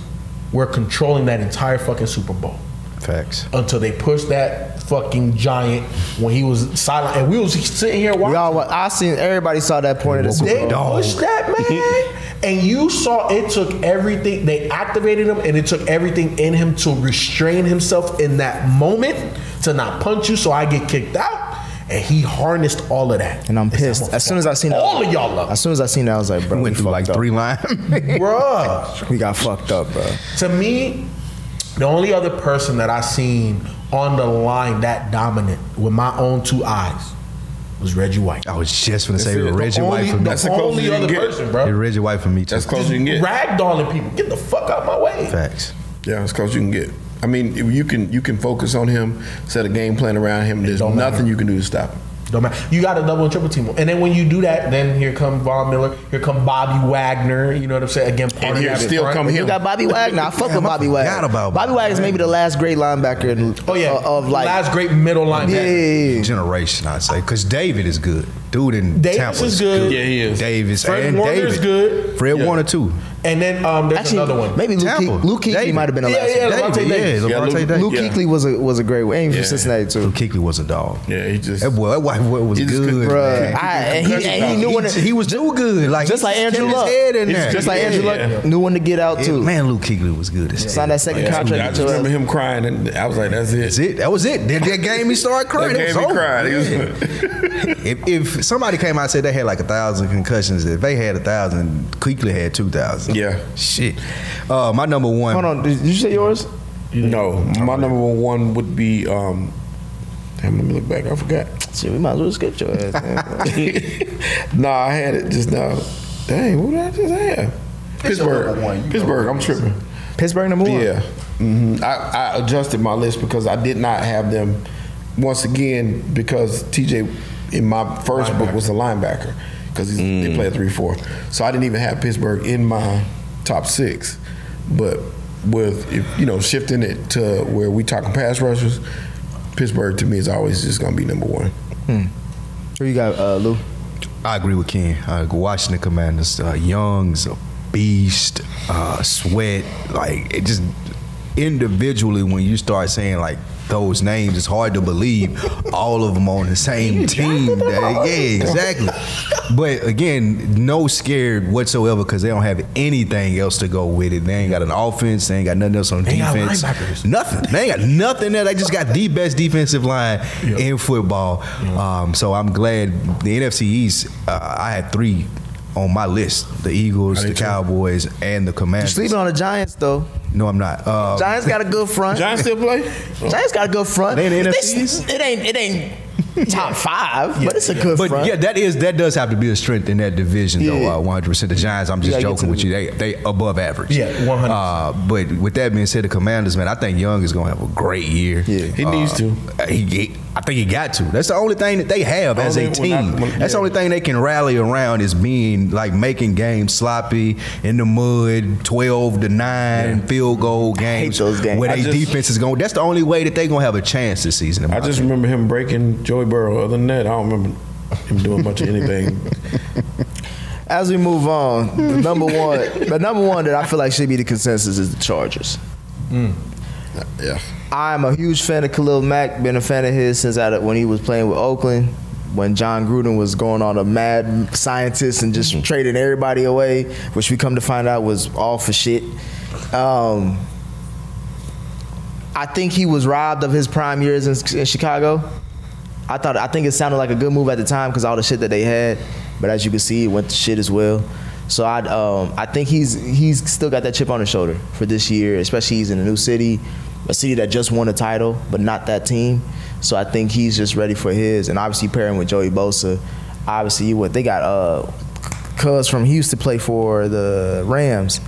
were controlling that entire fucking Super Bowl Facts. until they pushed that fucking giant when he was silent and we was sitting here watching. We all, wa- I seen everybody saw that point of the Super They Bowl. pushed that man, and you saw it took everything. They activated him, and it took everything in him to restrain himself in that moment to not punch you. So I get kicked out, and he harnessed all of that. And I'm It's pissed. almost As soon as I seen that, all of y'all up, As soon as I seen that, I was like, bro, Went we through like fucked up. three line. bruh. We got fucked up, bro. To me, the only other person that I seen on the line that dominant with my own two eyes was Reggie White. I was just gonna say it. The Reggie White only- for me. that's The the closest only you can other get. person, bro. Yeah, Reggie White for me too. That's close you can get. Ragdolling people, get the fuck out my way. Facts. Yeah, as close as you can get. I mean, if you can you can focus on him, set a game plan around him. There's don't nothing matter. you can do to stop him. Don't matter. You got to double and triple team, and then when you do that, then here come Von Miller, here come Bobby Wagner. You know what I'm saying? Again, part And of here that still front. come You him. got Bobby Wagner. I fuck Damn, with I Bobby forgot Wagner. Bobby about Bobby Wagner's maybe the last great linebacker. in- Oh yeah, uh, of like last great middle Yeah, yeah, linebacker. yeah. generation, I'd say. Because David is good. Dude in Davis Tampa is good. Yeah, he is. Davis Fred and Warner's David. good. Fred Warner too. And then um, there's Actually, another one. maybe Luke, Tampa. Ke- Luke Kuechly David. might have been the Yeah, last. yeah, one. Davey, David, yeah, Davis. Levante Yeah, Luke- Davis. Luke yeah. Kuechly was a was a great one. Ain't Yeah. from Cincinnati too. Luke Kuechly was a dog. Yeah, he just. That boy, that white boy was He just good, could- Bruh, man. I, and he, and he knew he, when to, he was too good, like just he like Andrew kept his Luck. head in there. Just like Yeah. Andrew Luck knew when to get out Yeah, too. Man, Luke Kuechly was good. as Signed hell. that second Yeah, I contract. just remember him crying, and I was like, "That's it." That's it. That was it. That, that game, he started crying. That It was game he over. cried. He was- Yeah. if, if somebody came out and said they had like a thousand concussions, if they had a thousand, Kuechly had two thousand. Yeah. Shit. Uh, my number one. Hold on, did you say yours? No, my number one would be. Um, damn, let me look back. I forgot. Shit, we might as well skip your ass. man. nah, I had it just now. Dang, what did I just have? number one. You Pittsburgh. know Pittsburgh. I'm tripping. Pittsburgh number one. Yeah. hmm I, I adjusted my list because I did not have them once again because TJ in my first book was a linebacker because they play a 3 4. So I didn't even have Pittsburgh in my top six. But with, if, you know, shifting it to where we talking pass rushers, Pittsburgh to me is always just going to be number one. Who you got, uh, Lou? I agree with Ken. Uh, Washington Commanders, uh, Young's a beast. Uh, Sweat, like it just individually when you start saying like those names, it's hard to believe all of them on the same team. That- yeah, exactly. But again, no scared whatsoever because they don't have anything else to go with it. They ain't got an offense. They ain't got nothing else on They got defense. linebackers. Nothing. They ain't got nothing there. They just got the best defensive line in football. Um, so I'm glad the NFC East. Uh, I had three on my list: the Eagles, the Cowboys, and the Commanders. Sleeping on the Giants though. no, I'm not. Uh, Giants got a good front. Oh. Giants still play? Giants got a good front. They in They- the NFC? It ain't. It ain't. top five, but it's a good But front. yeah, that is that does have to be a strength in that division, Yeah. though. One hundred percent. The Giants. I'm just gotta get to joking with the- you. They they above average. Yeah, 100%. Uh, but with that being said, the Commanders, man, I think Young is going to have a great year. Uh, Yeah. He needs to. He, he- I think he got to. That's the only thing that they have as a Only when I- team. when- That's yeah. the only thing they can rally around is being like making games sloppy in the mud, twelve to nine field goal games. those games. Where I their just- defense is going. That's the only way that they're going to have a chance this season. in my I just remember him breaking Joey Burrow. Other than that, I don't remember him doing much of anything. As we move on, the number one, the number one that I feel like should be the consensus is the Chargers. yeah. I'm a huge fan of Khalil Mack. Been a fan of his since out of, when he was playing with Oakland. When John Gruden was going on a mad scientist and just trading everybody away, which we come to find out was all for shit. Um, I think he was robbed of his prime years in, in Chicago. I thought I think it sounded like a good move at the time because all the shit that they had, but as you can see, it went to shit as well. So I um, I think he's he's still got that chip on his shoulder for this year, especially he's in a new city, a city that just won a title but not that team. So I think he's just ready for his, and obviously pairing with Joey Bosa, obviously you what they got uh, Cuz from Houston play for the Rams.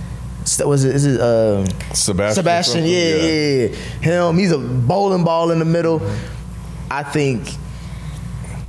St- Was it is it um Sebastian Sebastian, something? yeah, Yeah. yeah, yeah. Him, he's a bowling ball in the middle. I think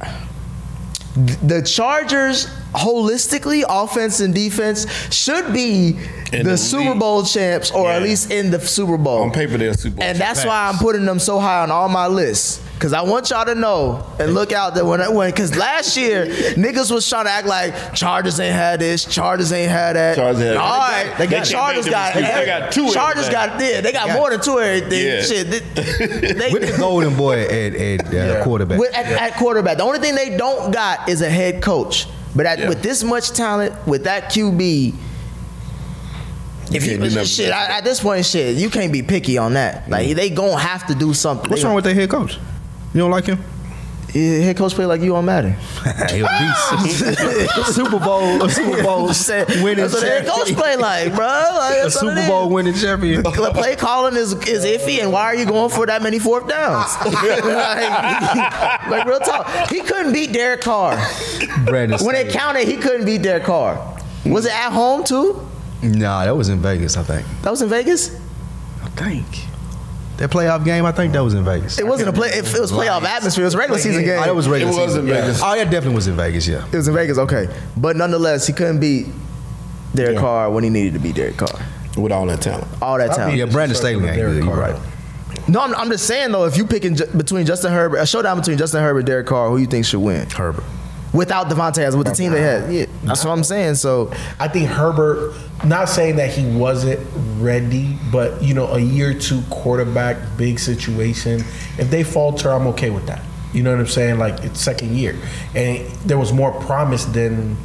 th- the Chargers holistically, offense and defense, should be In the the Super league. Bowl champs, or at Yeah. least in the Super Bowl. On paper, they're Super Bowl And that's champs. why I'm putting them so high on all my lists. Cause I want y'all to know and look out that when I when cause last year niggas was trying to act like Chargers ain't had this, Chargers ain't had that. Chargers had- all right, They the can't Chargers make them got, excuses. They every- got two Chargers everything. got yeah, they got more than two everything. Yeah. Shit, they, they- With the golden boy at, at uh, quarterback. with- at, at quarterback. The only thing they don't got is a head coach. But at, Yeah. with this much talent, with that QB, if can't do you nothing shit about I, at this point, shit, you can't be picky on that. Like they gonna have to do something. What's They- wrong with their head coach? You don't like him? Yeah, head coach play like you don't matter? He a beast. Super Bowl, Super Bowl winning That's what the head coach champion. play like, bro. Like, that's A what it Super is. Bowl winning champion. The play calling is is iffy, and why are you going for that many fourth downs? like, like, real talk, he couldn't beat Derek Carr. Brandon When it Staley. counted, he couldn't beat Derek Carr. Was it at home too? Nah, that was in Vegas, I think. That was in Vegas. I think. That playoff game, I think that was in Vegas. It wasn't a play. It, it was playoff atmosphere. It was a regular season game. Oh, that was regular It was season. in Vegas. Oh, yeah, definitely was in Vegas, yeah. It was in Vegas. Okay, but nonetheless, he couldn't beat Derek Yeah. Carr when he needed to beat Derek Carr. With all that talent. All that time. Yeah, Brandon Staley ain't good, you right. No, I'm, I'm just saying though, if you picking ju- between Justin Herbert, a showdown between Justin Herbert, and Derek Carr, who you think should win? Herbert. Without Devontae, as with the team they had, yeah, that's what I'm saying. So I think Herbert, not saying that he wasn't ready, but you know, a year two quarterback, big situation. If they falter, I'm okay with that. You know what I'm saying? Like it's second year, and there was more promise than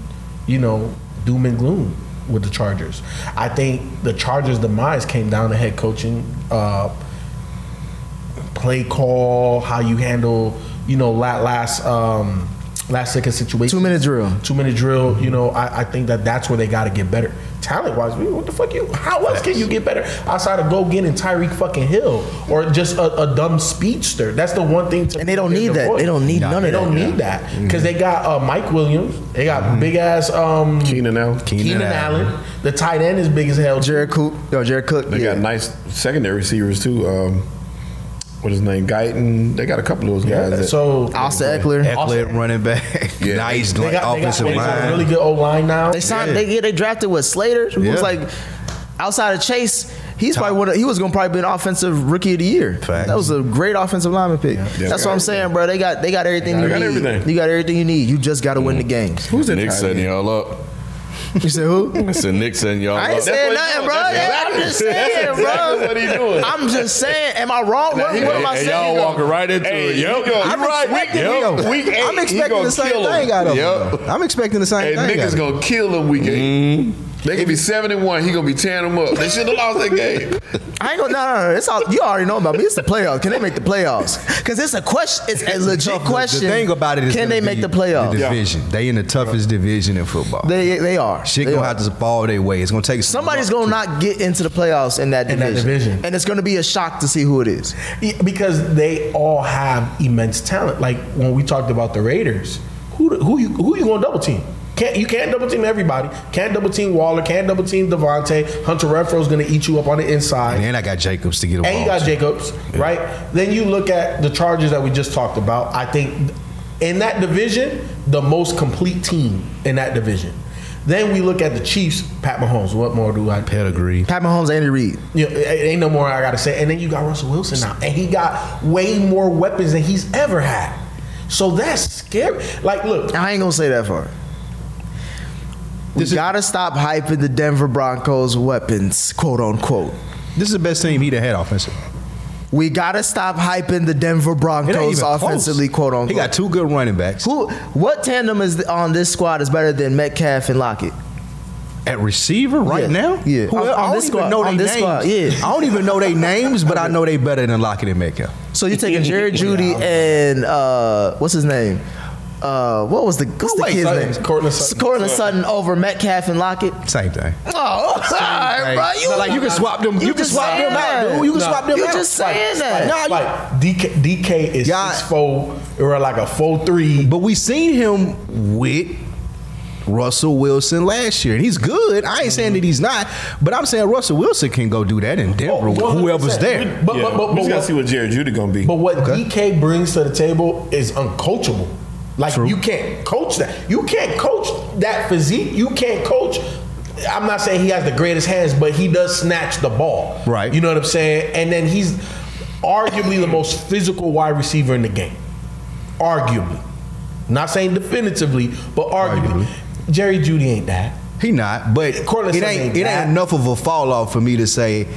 you know doom and gloom with the Chargers. I think the Chargers' demise came down to head coaching. Uh, play call, how you handle, you know, la- last um, last second situation. Two minute drill. Two minute drill. You know, I, I think that that's where they got to get better. Talent wise, what the fuck you? How else can you get better outside of go getting Tyreek fucking Hill or just a, a dumb speedster? That's the one thing. To And they don't need they're that. devoid. They don't need Nah, none They of don't that. Mm-hmm. need that because they got uh, Mike Williams. They got big ass um, Keenan Allen. Keenan, Allen. The tight end is big as hell. Jared Cook, no, Jared Cook, They yeah. got nice secondary receivers too. Um, what is his name? Guyton. They got a couple of those guys. that- So Austin Eckler. Also- Eckler running back. Yeah. nice They got, they got, offensive they got a line. really good old line now. They signed. They, yeah, they drafted what Slater, who Yeah. was like outside of Chase. He's probably one. Of, he was gonna probably be an offensive rookie of the year. Facts. That was a great offensive lineman pick. Yeah. That's what I'm saying, bro. They got they got everything They you got need. everything. You got everything you need. You just got to win the games. Who's that? Nick tight setting end? y'all up. You said who? I said Nick setting y'all I ain't up. That's saying what he doing. nothing, bro. That's I'm exactly- just saying, that's exactly what he bro. doing. I'm just saying. Am I wrong? What, Hey, what am I and saying? y'all walking right into it. Yep, he go- you I'm right. expecting Yep. him. Week eight, I'm he expecting gonna the same kill 'em. thing out of Yep. him. though. I'm expecting the same Hey, thing. out niggas of him. gonna kill him week eight. Mm-hmm. They could be seven and one. He gonna be tearing them up. They should have lost that game. I ain't gonna. No, no, no. It's all. You already know about me. It's the playoffs. Can they make the playoffs? Because it's a question. It's a legit Tough. The- question. The thing about it is, can gonna they make be the playoffs? The division. They in the toughest division in football. They they are. Shit They gonna are. have to fall their way. It's gonna take some Somebody's luck gonna not get into the playoffs in that In division. that division. and it's gonna be a shock to see who it is. Yeah, because they all have immense talent. Like when we talked about the Raiders, who who you who you gonna double team? Can't you can't double team everybody? Can't double team Waller? Can't double team Devontae? Hunter Renfro's gonna eat you up on the inside. And I got Jacobs to get a And you got Jacobs, right? Then you look at the Chargers that we just talked about. I think in that division, the most complete team in that division. Then we look at the Chiefs, Pat Mahomes. What more do I? pedigree. Pat Mahomes, Andy Reid. You know, it ain't no more I gotta say. And then you got Russell Wilson now, and he got way more weapons than he's ever had. So that's scary. Like, look, I ain't gonna say that far. We gotta stop hyping the Denver Broncos weapons, quote unquote. This is the best team he done had offensive. We gotta stop hyping the Denver Broncos offensively, quote unquote. He got two good running backs Who? What tandem is on this squad is better than Metcalf and Lockett? at receiver right Yeah, now. yeah. Who On- else? on I don't this even squad- know on they this squad, names. yeah. I don't even know their names, but I know they better than Lockett and Metcalf. So you're taking Jared Judy and uh, what's his name? Uh, what was the what's the Wait, kid's Sutton. name? Cortland Sutton. Cortland Sutton over Metcalf and Lockett. Same thing. Oh, all right, bro. You, No, like you can swap them. You, can just swap saying them out, that. dude. You can No. swap them You out. just saying that. Nah, you- like DK, DK is Y'all- six four or like a four three. But we seen him with Russell Wilson last year, and he's good. I ain't saying that he's not, but I'm saying Russell Wilson can go do that Oh, in Denver with whoever's there. But, but, but, we but just gotta what- see what Jared Judy gonna be. But what DK brings to the table is uncoachable. Like you can't coach that. You can't coach that physique. You can't coach. I'm not saying he has the greatest hands, but he does snatch the ball. Right. You know what I'm saying? And then he's arguably the most physical wide receiver in the game. Arguably. Not saying definitively, but arguably. Jerry Judy ain't that. He not, but Cortland it Sutton ain't ain't it bad. ain't enough of a fall off for me to say.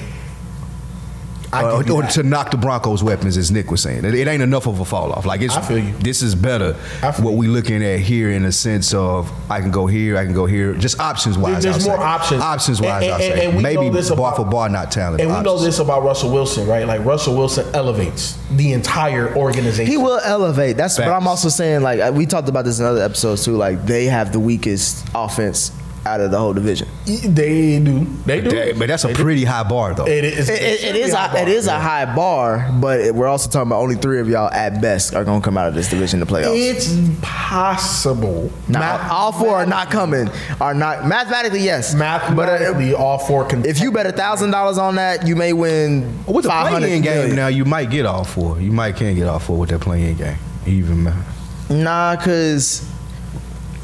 I or, give you or that. to knock the Broncos' weapons, as Nick was saying, it, it ain't enough of a fall off. Like it's, I feel you. this is better. I feel What you. we looking at here, in a sense of I can go here, I can go here, just options wise. There's I'll more say. options. Options wise, And- I and- say and we maybe know this bar about- for bar, not talent. And we know options. this about Russell Wilson, right? Like Russell Wilson elevates the entire organization. He will elevate. That's but I'm Facts. also saying like I- we talked about this in other episodes too. Like they have the weakest offense out of the whole division. They do. They do. That- but that's a pretty high bar, though. It is. It- it- it is a, it is a high bar, but it- we're also talking about only three of y'all at best are gonna come out of this division to playoffs. It's possible. Nah, Math- all four are not coming. Are not mathematically yes. Mathematically, but uh, all four can. if you bet a thousand dollars on that, you may win With the five hundred playing game million. now, you might get all four. You might can get all four with that playing game. Even man. Nah, cause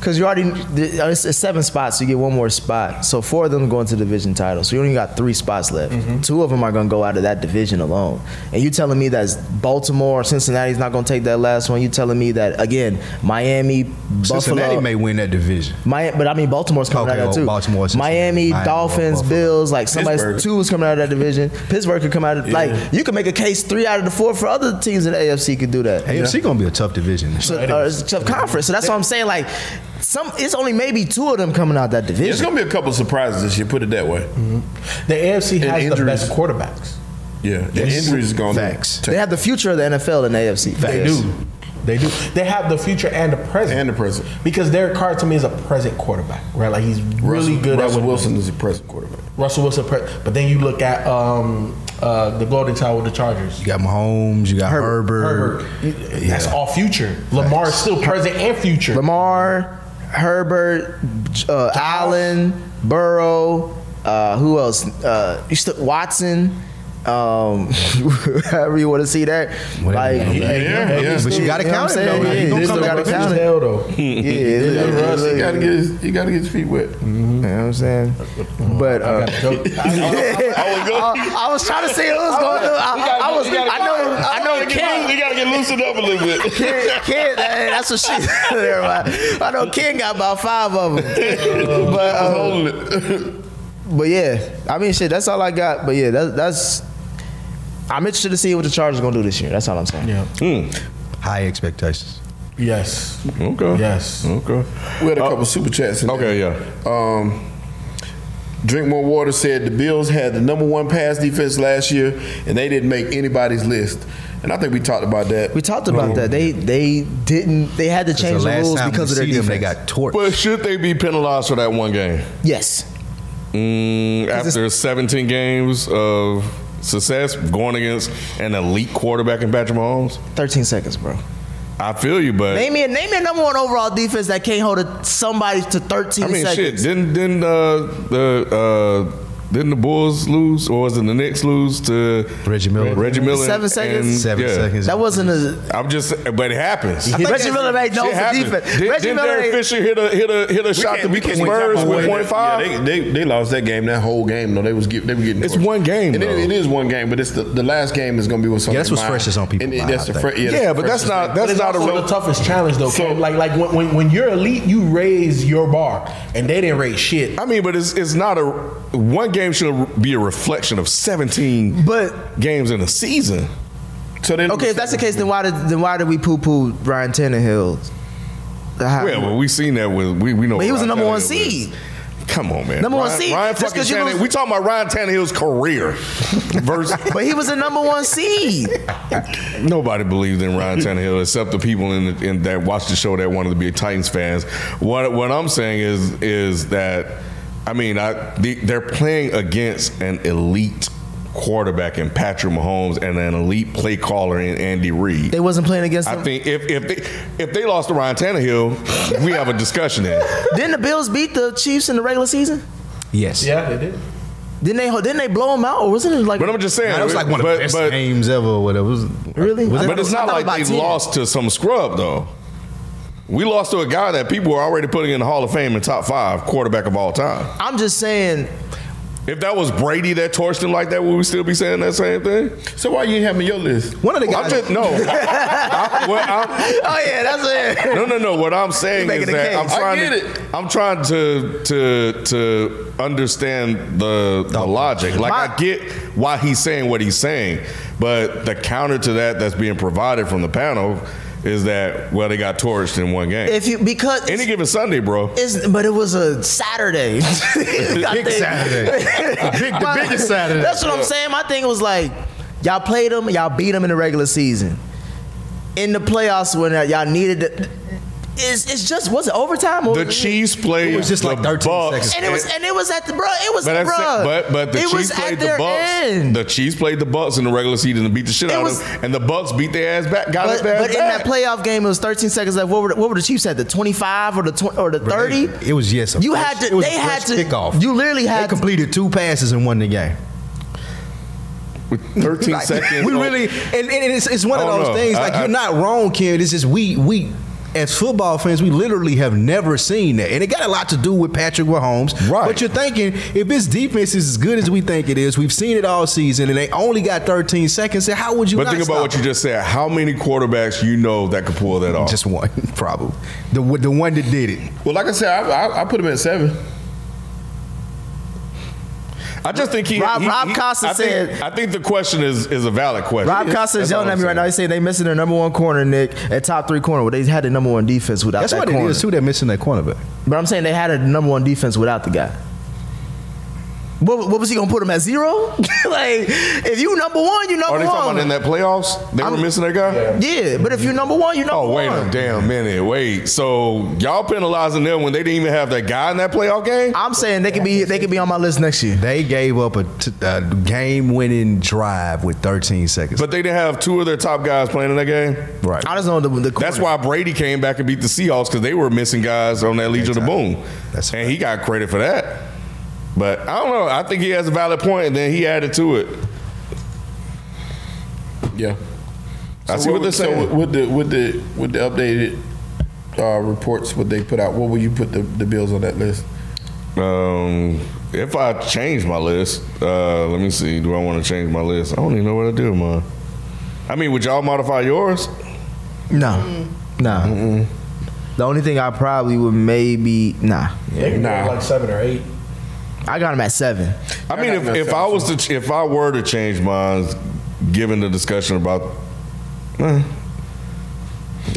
cause you already it's, it's seven spots. So you get one more spot. So four of them go into division title. So you only got three spots left. Mm-hmm. Two of them are gonna go out of that division alone. And you telling me that Baltimore or Cincinnati's not gonna take that last one? You telling me that again? Miami, Cincinnati Buffalo. may win that division. Miami, but I mean Baltimore's coming Okay, out of that oh, too. Baltimore, Cincinnati, Miami, Miami, Dolphins, Buffalo. Bills, like somebody's Pittsburgh. two is coming out of that division. Pittsburgh could come out of like you can make a case three out of the four for other teams in the AFC could do that. AFC gonna be a tough division. So, uh, it's a tough conference. So that's what I'm saying. Like some, it's only maybe two of them coming out that There's division. gonna be a couple surprises this year. Put it that way. the AFC And has the injuries. best quarterbacks. Yeah, the injuries is going Facts. to They have the future of the NFL in the AFC. They do. They do. They have the future and the present. And the present. Because Derek Carr to me is a present quarterback, right? Like he's really good at Russell what- Wilson is a present quarterback. Russell Wilson. Pre- but then you look at um, uh, the Golden Tower with the Chargers. You got Mahomes. You got Herbert. Herbert. That's Yeah. all future. Lamar is still present and future. Lamar, Herbert, uh, Allen, Burrow. Uh, who else? Uh, you still, Watson. Um, however you want to see that. Whatever you Like, wanna do. Yeah, yeah. But you gotta know count what I'm it, saying? though. Yeah, You gonna you still come up gotta with count it. Hell though. Yeah, it- it- Russ, he it- got to get his, he got to get his feet wet. Mm-hmm. You know what I'm saying? But uh, I, I was trying to see who was going through. I, I, I was. I know. I know. King. got to get loosened up a little bit. King, King that- that's what she. Never mind. I know King got about five of them. But uh, Holding it. but yeah, I mean shit. That's all I got. But yeah, that, that's. I'm interested to see what the Chargers gonna do this year. That's all I'm saying. Yeah. High expectations. Yes. Okay. Yes. Okay. We had a Uh, couple super chats. In Okay, there. Um, Drink More Water said the Bills had the number one pass defense last year, and they didn't make anybody's list. And I think we talked about that. We talked about that. They they didn't. They had to change the, rules because of their defense. they got torched. But should they be penalized for that one game? yes. Mm, after 17 games of success, going against an elite quarterback in Patrick Mahomes, Thirteen seconds, bro. I feel you, but Name me a name me a number one overall defense that can't hold a, somebody to thirteen I mean, shit. seconds. Didn't didn't uh, the uh, didn't the Bulls lose, or was it the Knicks lose to Reggie Miller. Reggie Miller. Seven seconds? and- Seven yeah. seconds. That wasn't a. I'm just, but it happens. think Reggie Miller made no Shit happens. defense. Did, Reggie didn't Miller Derek ain't- Fisher hit a hit a hit a shot to beat the Spurs with point five? Yeah, they, they, they lost that game, that whole game. though. they was get, they were getting. It's torched. one game, And it- though. it is one game, but it's the, the last game is going to be what's on. Yeah, that's their what's mind. freshest on people And it- mind, that's I the think. fre- yeah, that's yeah, the but that's freshest not thing. But that's it's not a also real the toughest challenge though. So- Cam. like like when, when when you're elite, you raise your bar, and they didn't raise shit. I mean, but it's it's not a one game should be a reflection of 17 But- games in a season. So they Okay, if that's the case, then why did then why did we poo poo Brian Tannehill? The high- Yeah, well, we seen that with we we know. But he was Ryan the number one Tannehill seed. was. Come on, man. Number one Ryan- seed. Ryan Just fucking 'cause you Tannehill. lose- We talking about Ryan Tannehill's career. Versus but he was the number one seed. nobody believed in Ryan Tannehill except the people in, the, in that watched the show that wanted to be Titans fans. What what I'm saying is is that I mean I the, they're playing against an elite quarterback in Patrick Mahomes and an elite play caller in Andy Reid. They wasn't playing against. I Them. think if if they if they lost to Ryan Tannehill, we have a discussion then. Didn't the Bills beat the Chiefs in the regular season? Yes. Yeah, they did. Didn't they? Didn't they blow them out? Or wasn't it like? But I'm just saying, That was like one of but, the best but, games ever or whatever. It was- Really? Was it- But it's I not thought like about they 10. lost to some scrub though. We lost to a guy that people were already putting in the Hall of Fame and top five quarterback of all time. I'm just saying. If that was Brady that torched him like that, would we still be saying that same thing? So why you ain't having your list? One of the Oh, I'm guys. just no. I- what I'm- oh yeah, that's it. no, no, no. What I'm saying You're is making a that I'm case. I trying get to, it. I'm trying to to to understand the the logic. Like My- I get why he's saying what he's saying, but the counter to that that's being provided from the panel is that well they got torched in one game. If you because Any given Sunday, bro. It's, but it was a Saturday. I Big think- Saturday. Big- the My- biggest Saturday. That's what I'm saying. My thing was like, y'all played them, y'all beat them in the regular season. In the playoffs, when y'all needed, it, it's, it's just was it overtime? Or The Chiefs played It was just the like 13 Bucks. seconds. And it was and it was at the bro. It was But, bro. that's it. but but the it was Chiefs at played the their Bucks. end. The Chiefs played the Bucks in the regular season and beat the shit It out was- of them. And the Bucks beat their ass back. Got but it back. but in that playoff game, it was 13 seconds left. What were the, what were the Chiefs at? The 25 or the 20, or the 30? It, it was yes. a You fresh- had to. It was they a had fresh to. Kickoff. You literally They had to. completed two passes and won the game. with 13 Like, seconds. We on- really and, and it's, it's one of I don't those know. things. Like I- you're I- not wrong, kid. It's just we we as football fans, we literally have never seen that, and it got a lot to do with Patrick Mahomes. Right. But you're thinking if this defense is as good as we think it is, we've seen it all season, and they only got 13 seconds. Then how would you? But not think about stop what you them? just said. How many quarterbacks you know that could pull that off? Just one, probably the one- the one that did it. Well, like I said, I, I, I put him at seven. I just think he. Rob- he- Rob he- Costa I think- said- I think the question is is a valid question. Rob Costa is That's all yelling at I'm me right now. saying. He's saying they missing their number one corner, Nick, at top three corner. Well, they had the number one defense without That's that what corner. it is too. They're missing that cornerback. But I'm saying they had a number one defense without the guy. What, what was he gonna put him at zero? like, if you number one, you number Are Oh, they one. talking about in that playoffs? They were I'm- missing that guy. yeah, but if you number one, you number Oh wait one. a damn minute! Wait, so y'all penalizing them when they didn't even have that guy in that playoff game? I'm saying they could be they could be on my list next year. They gave up a, t- a game-winning drive with 13 seconds. But they didn't have two of their top guys playing in that game. right. I just know the, the corner. That's why Brady came back and beat the Seahawks because they were missing guys on that Legion of the Boom, That's a and he got credit for that. But I don't know. I think he has a valid point, and then he added to it. Yeah. I see what they're saying. So with the with the with the updated uh, reports, what they put out, what would you put the, the Bills on that list? Um, if I change my list, uh, let me see. Do I want to change my list? I don't even know what I do with mine. I mean, would y'all modify yours? No, nah. The only thing I probably would maybe nah. They could Nah. nah. like seven or eight. I got him at seven. I mean, if, if I was to, ch- if I were to change mine, given the discussion about, eh, he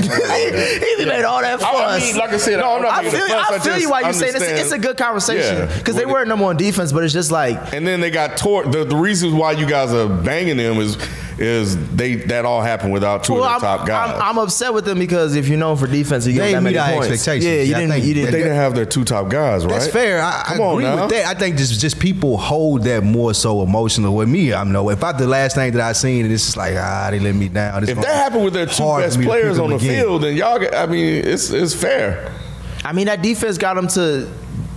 be made all that I fuss. mean, like I said, no, I'm not I making feel, a fuss, I I feel you just why you're saying this. understand. It's a good conversation Yeah. because they Well, were number on defense, but it's just like And then they got tore. The, the reasons why you guys are banging them is is they that all happened without two well, of I'm, the top guys. I'm, I'm upset with them because if you're known for defense, you They get that didn't many meet our points. expectations. Yeah, you I didn't. think You they didn't. didn't have their two top guys, right? That's fair. I, I Come on agree now. with that. I think just just people hold that more so emotional. With me, I'm no. If I the last thing that I seen, and it's just like ah, they let me down. It's If gonna that be happened with their two hard for best me to pick players them on the again. field, then y'all, get- I mean, it's it's fair. I mean, that defense got them to.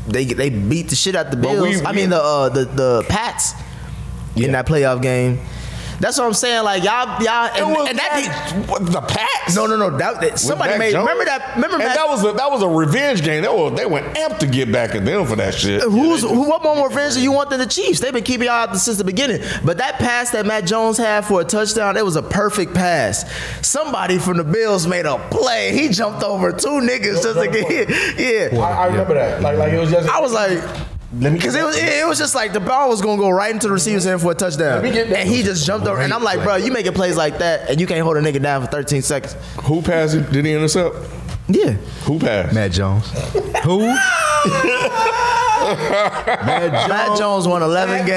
They they beat the shit out the But Bills. we- I we- mean the uh, the the Pats in that playoff game. That's what I'm saying. Like y'all y'all and, was and that. Pat- what, the Pats. No, no, no. That, that- With somebody Mac made. Jones? Remember that. Remember and Mac- that was a, that was a revenge game. They were they went amped to get back at them for that shit. Who's who, what more revenge do you want than the Chiefs? They've been keeping y'all out since the beginning. But that pass that Matt Jones had for a touchdown, it was a perfect pass. Somebody from the Bills made a play. He jumped over two niggas just to get hit. Yeah. I, I remember that. Like, like it was just. I was like, Let me- because it was it was just like the ball was gonna go right into the receiver's hand for a touchdown, me get that. and he just jumped over. And I'm like, bro, you making plays like that, and you can't hold a nigga down for 13 seconds. Who passed? it? Did he intercept? Yeah, Who passed? Matt Jones. Who? Matt Jones won 11 games.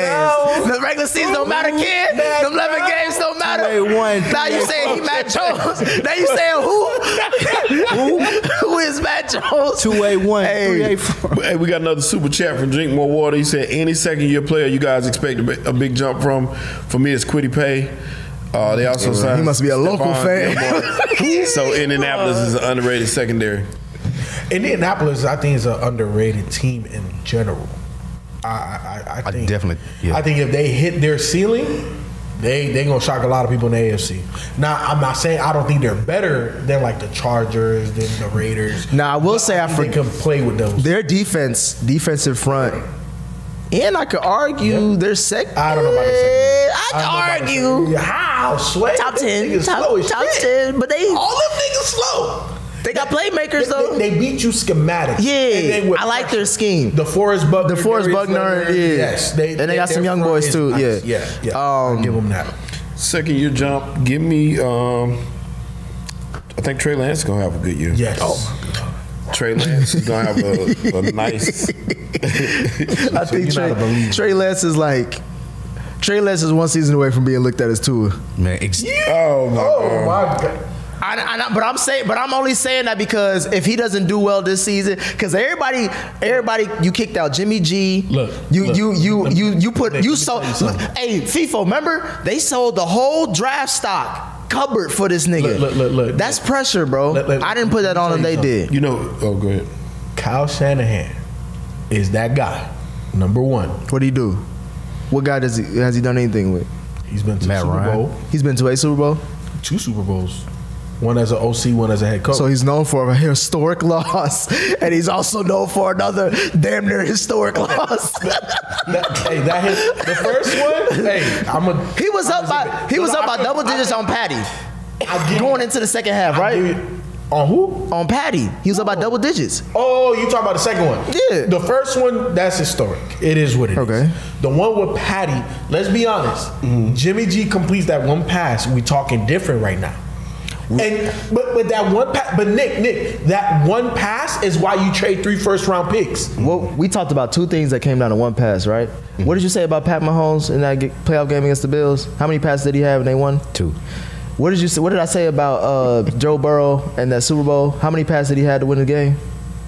The regular season don't matter, kid. Them 11 games don't matter. They won. Now you saying he Matt Jones. Now you saying who? who is Matt Jones? Two eight one. Hey. Three eight four. Hey, we got another super chat from Drink More Water. He said, "Any second-year player you guys expect a bi- a big jump from? For me, it's Quiddy Pay. Uh, they also signed. He must be a local Stephon fan. Gilmore. so Indianapolis is an underrated secondary. Indianapolis, I think, is an underrated team in general. I, I, I, I think, definitely- yeah. I think if they hit their ceiling, they they gonna shock a lot of people in the AFC. Now, I'm not saying I don't think they're better than like the Chargers, than the Raiders. Now, I will say I think they forg- can play with those. Their defense, defensive front, and I could argue their sec. I don't know about the secondary. I I don't know about could the secondary. argue how sway top Them ten, niggas slow top, as top shit. ten, but they All them niggas slow. they got playmakers They- though. They, they beat you schematic. Yeah, And they with I like pressure. their scheme. The Forrest Buckner. The Forrest Darius Buckner, Leonard, yeah. Yes. And they got their some young front boys is too, nice. yeah. Yeah. Yeah. Um, give them that. Second-year jump. Give me. Um, I think Trey Lance is gonna have a good year. Oh. Yes. Oh. Trey Lance is gonna have a, a nice. I think you're not a Trey, believer. Trey Lance is like Trey Lance is one season away from being looked at as Tua. Man, ex- Oh my Oh God. my god. I, I- but I'm saying, but I'm only saying that because if he doesn't do well this season, because everybody, everybody, you kicked out Jimmy G. Look, you look. you you you you put Nick, you let me sold. tell you something. hey, FIFO, remember they sold the whole draft stock cupboard for this nigga. Look, look, look, look. That's pressure, bro. Look, look. I didn't put that on them. Let me They tell you did. You know. Oh, go ahead. Kyle Shanahan is that guy. Number one. What do he do? What guy does he has he done anything with? He's been to Matt Super Ryan. Bowl, He's been to a Super Bowl, two Super Bowls. One as an OC, one as a head coach. so he's known for a historic loss, and he's also known for another damn near historic loss. that, hey, that hit the first one. Hey, I'm a. He was up by he was up by double digits on Patty. Going into the second half, right? On who? On Patty, he was up by double digits. Oh, you talking about the second one? Yeah. The first one, that's historic. It is what it is. Okay. Mm-hmm. The one with Patty. Let's be honest. Jimmy G completes that one pass. We talking different right now. And but but that one pass. But Nick Nick that one pass is why you trade three first round picks. Well, we talked about two things that came down to one pass, right? Mm-hmm. What did you say about Pat Mahomes in that ge- playoff game against the Bills? How many passes did he have and they won? Two. What did you say? What did I say about uh, Joe Burrow and that Super Bowl? How many passes did he have to win the game?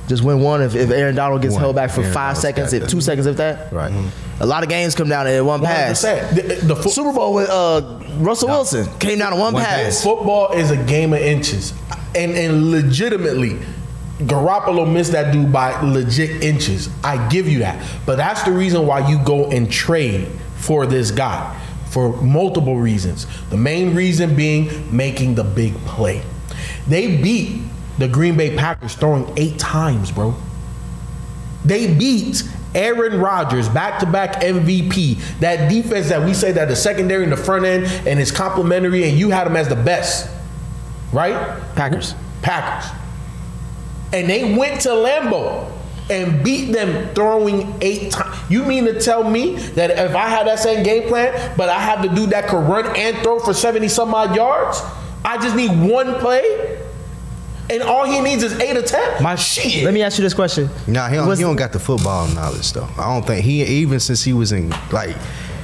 Just win one if, if Aaron Donald gets One. held back for Aaron five Donald's seconds, got if that. two seconds, if that. Mm-hmm. Right. A lot of games come down to one pass. 100%. The, the fo- Super Bowl with uh, Russell Wilson came down to one, One pass. pass. Football is a game of inches, and and legitimately, Garoppolo missed that dude by legit inches. I give you that, but that's the reason why you go and trade for this guy for multiple reasons. The main reason being making the big play. They beat the Green Bay Packers throwing eight times, bro. They beat Aaron Rodgers, back-to-back MVP. That defense that we say that the secondary and the front end and is complimentary, and you had them as the best, right? Packers. Packers. And they went to Lambeau and beat them throwing eight times. You mean to tell me that if I had that same game plan, but I have the dude that could run and throw for 70 some odd yards, I just need one play and all he needs is eight or ten. My shit. Let me ask you this question. Nah, he don't, What's- he don't got the football knowledge though. I don't think he even since he was in like.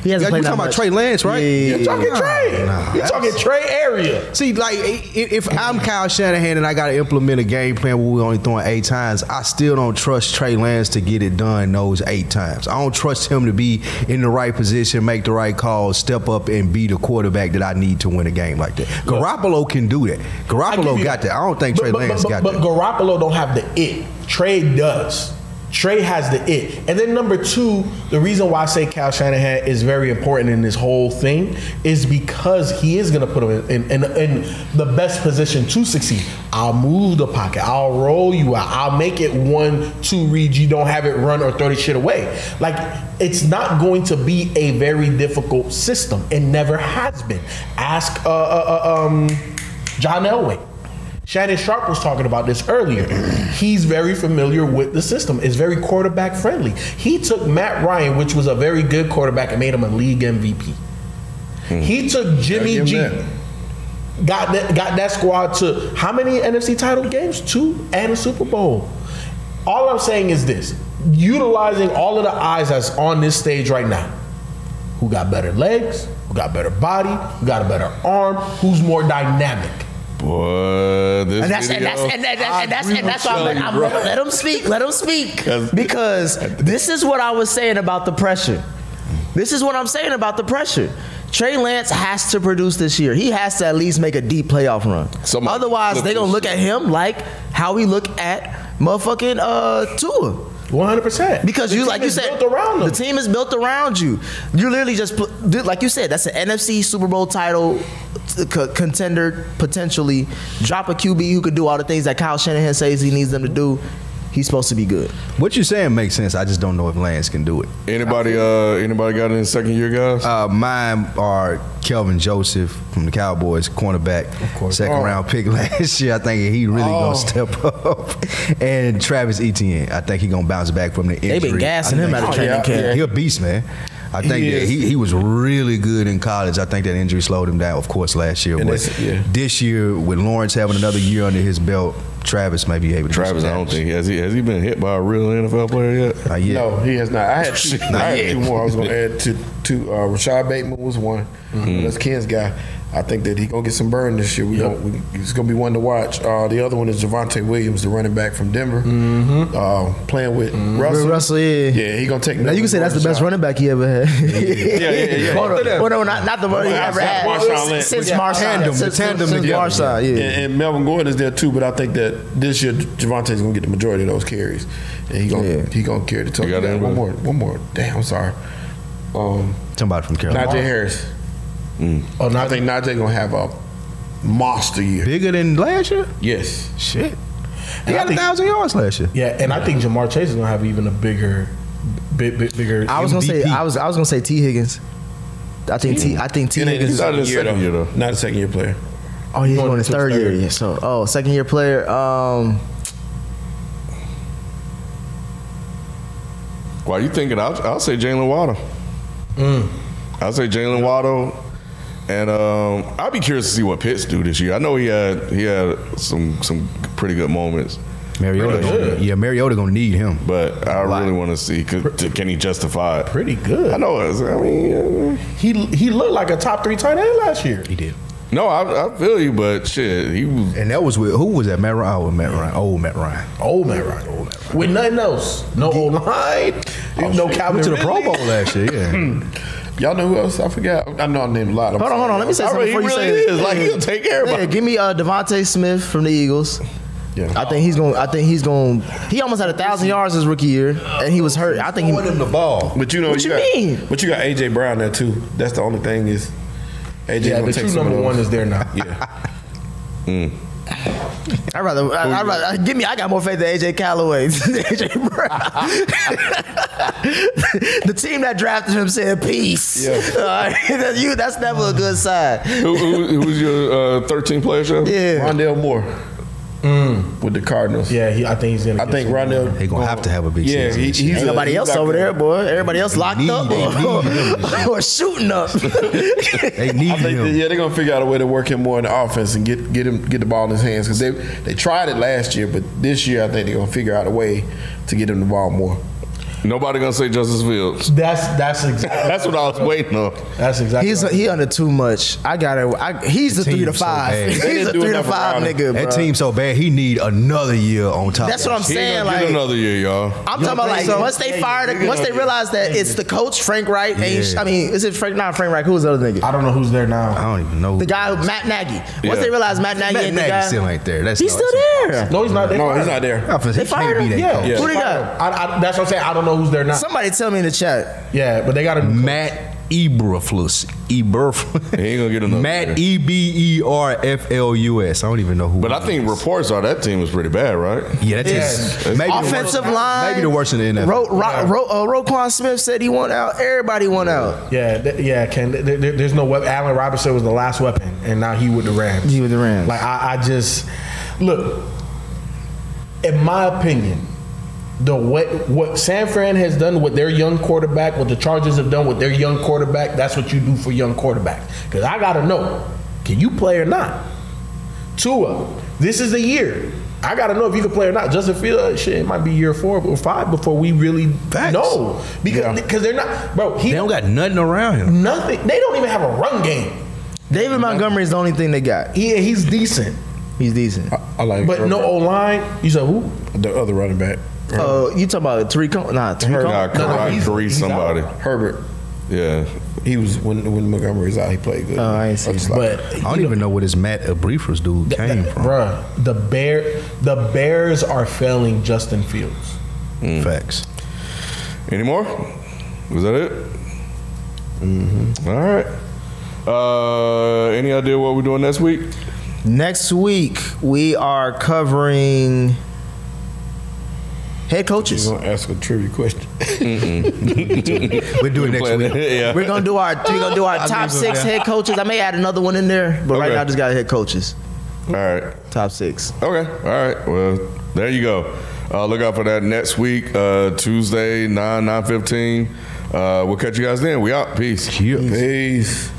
He hasn't Yeah, played you that talking about much. Trey Lance, right? Yeah, yeah, You're talking Nah, Trey. nah. You're talking Trey area. See, like, i- if I'm Kyle Shanahan and I got to implement a game plan where we're only throwing eight times, I still don't trust Trey Lance to get it done those eight times. I don't trust him to be in the right position, make the right call, step up, and be the quarterback that I need to win a game like that. Garoppolo can do I that. give Garoppolo you got that. I don't think But- Trey but, Lance but, got but, that. Garoppolo don't have the it. Trey does. Trey has the it. And then number two, the reason why I say Cal Shanahan is very important in this whole thing is because he is going to put him in, in, in, in the best position to succeed. I'll move the pocket. I'll roll you out. I'll make it one, two reads. You don't have it run or throw the shit away. Like, it's not going to be a very difficult system. It never has been. Ask uh, uh, uh, um, John Elway. Shannon Sharp was talking about this earlier. He's very familiar with the system. It's very quarterback friendly. He took Matt Ryan, which was a very good quarterback, and made him a league MVP. He took Jimmy give him G. that. Got that, got that squad to how many NFC title games? Two and a Super Bowl. All I'm saying is this: utilizing all of the eyes that's on this stage right now who got better legs, who got better body, who got a better arm, who's more dynamic. Boy, this And that's and video, that's and, that- that's I and that's agree and that's with why I'm, you, I'm, bro. let him speak. Let him speak 'Cause- because this is what I was saying about the pressure. This is what I'm saying about the pressure. Trey Lance has to produce this year. He has to at least make a deep playoff run. Somebody Otherwise, flip they gonna this look shit. at him like how we look at motherfucking uh Tua. 100%. Because The you, team like you is said, built around the him. team is built around you. You literally just, put, dude, like you said, that's an NFC Super Bowl title t- co- contender potentially. Drop a QB who could do all the things that Kyle Shanahan says he needs them to do. He's supposed to be good. What you're saying makes sense. I just don't know if Lance can do it. Anybody, uh, anybody got it in second year, guys? Uh, mine are Kelvin Joseph from the Cowboys, cornerback, second Oh. round pick last year. I think he really gonna step up. and Travis Etienne, I think he gonna bounce back from the injury. been gassing I him think- out of training Oh, yeah, camp. yeah. He a beast, man. I think He that is. he, he was really good in college. I think that injury slowed him down, of course, last year. And But it's- yeah. this year, with Lawrence having another year under his belt, Travis may be able to. do Travis, some I don't damage. think has he has he been hit by a real NFL player yet? Uh, yeah. No, he has not. I had two, Not I yet. had two more. I was going to add to to uh, Rashad Bateman was one. Mm-hmm. That's Ken's guy. I think that he gonna get some burn this year. We don't. We, it's gonna be one to watch. Uh, the other one is Javante Williams, the running back from Denver, Mm-hmm. uh, playing with Russell. With Russell, yeah. yeah, he gonna take. Now you can say that's the best shot. running back he ever had. Yeah, yeah, yeah, yeah. Well, no, Yeah. well, no, not, not the one he Yeah, ever had Marshawn Lynch. since Yeah. Marshawn. Tandem, the since, tandem since together. Marshawn, yeah. And, and Melvin Gordon is there too, but I think that this year Javante's gonna get the majority of those carries, and he gonna Yeah. he gonna carry the total. You got Yeah, anybody? one more, one more. Damn, I'm sorry. Um, Somebody from Carolina. Najee Harris. Oh, I think Najee gonna have a monster year. Bigger than last year? Yes. Shit. He And I got a think- thousand yards last year. Yeah, and I think Jamar Chase is gonna have even a bigger, bit, bit bigger. I was gonna say I was I was gonna say T Higgins. I think T I think T It ain't- Higgins. he's not a year, second though. year, though. Not a second year player. Oh, he's going, Going his to third his year. third. Yeah, so oh, second year player. Um, Why you thinking? I'll, I'll say Jalen Waddle. Mm. I'll say Jalen Waddle, and um, I'll be curious to see what Pitts do this year. I know he had he had some some pretty good moments, Mariota, Pretty gonna, good. yeah, Mariota gonna need him. but I Right. really want to see could, can he justify it. pretty good. I know. It's, I mean, uh, He he looked like a top three tight end last year. He did. no, I, I feel you, but shit, he was And that was with who was that? Matt Ryan. Oh, Matt Ryan. Old Matt Ryan. Old man Ryan. With nothing else, no O line, Oh, no Calvin Went to the Pro Ridley. Bowl last year. Yeah. Y'all know who else? I forgot. I know I named a lot. I'm hold on, hold on. Let me say sorry. something he before you say really it. is. Like, he'll take everybody. Yeah, give me uh, Devonte Smith from the Eagles. Yeah. I think he's going. to I think he's going. to He almost had a thousand yards his rookie year, and he was hurt. I think he. the ball. But you know What you got, mean? But you got AJ Brown there too. That's the only thing is AJ Yeah, gonna the take true some number of one those. is there now. yeah. I rather. I, I rather uh, give me. I got more faith than AJ Callaway than AJ Brown. the team that drafted him said peace. Yeah. All right, that's you. That's never a good sign. who, who, who's your uh, 13 player show? Yeah. Mm. Rondell Moore. with the Cardinals. Yeah, he, I think he's gonna. I get think some- Rondell. They gonna have to have a big yeah, season he- this year. he's Ain't a- Everybody he's else like over a- there, boy. Everybody else locked need- up they or, or shooting up. They need I think him. that, yeah, they're gonna figure out a way to work him more in the offense and get get him get the ball in his hands because they they tried it last year, but this year I think they're gonna figure out a way to get him the ball more. Nobody gonna say Justice Fields. That's that's exactly. That's what I was waiting on. That's exactly. He's he under too much. I got to I, he's The a three to team's so five. bad. They he's didn't a do three to enough five around him. nigga, bro. That team's so bad. He need another year on top. That's what I'm He ain't saying. gonna get Like another year, y'all. I'm talking about like once they fire, the, once they realize that it's the coach Frank Wright. ain't sh- Yeah. I mean, is it Frank? Not Frank Wright. Who's the other nigga? I don't know who's there now. I don't even know. The guy who Matt Nagy. Once Yeah. they realize Matt Nagy Matt ain't the Nagy guy, still ain't there. That's he's no- still there. No, he's not. They No, fired he's him. not there. I'm finna say, They he fired can't him? be that Yeah. coach. Who they got? I, I, that's what I'm saying. I don't know who's there now. Somebody tell me in the chat. yeah, but they got a new Matt Eberflus. Eberflus. He ain't gonna get another Matt year. E B E R F L U S. I don't even know who. But he I think is. reports are that team was pretty bad, right? Yeah, that Yes. is maybe the Offensive worst, line. Maybe the worst in the NFL. Ro, Ro, Ro, uh, Roquan Smith said he won out. Everybody won out. Yeah, th- yeah, Ken. th- th- there's no weapon. Allen Robinson was the last weapon, and now he with the Rams. He with the Rams. Like I, I just look. In my opinion, the what what San Fran has done with their young quarterback, what the Chargers have done with their young quarterback, that's what you do for young quarterbacks. Because I gotta know, can you play or not? Tua, this is the year. I gotta know if you can play or not. Justin Fields, uh, shit, it might be year four or five before we really Facts. know because because they're not, bro. He They don't got nothing around him. nothing. They don't even have a run game. David Montgomery is the only thing they got. He, he's decent, He's decent. I like, but no O line. You said who? the other running back, Uh, you talking about Tariq? Cohen? Nah, Tariq. Cohen. Nah, Karai he's- Kareem he's somebody. Herbert. Yeah. He was when when Montgomery's out, he played good. Oh, I ain't seen Just like- But I don't even know where this Matt Eberflus dude came from. bruh, the bear, the Bears are failing Justin Fields. Facts. Any more? Was that it? Mm-hmm. All right. Uh, any idea what we're doing next week? Next week we are covering head coaches. He's gonna ask a trivia question. We'll do it next Plan- week. yeah. We're gonna do our we're gonna do our top six head coaches. I may add another one in there, but right Okay. now I just got head coaches. All right. Top six. Okay. All right. Well, there you go. Uh, look out for that next week, uh, Tuesday, 9, 9 15. Uh, we'll catch you guys then. We out. Peace. Yeah. Peace.